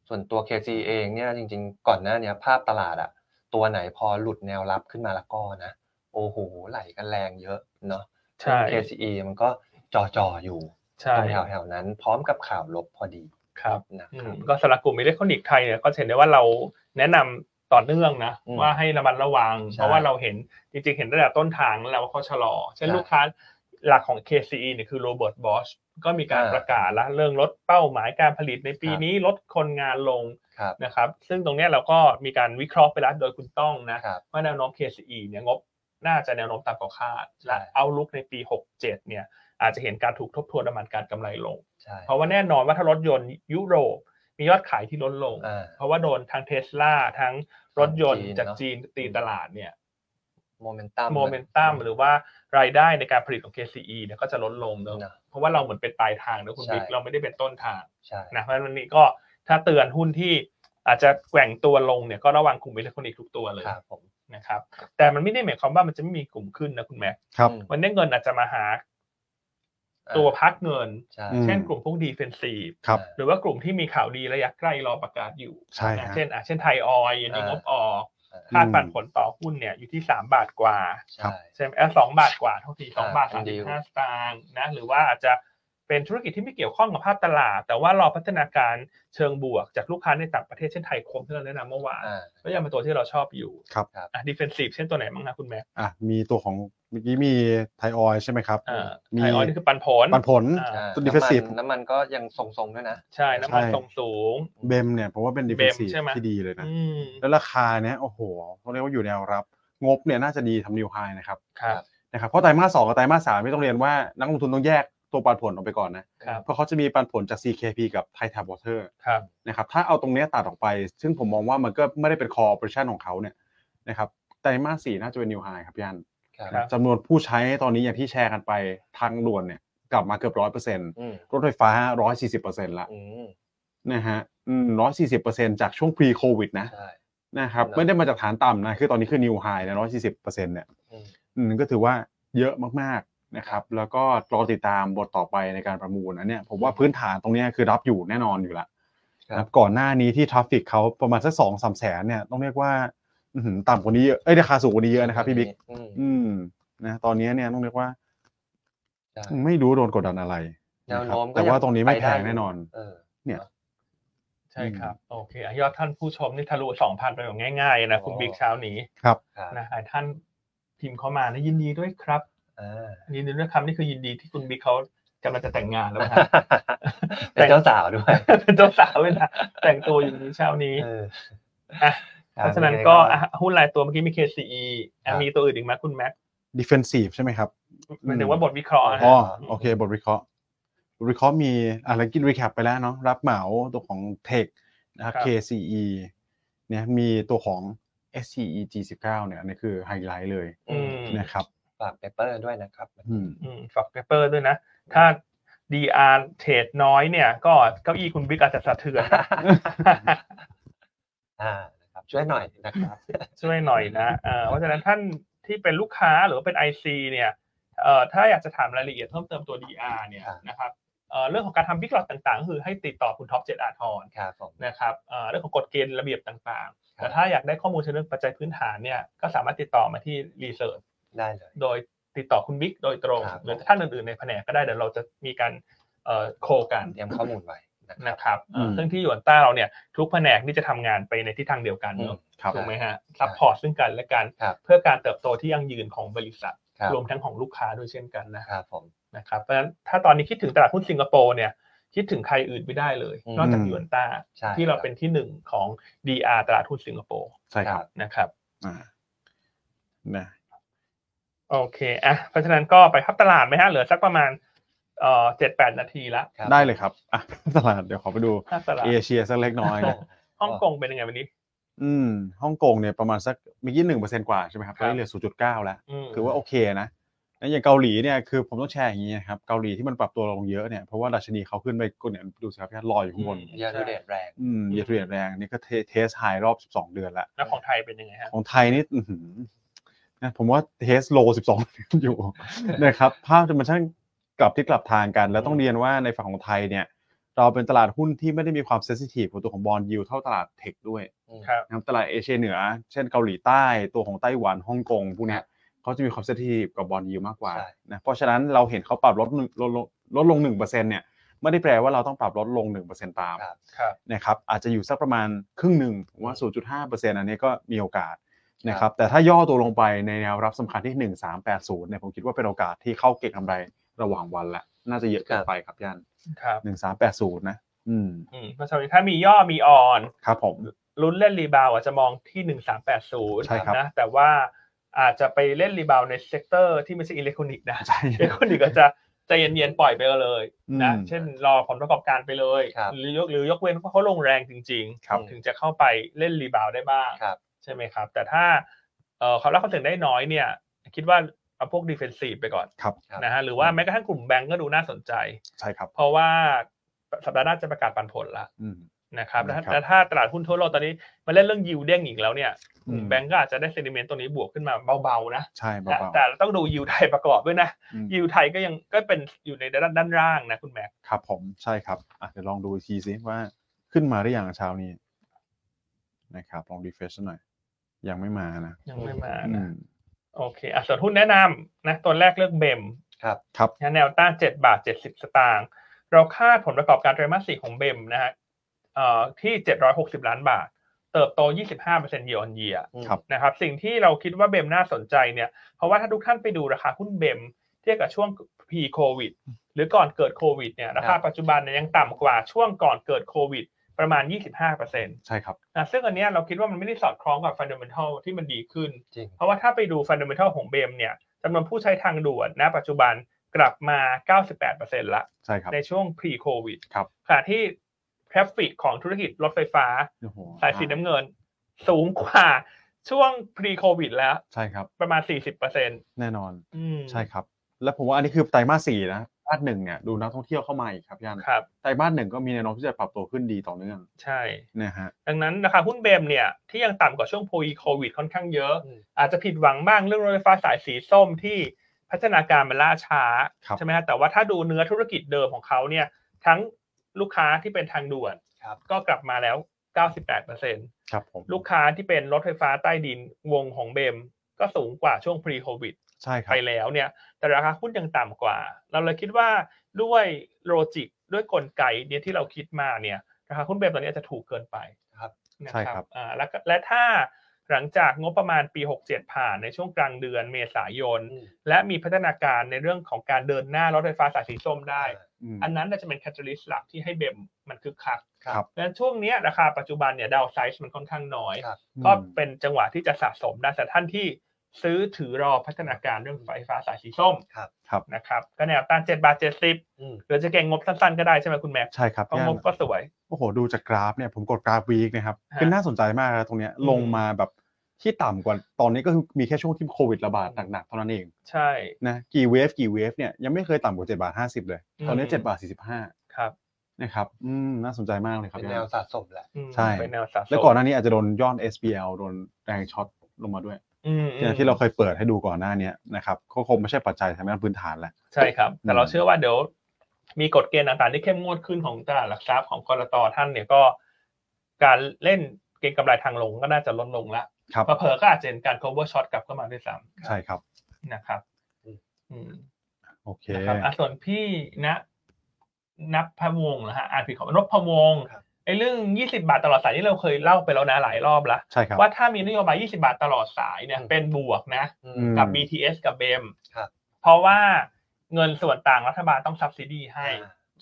[SPEAKER 3] ส่วนตัว KC เองเนี่ยจริงๆ ก่อนหน้าเนี้ยภาพตลาดอะตัวไหนพอหลุดแนวรับขึ้นมาแล้วก็นะ โอ้โหไหลกันแรงเยอะเนาะ
[SPEAKER 1] ใช่
[SPEAKER 3] KCE มันก็จ่อๆอยู่
[SPEAKER 1] ใช่
[SPEAKER 3] ตรงแถวๆนั้น พร้อมกับข่าวลบพอดี
[SPEAKER 1] ครับ
[SPEAKER 3] นะ
[SPEAKER 1] อื
[SPEAKER 3] ค
[SPEAKER 1] ม
[SPEAKER 3] รับ
[SPEAKER 1] ก็สำหรับกลุ่มอิเล็กทรอนิกส์ไทยเนี่ยก็จะเห็นได้ว่าเราแนะนำต่อเนื่องนะ
[SPEAKER 3] อืม
[SPEAKER 1] ว่าให้ระมัดระวัง
[SPEAKER 3] ใช่
[SPEAKER 1] เพราะว่าเราเห็นจริงๆ เห็นตั้งแต่ต้นทางแล้วว่าเขาชะลอ เช่น
[SPEAKER 3] ใช่
[SPEAKER 1] ลูกค้าหลักของ KCE เนี่ยคือโรเบิร์ตบอชก็มีการ
[SPEAKER 3] อ่า
[SPEAKER 1] ประกาศละเรื่องลดเป้าหมายการผลิตในปี
[SPEAKER 3] ครับ
[SPEAKER 1] นี้ลดคนงานลง
[SPEAKER 3] ครับ
[SPEAKER 1] นะครับ ซึ่งตรงเนี้ยเราก็มีการวิเคราะห์ไปแล้วโดยคุณต้องนะ
[SPEAKER 3] ครับ
[SPEAKER 1] ว่าแนวโน้ม KCE เนี่ยงบน่าจะแนวโน้มต่ำกว่าคาด และ
[SPEAKER 3] ใช่
[SPEAKER 1] เอาลุกในปี 67 เนี่ยอาจจะเห็นการถูกทบทวนประมาณการกำไรลง
[SPEAKER 3] ใช่
[SPEAKER 1] เพราะว่าแน่นอนว่าถ้ารถยนต์ยุโรปมียอดขายที่ลดลง
[SPEAKER 3] อ่า
[SPEAKER 1] เพราะว่าโดนทั้งเทสลาทั้งรถยนต์
[SPEAKER 3] จีนเนอะ
[SPEAKER 1] จากจีนตีตลาดเนี่ย
[SPEAKER 3] โมเมนตัม
[SPEAKER 1] โมเมนตัมหรือว่ารายได้ในการผลิตของ KCE เนี่ยก็จะลดลงเนอะ
[SPEAKER 3] นะ
[SPEAKER 1] เพราะว่าเราเหมือนเป็นปลายทางนะคุณ
[SPEAKER 3] ใช่
[SPEAKER 1] บิ๊กเราไม่ได้เป็นต้นทาง
[SPEAKER 3] ใช่
[SPEAKER 1] นะเพราะฉะนั้นวันนี้ก็ถ้าเตือนหุ้นที่อาจจะแกว่งตัวลงเนี่ยก็ระวังกลุ่มอิเล็กทรอนิกส์ทุกตัวเลย
[SPEAKER 3] ครับผม
[SPEAKER 1] นะครับแต่มันไม่ได้หมายความว่ามันจะไม่มีกลุ่มขึ้นนะคุณแม็กซ์
[SPEAKER 2] ครับ
[SPEAKER 3] อืม
[SPEAKER 1] วันนี้เงินอาจจะมาหา ตัวพักเงิน
[SPEAKER 3] ใช่
[SPEAKER 2] อืม
[SPEAKER 1] เช่นกลุ่มพวกดีเฟนซีฟ
[SPEAKER 2] ครับ
[SPEAKER 1] หรือว่ากลุ่มที่มีข่าวดีระยะใกล้รอประกาศอยู่
[SPEAKER 2] ใช่
[SPEAKER 1] นะ
[SPEAKER 2] ฮะ
[SPEAKER 1] เช่นอ่ะเช่นไทยออยล์อยู่ในงบออก
[SPEAKER 2] อ่า
[SPEAKER 1] คาดปันผลต่อหุ้นเนี่ยอยู่ที่สามบาทกว่า
[SPEAKER 3] ใช่
[SPEAKER 1] ใช่ไหมเอ่อสองบาทกว่าเท่าทีสอง
[SPEAKER 3] อ่า
[SPEAKER 1] บาท
[SPEAKER 3] เป็
[SPEAKER 1] สาม
[SPEAKER 3] นดี
[SPEAKER 1] สิ
[SPEAKER 3] ล
[SPEAKER 1] บห้าสตางค์นะหรือว่าอาจจะเป็นธุรกิจที่ไม่เกี่ยวข้องกับภาพตลาด แต่ว่ารอพัฒนาการเชิงบวกจากลูกค้าในต่างประเทศเช่นไทยคมที่เราแนะนำเมื่อวาน
[SPEAKER 3] อ่า
[SPEAKER 1] ก็ยังเป็นตัวที่เราชอบอยู่
[SPEAKER 2] ครับ
[SPEAKER 1] อ่ะดิเฟนซีฟเช่นตัวไหนบ้างนะคุณแม่
[SPEAKER 2] อ่ะมีตัวของเมื่อกี้มีไทยออยล์ใช่ไหมครับ
[SPEAKER 1] อ่า
[SPEAKER 2] มี
[SPEAKER 1] ไทยออยล์นี่คือปันผล
[SPEAKER 2] ปันผล
[SPEAKER 1] อ่า
[SPEAKER 3] ใช่
[SPEAKER 2] ตัว defensive
[SPEAKER 3] น้ำมันน้ำมันก็ยังทรงๆด้วยนะ
[SPEAKER 1] ใช่น้ำมัน
[SPEAKER 2] ใช่
[SPEAKER 1] ทรงสูง
[SPEAKER 2] เบมเนี่ยผมว่าเป็นดีเฟนซี
[SPEAKER 1] เบมใช่ไหม
[SPEAKER 2] ที่ดีเลยนะ
[SPEAKER 1] อืม
[SPEAKER 2] แล้วราคาเนี่ยโอ้โหเขาเรียกว่าอยู่แนวรับ งบเนี่ยน่าจะดีทำนิวไฮนะครับ
[SPEAKER 1] ครับ
[SPEAKER 2] นะครับเพราะไตรมาสสองกับไตรมาสสามไม่ต้องเรียนว่านักลงทุนต้องแยกตัวปันผลออกไปก่อนนะครับ เพราะเขาจะมีปันผลจาก CKP กับไททาบวอเตอร์
[SPEAKER 1] ครับ
[SPEAKER 2] นะครับถ้าเอาตรงเนี้ยตัดออกไป ซึ่งผมมองว่ามันก็ไม่ได้เป็นคอ o p e r a t i o n ของเขาเนี่ยนะครับไตรมาสสี่น่าจะเป็นนิวไฮครับพี่อัน
[SPEAKER 1] ครับ
[SPEAKER 2] จำนวนผู้ใช้ตอนนี้อย่างที่แชร์กันไปทางด่วนเนี่ยกลับมาเกือบร้อยเปอร์เซ็นต์
[SPEAKER 3] อืม
[SPEAKER 2] รถไฟฟ้าร้อยสี่สิบเปอร์เซ็นต์ละ
[SPEAKER 3] อืม
[SPEAKER 2] นะฮะร้อยสี่สิบเปอร์เซ็นต์จากช่วง pre covid นะ
[SPEAKER 3] ใช่
[SPEAKER 2] นะครับ
[SPEAKER 3] ครับ
[SPEAKER 2] ไม่ได้มาจากฐานต่ำนะคือตอนนี้คือนิวไฮนะร้อยสี่สิบเปอร์เซ็นต์เนี่ย
[SPEAKER 3] อืม
[SPEAKER 2] อืมก็ถือว่าเยอะมากๆนะครับแล้วก็รอติดตามบทต่อไปในการประมูลอันเนี้ยผมว่าพื้นฐานตรงเนี้ยคือรับอยู่แน่นอนอยู่ละ
[SPEAKER 3] ครับ
[SPEAKER 2] นะครับก่อนหน้านี้ที่ทราฟฟิกเขาประมาณสักสองสามแสนเนี่ยต้องเรียกว่าอื้อหือต่ำกว่านี้เยอะเอ้ยราคาสูงกว่านี้เยอะนะครับพี่บิ๊ก
[SPEAKER 3] อืม
[SPEAKER 2] อืมนะตอนนี้เนี่ยต้องเรียกว่า
[SPEAKER 3] ใช่
[SPEAKER 2] ไม่รู้โดนกดดันอะไร
[SPEAKER 3] แนวโน้ม
[SPEAKER 2] ะครับ
[SPEAKER 3] ก็
[SPEAKER 2] แต่
[SPEAKER 3] ยัง
[SPEAKER 2] ว่าตรงนี้ไม่
[SPEAKER 3] ไป
[SPEAKER 2] แพ
[SPEAKER 3] ได้
[SPEAKER 2] งแน่นอน
[SPEAKER 3] เออ
[SPEAKER 1] ใช่ครับโอเคอ่ะยอดท่านผู้ชมนี่ทะลุสองพันไปแบบง่ายๆนะคุณ
[SPEAKER 3] โอ้
[SPEAKER 1] บิ๊กเช้านี้
[SPEAKER 3] ครับ
[SPEAKER 1] นะหลายท่านพิมพ์เข้ามานะยินดีด้วยครับ
[SPEAKER 3] อ่า
[SPEAKER 1] ยินดีด้วยคำนี่คือยินดีที่คุณบิ๊กเขากำลังจะแต่งงานแล้วนะฮะ <laughs>
[SPEAKER 3] เป็นเจ้าสาวด้วย
[SPEAKER 1] เป็นเจ้าสาวเลยนะแต่งตัวอยู่ในเช้านี้
[SPEAKER 3] เออ
[SPEAKER 1] อ่ะ
[SPEAKER 3] คบ
[SPEAKER 1] เพราะฉะนั้นก็
[SPEAKER 3] ยังไง
[SPEAKER 1] อ่ะหุ้นรายตัวเมื่อกี้มี KCE อ่ะ
[SPEAKER 3] ครับ
[SPEAKER 1] มีตัวอื่นอีกไหมคุณแม็ก
[SPEAKER 2] defensive ใช่ไหมครับ
[SPEAKER 1] หมายถึงว่าบทวิเคราะห์นะ
[SPEAKER 2] อ๋อ
[SPEAKER 1] ฮะ
[SPEAKER 2] โอเค บทวิเคราะห์บทวิเคราะห์มีอะไรกินรีแคปไปแล้วเนาะรับเหมาตัวของ Tech นะครับ KCE เนี่ยมีตัวของ SCE G19 เนี่ยอันนี้คือไฮไลท์เลย
[SPEAKER 1] อืม
[SPEAKER 2] นะครับ
[SPEAKER 3] ฝากเปเปอร์ด้วยนะครับ
[SPEAKER 2] อืม
[SPEAKER 1] อืมฝากเปเปอร์ด้วยนะ ถ้า DR เทรดน้อยเนี่ย ก็เก้าอี้คุณบิ๊กอาจจะสะเทือนนะ
[SPEAKER 3] อ่านะครับช่วยหน่อยนะครับ
[SPEAKER 1] ช่วยหน่อยนะเอ่อเพราะฉะนั้นท่านที่เป็นลูกค้าหรือว่าเป็น IC เนี่ยเอ่อถ้าอยากจะถามรายละเอียดเพิ่มเติมตัว DR เนี่ย
[SPEAKER 3] ครับ
[SPEAKER 1] นะครับเอ่อเรื่องของการทำบิ๊กหลอดต่างๆก็คือให้ติดต่อคุณท็อปเจตอาทร
[SPEAKER 3] ครับผม
[SPEAKER 1] นะครับเอ่อเรื่องของกฎเกณฑ์ระเบียบต่างๆ
[SPEAKER 3] ครับ
[SPEAKER 1] แต่ถ้าอยากได้ข้อมูลเชิงลึกปัจจัยพื้นฐานเนี่ย ก็สามารถติดต่อมาที่รีเสิร์ช
[SPEAKER 3] ได้เลย
[SPEAKER 1] โดยติดต่อคุณบิ๊กโดยตรง
[SPEAKER 3] ครับ
[SPEAKER 1] หรือท่านอื่นๆในแผนกก็ได้ เดี๋ยวเราจะมีการเอ่อโคกัน
[SPEAKER 3] เตรียมข้อมูลไว้นะครับ
[SPEAKER 1] นะครับเอ่อ
[SPEAKER 2] อืม
[SPEAKER 1] ซึ่งที่หยวนต้าเราเนี่ย ทุกแผนกนี่จะทำงานไปในทิศทางเดียวกันเนอะ
[SPEAKER 2] ครับ
[SPEAKER 1] ถูกไหมฮะซัพพอร์ตซึ่งกันและกัน
[SPEAKER 3] ครับ
[SPEAKER 1] เพื่อการเติบโตที่ยั่งยืนของบริษัท
[SPEAKER 3] ครับ
[SPEAKER 1] รวมทั้งของลูกค้าด้วยเช่นกันนะค
[SPEAKER 3] ครับ รับผม
[SPEAKER 1] นะครับเพราะฉะนั้นถ้าตอนนี้คิดถึงตลาดหุ้นสิงคโปร์เนี่ยคิดถึงใครอื่นไม่ได้เลย
[SPEAKER 3] อืม
[SPEAKER 1] นอกจากหยวนต้า
[SPEAKER 3] ใช่
[SPEAKER 1] ที่เราเป็นที่หนึ่งของ DR ตลาดหุ้นสิงคโปร์
[SPEAKER 2] ใช่ครับ
[SPEAKER 1] นะครับ
[SPEAKER 2] อ่านะ
[SPEAKER 1] โอเคอ่ะเพราะฉะนั้นก็ไปพับตลาดไหมฮะเหลือสักประมาณเอ่อเจ็ดแปดนาทีละ
[SPEAKER 3] ครับ
[SPEAKER 2] ได้เลยครับอ่ะ <laughs> ตลาดเดี๋ยวขอไปดู
[SPEAKER 1] ภาพตลาด
[SPEAKER 2] เอเชียสักเล็กน้อย
[SPEAKER 1] <laughs>
[SPEAKER 2] นะ
[SPEAKER 1] ฮ่องกงเป็นยังไงวันนี้
[SPEAKER 2] อืมฮ่องกงเนี่ยประมาณสักเมื่อกี้หนึ่งเปอร์เซ็นต์กว่าใช่ไหมครับ
[SPEAKER 1] ค
[SPEAKER 2] ต
[SPEAKER 1] รั
[SPEAKER 2] อบ นนี้เหลือศูนย์จุดเก้าแล้ว
[SPEAKER 1] ม
[SPEAKER 2] ถือว่าโอเคนะแล้วอย่างเกาหลีเนี่ยคือผมต้องแชร์อย่างนี้นะครับ เกาหลีที่มันปรับตัวลงเยอะเนี่ย เพราะว่าดัชนีเขาขึ้นไปก็เนี่ยดูสิครับพี่ฮัทลอยอยู่ข้างบน
[SPEAKER 3] ยาดูเดดแรง
[SPEAKER 2] อืมเยอะเรียนแรงนี่ก็เทสไฮรอบ 12 เดือนละ
[SPEAKER 1] แล้วของไทยเป็นยังไงฮะ
[SPEAKER 2] ของไทยนี่อื้อหือนะผมว่าเทสโล 12 เดือนอยู่ <laughs> นะครับ ภาพมันช่างกลับที่กลับทางกัน แล้วต้องเรียนว่าในฝั่งของไทยเนี่ย เราเป็นตลาดหุ้นที่ไม่ได้มีความเซสซิทีฟของตัวของบอลยูเท่าตลาดเทคด้วย
[SPEAKER 1] ครับ
[SPEAKER 2] นะครับตลาดเอเชียเหนือ เช่นเกาหลีใต้ ตัวของไต้หวันฮ่องกงพวกเนี้ยเขาจะมีความเซนซิทีฟกับบอลยูมากกว่า
[SPEAKER 3] ใช่
[SPEAKER 2] นะเพราะฉะนั้นเราเห็นเขาปรับลดหนึ่งลดลงลดลงหนึ่งเปอร์เซ็นต์เนี่ยไม่ได้แปลว่าเราต้องปรับลดลงหนึ่งเปอร์เซ็นต์ตาม
[SPEAKER 3] ครับ
[SPEAKER 1] ครับ
[SPEAKER 2] นะครับอาจจะอยู่สักประมาณครึ่งหนึ่งผมว่า
[SPEAKER 3] อืม
[SPEAKER 2] ศูนย์จุดห้าเปอร์เซ็นต์อันนี้ก็มีโอกาสนะค
[SPEAKER 3] ครั
[SPEAKER 2] รับบ แต่ถ้าย่อตัวลงไปในแนวรับสำคัญที่หนึ่งสามแปดศูนย์เนี่ยผมคิดว่าเป็นโอกาสที่เข้าเก็งกำไรระหว่างวันละน่าจะเยอะเกินไปครับย่าน
[SPEAKER 1] ครับ
[SPEAKER 2] หนึ่งสามแปดศูนย์นะอืม
[SPEAKER 1] อืมเพราะฉะนั้นถ้ามีย่อมีออน
[SPEAKER 2] ครับผม
[SPEAKER 1] ลุ้นเล่นรีบาวอาจจะมองที่หนึ่งสามแปดศูนย์
[SPEAKER 2] ใช่ครับ
[SPEAKER 1] นะแต่ว่าอาจจะไปเล่นรีบาวในเซกเตอร์ที่ไม่ใช่อิเล็กทรอนิกส์นะ <laughs>
[SPEAKER 2] ใช่
[SPEAKER 1] เดี๋ยวคนอื่นก็จะใจเย็นๆปล่อยไปเลยนะ
[SPEAKER 2] อืม
[SPEAKER 1] เช่นรอผลประกอบการไปเลย
[SPEAKER 3] ครับ
[SPEAKER 1] หรือยกหรือยกเว้นว่าเขาลงแรงจริง
[SPEAKER 2] ครับ
[SPEAKER 1] ถึงจะเข้าไปเล่นรีบาวด์ได้บ้าง
[SPEAKER 3] ครับ
[SPEAKER 1] ใช่ไหมครับ แต่ถ้าเอ่อเขารับความเสี่ยงได้น้อยเนี่ย คิดว่าเอาพวกดิเฟนซีฟไปก่อน
[SPEAKER 2] ครับ
[SPEAKER 3] ครับ
[SPEAKER 1] นะฮะหรือว่าแม้กระทั่งกลุ่มแบงก์ก็ดูน่าสนใจ
[SPEAKER 2] ใช่ครับ
[SPEAKER 1] เพราะว่าสัปดาห์หน้าจะประกาศปันผลละ
[SPEAKER 2] อืม
[SPEAKER 1] นะครับแล้วถ้า
[SPEAKER 2] ครับ
[SPEAKER 1] แล้วถ้าตลาดหุ้นทั่วโลกตอนนี้มาเล่นเรื่องยิวเด้งอีกแล้วเนี่ย
[SPEAKER 2] อืม
[SPEAKER 1] แบงก์ก็อาจจะได้เซนิเมนต์ตรงนี้บวกขึ้นมาเบาๆนะ
[SPEAKER 2] ใช่
[SPEAKER 1] แต่
[SPEAKER 2] เบา
[SPEAKER 1] แต่เราต้องดูยิวไทยประกอบด้วยนะ
[SPEAKER 2] ๆอืม
[SPEAKER 1] ยิวไทยก็ยังก็เป็นอยู่ในด้านด้านล่างนะคุณแม็ก
[SPEAKER 2] ครับผมใช่ครับอ่ะเดี๋ยวลองดูอีกทีซิว่าขึ้นมาหรือยังเช้านี้นะครับลองรีเฟรชหน่อย ยังไม่มานะ
[SPEAKER 1] ยังไม่มา
[SPEAKER 2] อื
[SPEAKER 1] นะ
[SPEAKER 2] ม
[SPEAKER 1] โอเคอ่ะส่วนหุ้นแนะนำนะตัวแรกเลือกเบม
[SPEAKER 2] ครับ
[SPEAKER 1] นะแนวต้าน7บาท 70 สตางค์ เราคาดผลประกอบการไตรมาสสี่ของเบมนะฮะเอ่อที่ 760 ล้านบาท เติบโต 25% year on year
[SPEAKER 2] ครับ
[SPEAKER 1] นะครับ สิ่งที่เราคิดว่าเบมน่าสนใจเนี่ย เพราะว่าถ้าทุกท่านไปดูราคาหุ้นเบมเทียบกับช่วง p COVID หรือก่อนเกิดโควิดเนี่ย ราคาปัจจุบันเนี่ยยังต่ำกว่าช่วงก่อนเกิดโควิด ประมาณ 25%น
[SPEAKER 2] ใช่ครับ
[SPEAKER 1] ะ ซึ่งอันเนี้ยเราคิดว่ามันไม่ได้สอดคล้องกับ fundamental ที่มันดีขึ้น
[SPEAKER 3] จริง
[SPEAKER 1] เพราะว่าถ้าไปดูฟันเด m e n ทัลของเบมเนี่ยจำนวนผู้ใช้ทางด่วนนะปัจจุบันกลับมา 98%ละ
[SPEAKER 2] ใช่ครับ
[SPEAKER 1] ในช่วง pre covid
[SPEAKER 2] ครับ
[SPEAKER 1] ขณะที่ traffic ของธุรกิจรถไฟฟ้า
[SPEAKER 2] โอ้โห
[SPEAKER 1] สายสีน้ำเงิน สูงกว่าช่วง pre covid แล้ว
[SPEAKER 2] ใช่ครับ
[SPEAKER 1] ประมาณ 40%
[SPEAKER 2] แน่นอน
[SPEAKER 1] อืม
[SPEAKER 2] ใช่ครับ แล้วผมว่าอันนี้คือไตรมาสสี่นะไตรมาสหนึ่งเนี่ยดูนักท่องเที่ยวเข้ามาอีกครับย่าน
[SPEAKER 1] ครับ
[SPEAKER 2] ไตรมาสหนึ่งก็มีแนวโน้มที่จะปรับตัวขึ้นดีต่อเนื่อง
[SPEAKER 1] ใช่
[SPEAKER 2] นะฮะ
[SPEAKER 1] ดังนั้นราคาหุ้นเบมเนี่ยที่ยังต่ำกว่าช่วง pre covid ค่อนข้างเยอะ
[SPEAKER 3] อืม
[SPEAKER 1] อาจจะผิดหวังบ้างเรื่องรถไฟฟ้าสายสีส้มที่พัฒนาการมันล่าช้า
[SPEAKER 2] ครับ
[SPEAKER 1] ใช่ไหมฮะแต่ว่าถ้าดูเนื้อธุรกิจเดิมของเขาเนี่ยทั้งลูกค้าที่เป็นทางด่วน
[SPEAKER 3] ครับ
[SPEAKER 1] ก็กลับมาแล้ว 98%
[SPEAKER 2] ครับผม
[SPEAKER 1] ลูกค้าที่เป็นรถไฟฟ้าใต้ดินวงของเบม ก็สูงกว่าช่วง pre covid
[SPEAKER 2] ใช่ครับ
[SPEAKER 1] ไปแล้วเนี่ยแต่ราคาหุ้นยังต่ำกว่า เราเลยคิดว่าด้วยโลจิกด้วยกลไกเนี่ยที่เราคิดมาเนี่ยราคาหุ้นเบมตอนนี้อาจจะถูกเกินไป
[SPEAKER 3] ครับ
[SPEAKER 1] นะ
[SPEAKER 2] ใช่
[SPEAKER 1] ค
[SPEAKER 2] ครั
[SPEAKER 1] รับบ อ่าและและถ้าหลังจากงบประมาณปี 67 ผ่านในช่วงกลางเดือนเมษายน
[SPEAKER 3] อืม
[SPEAKER 1] และมีพัฒนาการในเรื่องของการเดินหน้ารถไฟฟ้าสายสีส้มได้
[SPEAKER 2] อืม
[SPEAKER 1] อันนั้นน่าจะเป็นแคตตาลิสต์หลักที่ให้เบมมันคึกคัก
[SPEAKER 2] ครับ
[SPEAKER 1] เพราะฉะนั้นช่วงเนี้ยราคาปัจจุบันเนี่ยดาวไซส์มันค่อนข้างน้อย
[SPEAKER 3] ครับ
[SPEAKER 1] ก็เป็นจังหวะที่จะสะสมได้แต่ท่านที่ซื้อถือรอพัฒนาการเรื่องไฟฟ้าสายสีส้ม
[SPEAKER 3] ครับ
[SPEAKER 2] ครับ
[SPEAKER 1] นะครับก็แนวต้าน7บาท70
[SPEAKER 3] อืม
[SPEAKER 1] หรือจะเก่งงบสั้นๆก็ได้ใช่ไหมคุณแม็กซ์
[SPEAKER 2] ใช่ครับ
[SPEAKER 1] เพราะ
[SPEAKER 2] ย่าน
[SPEAKER 1] งบก็สวย
[SPEAKER 2] โอ้โหดูจากกราฟเนี่ยผมกดกราฟวีคนะครับ
[SPEAKER 1] ฮะ
[SPEAKER 2] คือน่าสนใจมากนะตรงเนี้ย
[SPEAKER 1] อืม
[SPEAKER 2] ลงมาแบบที่ต่ำกว่าตอนนี้ก็คือมีแค่ช่วงที่โควิดระบาดหนักๆเท่านั้นเอง
[SPEAKER 1] ใช่
[SPEAKER 2] นะกี่เวฟกี่เวฟเนี่ยยังไม่เคยต่ำกว่า7บาท50 เลย ตอนนี้7บาท
[SPEAKER 1] ครับ
[SPEAKER 2] 45นะครับอืมน่าสนใจมากเลยครับ
[SPEAKER 3] เป็น
[SPEAKER 2] ย่า
[SPEAKER 3] แนวน สะสมแหละ
[SPEAKER 1] อืม
[SPEAKER 2] ใช่
[SPEAKER 1] เป็นแนวสะสม
[SPEAKER 2] แล้วก่อนหน้านี้อาจจะโดนย้อน SBL โดนแรงช็อตลงมาด้วย
[SPEAKER 1] อืม
[SPEAKER 2] อย่างที่เราเคยเปิดให้ดูก่อนหน้าเนี้ยนะครับก็คงไม่ใช่ปัจจัยทางด้านพื้นฐานแหละ
[SPEAKER 1] ใช่ครับ แต่เราเชื่อว่าเดี๋ยวมีกฎเกณฑ์ต่างๆที่เข้มงวดขึ้นของตลาดหลักทรัพย์ของกรตท่านเนี่ยก็ การเล่นเก็งกำไรทางลงก็น่าจะลดลงละ
[SPEAKER 2] ครับ
[SPEAKER 1] เผลอๆก็อาจจะเห็นการ cover shot กลับเข้ามาด้วยซ้
[SPEAKER 2] ใช่ครับ
[SPEAKER 1] ำนะครับ
[SPEAKER 3] อืม
[SPEAKER 1] อืม
[SPEAKER 2] โอเค
[SPEAKER 1] นะครับอ่ะส่วนพี่นะนับพะวงศ์นะฮะอ่านผิดขอนบพะวงศ์
[SPEAKER 3] ครับ
[SPEAKER 1] ไอ้เรื่อง 20 บาทตลอดสายนี่เราเคยเล่าไปแล้วนะหลายรอบละ
[SPEAKER 2] ใช่ครับ
[SPEAKER 1] ว่าถ้ามีนโยบาย 20 บาทตลอดสายเนี่ยเป็นบวกนะ
[SPEAKER 3] อื
[SPEAKER 2] อื
[SPEAKER 3] ม
[SPEAKER 2] ม
[SPEAKER 1] กับ BTS กับ BEM
[SPEAKER 3] ครับ
[SPEAKER 1] เพราะว่าเงินส่วนต่างรัฐบาลต้อง subsidy ให้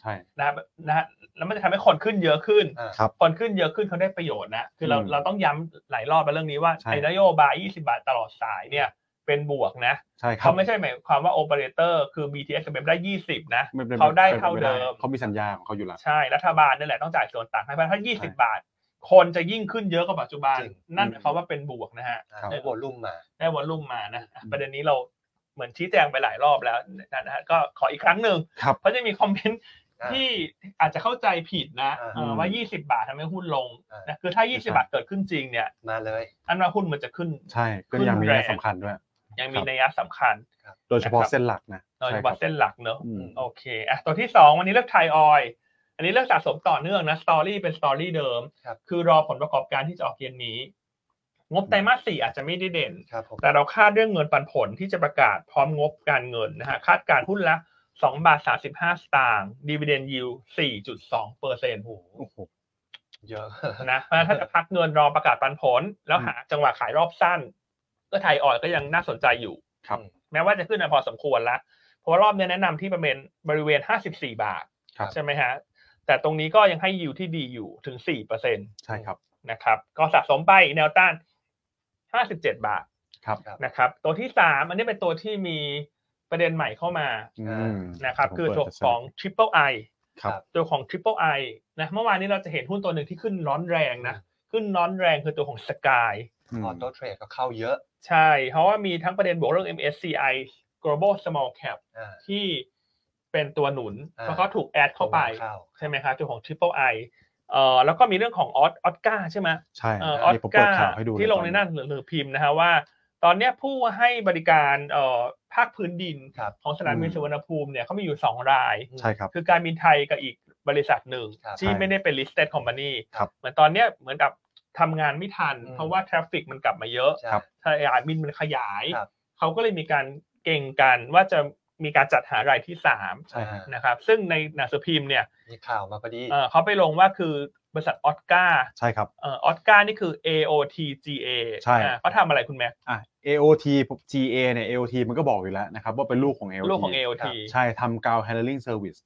[SPEAKER 2] ใช่
[SPEAKER 1] นะครับนะฮะแล้วมันจะทำให้คนขึ้นเยอะขึ้น
[SPEAKER 3] อ่า
[SPEAKER 2] ครับ
[SPEAKER 1] คนขึ้นเยอะขึ้นเขาได้ประโยชน์นะ คือเรา
[SPEAKER 2] อืม
[SPEAKER 1] เราต้องย้ำหลายรอบไปเรื่องนี้ว่า
[SPEAKER 2] ใช่
[SPEAKER 1] ไอ้นโยบาย 20 บาทตลอดสายเนี่ยเป็นบวกนะ
[SPEAKER 2] ใช่ครับ
[SPEAKER 1] เขาไม่ใช่หมายความว่าโอเปอเรเตอร์คือ BTS กับ BEM ได้ 20 นะ
[SPEAKER 2] ม่ป็น
[SPEAKER 1] เขาได้
[SPEAKER 2] ป็นป
[SPEAKER 1] เท่าเดิม
[SPEAKER 2] เขามีสัญญาของเขาอยู่แล้ว
[SPEAKER 1] ใช่รัฐบาลนี่แหละต้องจ่ายส่วนต่างให้เพราะถ้า
[SPEAKER 2] ใช่
[SPEAKER 1] 20 บาท คนจะยิ่งขึ้นเยอะกว่าปัจจุบัน
[SPEAKER 3] จริง
[SPEAKER 1] นั่นเขามว่าเป็นบวกนะฮะ
[SPEAKER 3] อ่า
[SPEAKER 2] ครับ
[SPEAKER 3] ได้วอลลุ่มมา
[SPEAKER 1] ได้วอลลุ่มมานะอ่ะประเด็นนี้เราเหมือนชี้แจงไปหลายรอบแล้วนะฮะก็ขออีกครั้งหนึ่ง
[SPEAKER 2] ครับ
[SPEAKER 1] เพราะจะมีคอมเมนต์
[SPEAKER 3] อ่า
[SPEAKER 1] ที่อาจจะเข้าใจผิดนะ
[SPEAKER 3] อ่า
[SPEAKER 1] เออว่า 20 บาททำให้หุ้นลง
[SPEAKER 3] อ่าน
[SPEAKER 1] นะคือถ้า 20 บาทเกิดขึ้นจริงเนี่ย
[SPEAKER 3] มาเลย
[SPEAKER 1] อันว่าหุ้นมันจะขึ้น
[SPEAKER 2] ใช่ก็ยังมี
[SPEAKER 1] ขึ้นแรง
[SPEAKER 2] นัยสำคัญด้วย
[SPEAKER 1] ยังมี
[SPEAKER 2] ครับ
[SPEAKER 1] นัยสำคัญ
[SPEAKER 2] โดยเฉพาะเส้นหลักนะ
[SPEAKER 1] โดยเฉ
[SPEAKER 2] ใช่ครั
[SPEAKER 1] พาะเส้นหลักเนอะ
[SPEAKER 2] อืม
[SPEAKER 1] โอเคอ่ะตัวที่ 2 วันนี้เลือกไทยออย อันนี้เลือกสะสมต่อเนื่องนะสตอรี่เป็นสตอรี่เดิม
[SPEAKER 3] ครับ
[SPEAKER 1] คือรอผลประกอบการที่จะออกเย็นนี้ งบไตรมาสสี่อาจจะไม่ได้เด่น
[SPEAKER 3] ครับผม
[SPEAKER 1] แต่เราคาดเรื่องเงินปันผลที่จะประกาศพร้อมงบการเงินนะฮะคาดการหุ้นละ2บาท35 สตางค์ดีเวเดนยิว4.2เปอร์เซ็นต์
[SPEAKER 3] โอ้โห
[SPEAKER 2] โอ้โห
[SPEAKER 3] เยอะ
[SPEAKER 1] นะเพราะฉะนั้นถ้าจะพักเงินรอประกาศปันผล แล้วหาจังหวะขายรอบสั้น ก็ไทยออยล์ก็ยังน่าสนใจอยู่
[SPEAKER 2] ครับ
[SPEAKER 1] แม้ว่าจะขึ้นมาพอสมควรละเพราะว่ารอบเนี้ยแนะนำที่ประเมินบริเวณ 54 บาท
[SPEAKER 2] ครับ
[SPEAKER 1] ใช่ไหมฮะ แต่ตรงนี้ก็ยังให้ยิวที่ดีอยู่ถึง4เปอร์เซ็นต์
[SPEAKER 2] ใช่ครับ
[SPEAKER 1] นะครับ ก็สะสมไปแนวต้าน 57 บาท
[SPEAKER 2] ครับ
[SPEAKER 1] นะครับตัวที่สามอันนี้เป็นตัวที่มีประเด็นใหม่เข้ามา
[SPEAKER 2] อืม
[SPEAKER 1] นะครับ
[SPEAKER 2] ผม
[SPEAKER 1] คือ
[SPEAKER 2] เปิด
[SPEAKER 1] ตัว
[SPEAKER 2] จะ
[SPEAKER 1] ของ Triple I
[SPEAKER 2] ครับ
[SPEAKER 1] ตัวของ Triple I นะเมื่อวานนี้เราจะเห็นหุ้นตัวหนึ่งที่ขึ้นร้อนแรงนะขึ้นร้อนแรงคือตัวของ Sky
[SPEAKER 2] อืม
[SPEAKER 3] ออโต้เทรดก็เข้าเยอะ
[SPEAKER 1] ใช่ เพราะว่ามีทั้งประเด็นบวกเรื่อง MSCI Global Small Cap
[SPEAKER 3] อ่า
[SPEAKER 1] ที่เป็นตัวหนุน
[SPEAKER 3] อ่า
[SPEAKER 1] แล้วก็ถูกแอดเข้าไป
[SPEAKER 3] เข้า
[SPEAKER 1] ใช่ไหมครับตัวของ Triple I เอ่อแล้วก็มีเรื่องของออสออสกาใช่ไหม
[SPEAKER 2] ใช่
[SPEAKER 1] เอ่อ
[SPEAKER 2] ฮะ
[SPEAKER 1] ออ
[SPEAKER 2] นี่
[SPEAKER 1] ส
[SPEAKER 2] ผมเปิ
[SPEAKER 1] กา
[SPEAKER 2] ดข่าวให้ดูเย
[SPEAKER 1] ที่ลงในหนั่นหรือพิมพ์นะฮะว่า ตอนเนี้ยผู้ให้บริการเอ่อภาคพื้นดิน
[SPEAKER 3] ครับ
[SPEAKER 1] ของสนามบินสุวรรณภูมิเนี่ยเขามีอยู่สองราย
[SPEAKER 2] ใช่ครับ
[SPEAKER 1] คือการบินไทยกับอีกบริษัทหนึ่ง
[SPEAKER 3] ครับ
[SPEAKER 1] ที่
[SPEAKER 2] ใช่
[SPEAKER 1] ไม่ได้เป็น listed company
[SPEAKER 2] ครับ
[SPEAKER 1] เหมือนตอนเนี้ยเหมือนกับทำงานไม่ทัน
[SPEAKER 3] อืม
[SPEAKER 1] เพราะว่าทราฟฟิกมันกลับมาเยอะ
[SPEAKER 3] ใช่
[SPEAKER 2] ครับ
[SPEAKER 1] สนามบินมันขยาย
[SPEAKER 3] ครับ
[SPEAKER 1] เขาก็เลยมีการเก่งกันว่าจะมีการจัดหารายที่สาม
[SPEAKER 2] ใช่ฮะ
[SPEAKER 1] นะครับ ซึ่งในหนังสือพิมพ์เนี่ย
[SPEAKER 3] มีข่าวมาพอดี
[SPEAKER 1] เอ่อเขาไปลงว่าคือบริษัทออสการ์
[SPEAKER 2] ใช่ครับ
[SPEAKER 1] เออออสการ์นี่คือ AOTGA
[SPEAKER 2] ใช่
[SPEAKER 1] อ่าเขาทำอะไรคุณแม่
[SPEAKER 2] อ่ะ AOT GA เนี่ย AOT มันก็บอกอยู่แล้วนะครับว่าเป็นลูกของ AOT
[SPEAKER 1] ลูกของ AOT
[SPEAKER 2] ใช่ทำ ground handling service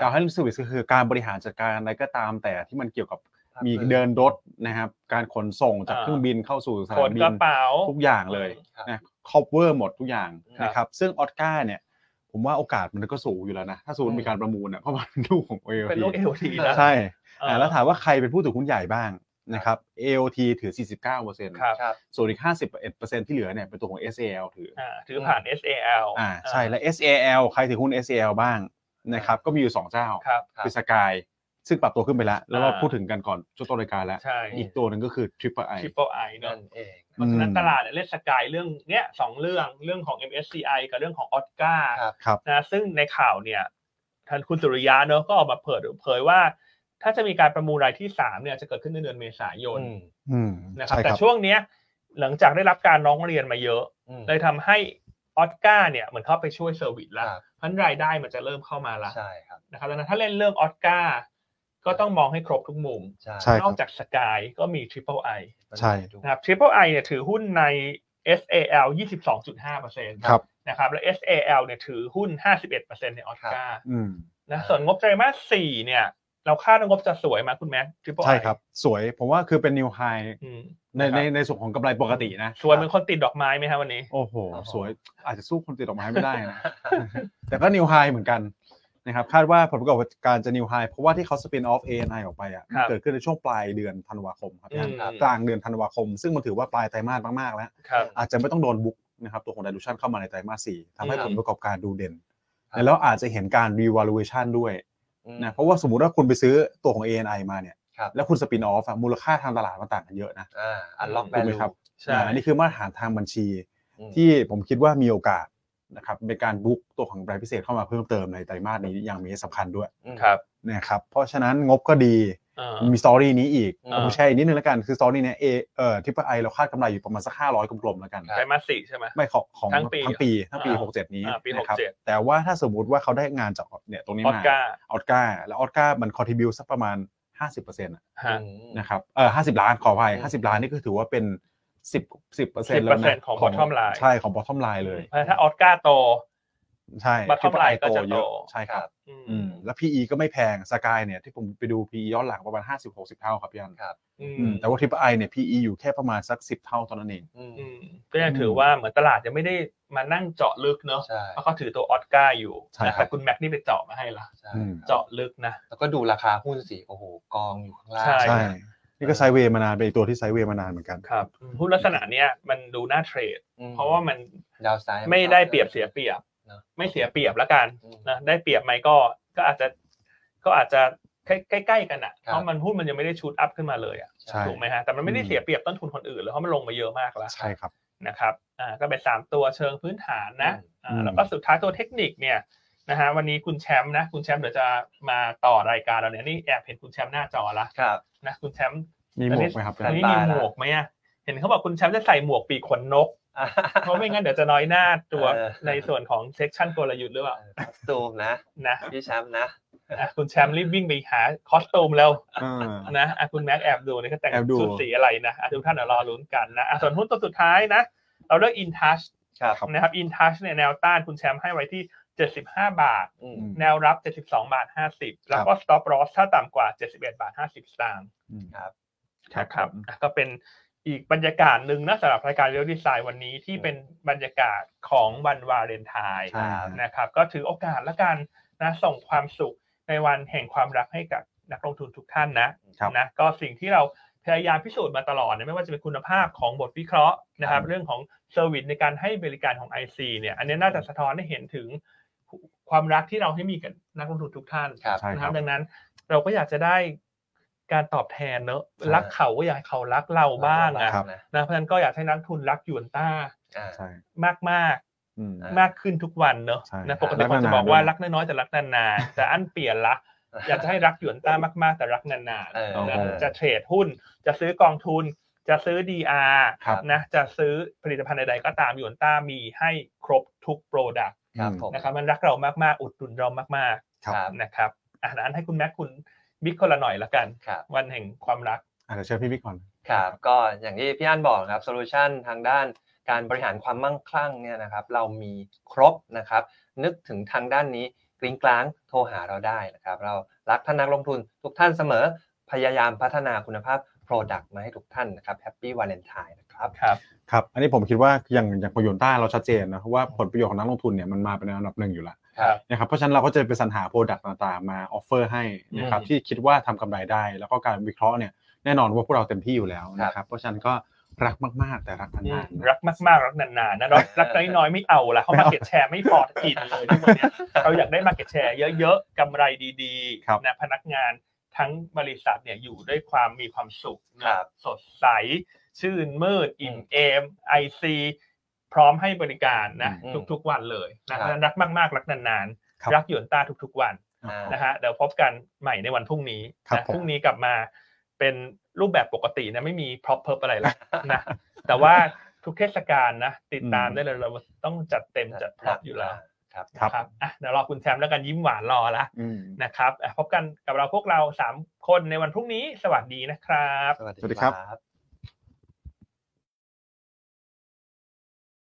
[SPEAKER 2] ground handling service ก็คือการบริหารจัดการอะไรก็ตามแต่ที่มันเกี่ยวกับมีเดินรถนะครับ การขนส่งจาก
[SPEAKER 1] อ่า
[SPEAKER 2] เครื่องบินเข้าสู่
[SPEAKER 1] ข
[SPEAKER 2] สนาม
[SPEAKER 1] น
[SPEAKER 2] บิ
[SPEAKER 1] กระ
[SPEAKER 2] น
[SPEAKER 1] เป๋า
[SPEAKER 2] ทุกอย่างเลย
[SPEAKER 3] ครับ
[SPEAKER 2] นะ cover หมดทุกอย่าง
[SPEAKER 3] ครับ
[SPEAKER 2] นะครับ ซึ่งออสการ์เนี่ย ผมว่าโอกาสมันก็สูงอยู่แล้วนะ ถ้าสูง
[SPEAKER 3] อืม
[SPEAKER 2] มีการประมูลเนี่ยเพราะมัน <laughs> เป็นลูกของ AOT
[SPEAKER 1] เป็นลูก AOT นะ
[SPEAKER 2] ใช่
[SPEAKER 1] เอ่อ
[SPEAKER 2] อ่าแล้วถามว่าใครเป็นผู้ถือหุ้นใหญ่บ้างนะครับ AOT ถือ 49%
[SPEAKER 1] ครับ
[SPEAKER 3] ครับ
[SPEAKER 2] ส่วนอีก 51%ที่เหลือเนี่ยเป็นตัวของ SAL ถือ
[SPEAKER 1] อ่าถือผ่าน SAL
[SPEAKER 2] อ่าใช่และ SAL ใครถือหุ้น SAL บ้างนะครับ ก็มีอยู่ 2 เจ้า
[SPEAKER 1] ครับ
[SPEAKER 3] ครับ
[SPEAKER 2] คือสกายซึ่งปรับตัวขึ้นไปแล้ว แล้วเรา
[SPEAKER 1] อ่า
[SPEAKER 2] พูดถึงกันก่อนช่วงต้นรายการแล้ว
[SPEAKER 1] ใช่
[SPEAKER 2] อีกตัวหนึ่งก็คือ Triple I
[SPEAKER 1] Triple I เนอะ
[SPEAKER 3] นั่นเอง
[SPEAKER 1] เพราะฉะนั้น
[SPEAKER 2] อืม
[SPEAKER 1] ตลาดเนี่ยเล่นสกายเรื่องเนี้ยสองเรื่องเรื่องของ MSCI กับเรื่องของออสกา
[SPEAKER 3] ครับ
[SPEAKER 2] ครับ
[SPEAKER 1] นะซึ่งในข่าวเนี่ยท่านคุณสุริยะเนอะก็ออกมาเผยเผยว่า ถ้าจะมีการประมูลรายที่สามเนี่ยจะเกิดขึ้นในเดือนเมษายน
[SPEAKER 3] อืม
[SPEAKER 2] อืม
[SPEAKER 1] นะครับ
[SPEAKER 2] ใช่
[SPEAKER 1] แต่
[SPEAKER 2] ครับ
[SPEAKER 1] ช่วงเนี้ยหลังจากได้รับการร้องเรียนมาเยอะ
[SPEAKER 3] อืม
[SPEAKER 1] เลยทำให้ออสกาเนี่ยเหมือนเข้าไปช่วยเซอร์วิสละ
[SPEAKER 3] ครับ
[SPEAKER 1] เพราะฉะนั้นรายได้มันจะเริ่มเข้ามาละ
[SPEAKER 3] ใช่ครับ
[SPEAKER 1] นะครับดังนั้นถ้าเล่นเรื่องออสกาก็ต้องมองให้ครบทุกมุม
[SPEAKER 2] ใช่
[SPEAKER 1] นอกจากสกายก็มี Triple I
[SPEAKER 2] ใช่
[SPEAKER 1] นะครับ Triple I เนี่ยถือหุ้นใน SAL 22.5%
[SPEAKER 2] ครับ
[SPEAKER 1] นะครับ และ SAL เนี่ยถือหุ้น 51%ในออสการ์
[SPEAKER 2] อืม
[SPEAKER 1] นะ
[SPEAKER 3] อ่า
[SPEAKER 1] ส่วนงบไตรมาส4เนี่ย เราคาดว่างบจะสวยไหมาคุณแม็ก Triple I
[SPEAKER 2] ใช่ครับ สวยผมว่าคือเป็นนิวไฮ
[SPEAKER 1] อืม
[SPEAKER 2] ในในในส่วนของกำไรปกตินะ
[SPEAKER 1] สวยเหมือนคนติดดอกไม้ไหมฮะวันนี้
[SPEAKER 2] โอ้โห
[SPEAKER 3] ครับผม
[SPEAKER 2] สวยอาจจะสู้คนติดดอกไม้ไม่ได้นะ <laughs> แต่ก็นิวไฮเหมือนกันนะครับ คาดว่าผลประกอบการจะนิวไฮเพราะว่าที่เขาสปินออฟ ANI ออกไปอ่ะ
[SPEAKER 1] ครับ
[SPEAKER 2] เกิดขึ้นในช่วงปลายเดือนธันวาคมครับ
[SPEAKER 1] อื
[SPEAKER 2] นะ
[SPEAKER 1] ม
[SPEAKER 2] กลางเดือนธันวาคม ซึ่งมันถือว่าปลายไตรมาสมากๆแล้ว
[SPEAKER 1] ครับ
[SPEAKER 2] อาจจะไม่ต้องโดนบุ๊กนะครับตัวของ dilution เข้ามาในไตรมาสสี่ทำให้
[SPEAKER 1] อืม
[SPEAKER 2] ผลประกอบการดูเด่น
[SPEAKER 3] ครับ
[SPEAKER 2] แล้วอาจจะเห็นการ revaluation ด้วย
[SPEAKER 3] อืม
[SPEAKER 2] นะเพราะว่าสมมุติว่าคุณไปซื้อตัวของ ANI มาเนี่ย
[SPEAKER 3] ครับ
[SPEAKER 2] แล้วคุณสปินออฟมูลค่าทางตลาดมันต่างกันเยอะนะ
[SPEAKER 3] อ่าอันล็อกแว
[SPEAKER 2] ถูกไหม
[SPEAKER 3] ลู
[SPEAKER 2] ครับ
[SPEAKER 1] ใช่
[SPEAKER 2] อ่านี่คือมาตรฐานทางบัญชี
[SPEAKER 3] อืม
[SPEAKER 2] ที่ผมคิดว่ามีโอกาสนะครับในการบุ๊กตัวของรายพิเศษเข้ามาเพิ่มเติมในไตรมาสนี้อย่างมีนัยสำคัญด้วย
[SPEAKER 1] ครับ
[SPEAKER 2] นะครับเพราะฉะนั้นงบก็ดี
[SPEAKER 1] เอ่อ
[SPEAKER 2] มีสตอรี่นี้อีกผ
[SPEAKER 3] อ่า
[SPEAKER 2] มแชร์อีกนิดนึงแล้วกันคือสตอรี่เนี้ยเอเอ่อทิปไอเราคาดกำไรอยู่ประมาณสักห้าร้อยกลมๆแล้วกัน
[SPEAKER 1] ไตรมาส4ใช่ไหม
[SPEAKER 2] ไม่ของของ
[SPEAKER 1] ทั้งปี
[SPEAKER 2] ทั้งปีทั้งปี
[SPEAKER 1] อ่า
[SPEAKER 2] หกเจ็ดนี้
[SPEAKER 1] อ่าปี
[SPEAKER 2] นะครับ
[SPEAKER 1] 67
[SPEAKER 2] แต่ว่าถ้าสมมุติว่าเขาได้งานจากเนี่ยตรงนี้
[SPEAKER 1] ออส
[SPEAKER 2] มา
[SPEAKER 1] การ์
[SPEAKER 2] ออสการ์แล้วออสการ์มันคอนทิบิวสักประมาณ 50%อะ
[SPEAKER 1] ฮะ
[SPEAKER 2] นะครับเออห้าสิบล้านขออภัย
[SPEAKER 3] อืม
[SPEAKER 2] ห้าสิบล้านนี่ก็ถือว่าเป็นสิบสิบเปอร์เซ็นต์แล้วนะ
[SPEAKER 1] 10%ของ bottom line
[SPEAKER 2] ใช่ของ bottom line เลย
[SPEAKER 1] เพราะฉะนั้นถ้าออสการ์โต
[SPEAKER 2] ใช่
[SPEAKER 1] bottom
[SPEAKER 2] Triple I
[SPEAKER 1] line ก็
[SPEAKER 2] โต
[SPEAKER 1] จะโต
[SPEAKER 2] เยอะใช่ครับ
[SPEAKER 1] อืม
[SPEAKER 2] อืมแล้ว PE ก็ไม่แพงสกายเนี่ยที่ผมไปดู PE ย้อนหลังประมาณ 50 60 เท่าครับพี่อัน
[SPEAKER 1] อืม
[SPEAKER 2] อืมแต่ว่า Triple I เนี่ย PE อยู่แค่ประมาณสัก 10 เท่าตอนนั้นเอง
[SPEAKER 3] อืม
[SPEAKER 1] อืมก็ยังถือว่าเหมือนตลาดยังไม่ได้มานั่งเจาะลึกเนอะ
[SPEAKER 3] ใช่
[SPEAKER 1] แล้วก็ถือตัวออสการ์อยู่
[SPEAKER 2] ใช่
[SPEAKER 1] นะ
[SPEAKER 2] ครั
[SPEAKER 1] แต่
[SPEAKER 2] บ
[SPEAKER 1] คุณแม็กนี่ไปเจาะมาให้ละ
[SPEAKER 3] ใช่
[SPEAKER 2] อืม
[SPEAKER 3] ครับ
[SPEAKER 1] เจาะลึกนะ
[SPEAKER 3] แล้วก็ดูราคาหุ้นสิโอ้โหกองอยู่ข้างล่าง
[SPEAKER 1] ใช่
[SPEAKER 2] ใช่ นี่ก็ไซด์เวย์มานานเป็นอีกตัวที่ไซด์เวย์มานานเหมือนกัน
[SPEAKER 1] ครับหุ้นลักษณะเนี้ยมันดูน่าเทรด
[SPEAKER 3] อืม
[SPEAKER 1] เพราะว่ามัน
[SPEAKER 3] ดาวไซด์
[SPEAKER 1] ไม่ได้เปรียบเสียเปรียบ
[SPEAKER 3] เนอะ
[SPEAKER 1] ไม่เสียเปรียบละกัน
[SPEAKER 3] อืม
[SPEAKER 1] นะได้เปรียบไหมก็ก็อาจจะก็อาจจะใกล้ๆกันอ่ะ
[SPEAKER 3] ครับ
[SPEAKER 1] เพราะมันหุ้นมันยังไม่ได้ชูดอัพขึ้นมาเลยอ่ะ
[SPEAKER 2] ใช่
[SPEAKER 1] ถูกไหมฮะแต่มันไม่ได้เสียเปรียบต้นทุนคนอื่นเลยเพราะมันลงมาเยอะมากแล้ว
[SPEAKER 2] ใช่ครับ
[SPEAKER 1] นะครับอ่าก็เป็นสามตัวเชิงพื้นฐานนะ
[SPEAKER 2] อืม
[SPEAKER 1] อ่าแล้วก็สุดท้ายตัวเทคนิคเนี่ยนะฮะวันนี้คุณแชมป์นะคุณแชมป์เดี๋ยวจะมาต่อรายการเราเนี่ยนี่แอบเห็นคุณแชมป์หน้าจอละ
[SPEAKER 3] ครับ <laughs>
[SPEAKER 1] นะคุณแชมป์
[SPEAKER 2] มีหมวกไหมครับ
[SPEAKER 1] ตอนนี้
[SPEAKER 3] ตา
[SPEAKER 1] มี
[SPEAKER 3] ยละ
[SPEAKER 1] หมวกไหมอะเห็นเขาบอกคุณแชมป์จะใส่หมวกปีกขนนก เพราะไม่งั้นเดี๋ยวจะน้อยหน้าตัว
[SPEAKER 3] เออ
[SPEAKER 1] ในส่วนของเซ็กชันกลยุทธ์หรือเปล่า
[SPEAKER 3] คอสตูมนะ
[SPEAKER 1] นะ
[SPEAKER 3] พี่แชมป์นะ
[SPEAKER 1] อ่ะคุณแชมป์รีบวิ่งไปหาคอสตูมแล้ว
[SPEAKER 2] อ่า
[SPEAKER 1] นะอ่ะคุณแม็กแอบดูนี่เขาแต่ง
[SPEAKER 2] แอบดู
[SPEAKER 1] ชุดสีอะไรนะอ่ะทุกท่านเดี๋ยวรอลุ้นกันนะอ่ะส่วนหุ้นตัวสุดท้ายนะ เราเลือกอินทัช
[SPEAKER 3] ครับ
[SPEAKER 1] นะครับอินทัชเนี่ยแนวต้านคุณแชมป์ให้ไว้ที่ 75 บาท
[SPEAKER 3] อืม
[SPEAKER 2] อืม
[SPEAKER 1] แนวรับ 72 บาท 50 แล้วก็ stop loss ถ้าต่ำกว่า 71 บาท 50สตางค์
[SPEAKER 2] ครับ
[SPEAKER 1] นะครับอ่ะก็เป็นอีกบรรยากาศหนึ่งนะสำหรับรายการเรียลดีไซน์วันนี้ที่เป็นบรรยากาศของวันวาเลนไทน์
[SPEAKER 2] ใช่
[SPEAKER 1] นะครับก็ถือโอกาสละกันนะส่งความสุขในวันแห่งความรักให้กับนักลงทุนทุกท่านนะครับ นะก็สิ่งที่เราพยายามพิสูจน์มาตลอดเนี่ยไม่ว่าจะเป็นคุณภาพของบทวิเคราะห์นะครับเรื่องของเซอร์วิสในการให้บริการของ IC เนี่ยอันนี้น่าจะสะท้อนให้เห็นถึงความรักที่เราให้มีกับนักลงทุนทุกท่าน
[SPEAKER 3] ครับ
[SPEAKER 2] ใช่
[SPEAKER 1] นะ
[SPEAKER 2] ค
[SPEAKER 1] ค
[SPEAKER 2] รั
[SPEAKER 1] รับ บดังนั้นเราก็อยากจะได้ การตอบแทนเนอะ
[SPEAKER 3] ใช่
[SPEAKER 1] รักเขาก็อยากให้เขารักเราบ้าง
[SPEAKER 3] นะ
[SPEAKER 1] นะครับ นะ เพราะฉะนั้นก็อยากให้นักทุนรักหยวนต้า
[SPEAKER 3] อ่า
[SPEAKER 2] ใช่
[SPEAKER 1] มาก
[SPEAKER 2] อืม
[SPEAKER 1] ๆ มากขึ้นทุกวันเนอะ
[SPEAKER 2] ใช่
[SPEAKER 1] นะปกติคนจะบอกว่ารักน้อยๆแต่รักนานๆแต่อันเปลี่ยนละ อยากจะให้รักหยวนต้ามากๆ แต่รักนาน
[SPEAKER 3] เออ
[SPEAKER 1] ๆนะ
[SPEAKER 2] โอเค
[SPEAKER 1] จะเทรดหุ้น จะซื้อกองทุน จะซื้อ DR
[SPEAKER 2] ครับ
[SPEAKER 1] นะจะซื้อผลิตภัณฑ์ใดๆก็ตามหยวนต้ามีให้ครบทุกโปรดักต์
[SPEAKER 3] ครับผม
[SPEAKER 1] นะครับมันรักเรามากๆ อุดหนุนเรามาก
[SPEAKER 2] ครับ
[SPEAKER 3] ครับ
[SPEAKER 1] ๆนะครับอ่ะนั้นให้คุณแม็กคุณบิ๊กคนละหน่อยละกัน
[SPEAKER 3] ครับ
[SPEAKER 1] วันแห่งความรัก
[SPEAKER 2] อ่ะเดี๋ยวเชิญพี่บิ๊กก่อน
[SPEAKER 3] ครับก็อย่างที่พี่อันบอกนะครับโซลูชันทางด้านการบริหารความมั่งคั่งเนี่ยนะครับเรามีครบนะครับนึกถึงทางด้านนี้กริ้งกลางโทรหาเราได้นะครับเรารักท่านนักลงทุนทุกท่านเสมอพยายามพัฒนาคุณภาพ Product มาให้ทุกท่านนะครับแฮปปี้วาเลนไทน์นะครับ
[SPEAKER 1] ครับ
[SPEAKER 2] ครับ อันนี้ผมคิดว่าอย่างอย่างประโยชน์ต้าเราชัดเจนนะว่าผลประโยชน์ของนักลงทุนเนี่ยมันมาเป็นอันดับหนึ่งอยู่แล้ว
[SPEAKER 1] ครับ
[SPEAKER 2] นะครับ เพราะฉะนั้นเราก็จะไปสรรหาโปรดักต์ต่างๆมาออฟเฟอร์ให้นะครับ
[SPEAKER 1] อืม
[SPEAKER 2] ที่คิดว่าทำกำไรได้ แล้วก็การวิเคราะห์เนี่ยแน่นอนว่าพวกเราเต็มที่อยู่แล้วนะครับ เพราะฉะนั้นก็รักมากๆ แต่รักนานๆนะ
[SPEAKER 1] รักมากๆ รักนานๆนะเนาะรักน้อยๆไม่เอาละเขามาเก็ตแชร์ไม่พอ <laughs> กินเลยทุกวันเนี้ย <laughs> เราอยากได้มาเก็ตแชร์เยอะๆกำไรดี
[SPEAKER 2] ครับ
[SPEAKER 1] ๆนะพนักงานทั้งบริษัทเนี่ยอยู่ด้วยความมีความสุขนะครับ สดใส ชื่นมืดอิ่มเอมไอซีพร้อมให้บริการนะ
[SPEAKER 3] อืม
[SPEAKER 1] ทุกๆวันเลยนะ
[SPEAKER 3] ค
[SPEAKER 1] เพราะ
[SPEAKER 3] รับ
[SPEAKER 1] ฉะนั้นรักมากๆ รักนาน
[SPEAKER 2] ครับ
[SPEAKER 1] ๆ รักหยวนต้าทุกๆวัน
[SPEAKER 2] อ่า
[SPEAKER 3] อ่า
[SPEAKER 1] นะฮะเดี๋ยวพบกันใหม่ในวันพรุ่งนี้
[SPEAKER 2] ครับ
[SPEAKER 1] นะ
[SPEAKER 2] ผม
[SPEAKER 1] พรุ่งนี้กลับมาเป็นรูปแบบปกตินะไม่มีพร็อพเพิบอะไรแล้วนะแต่ว่าทุกเทศกาลนะ ติดตามได้เลยเราต้องจัดเต็มจัดพร็อพอยู่แล้ว
[SPEAKER 3] ครับ
[SPEAKER 2] ครับ
[SPEAKER 1] นะครับอ่ะเดี๋ยวรอคุณแชมป์แล้วกันยิ้มหวานรอละ
[SPEAKER 2] อืม
[SPEAKER 1] นะครับอ่ะพบกันกับเราพวกเราสามคนในวันพรุ่งนี้สวัสดีนะครับ
[SPEAKER 2] สวัสดีครับ
[SPEAKER 3] บ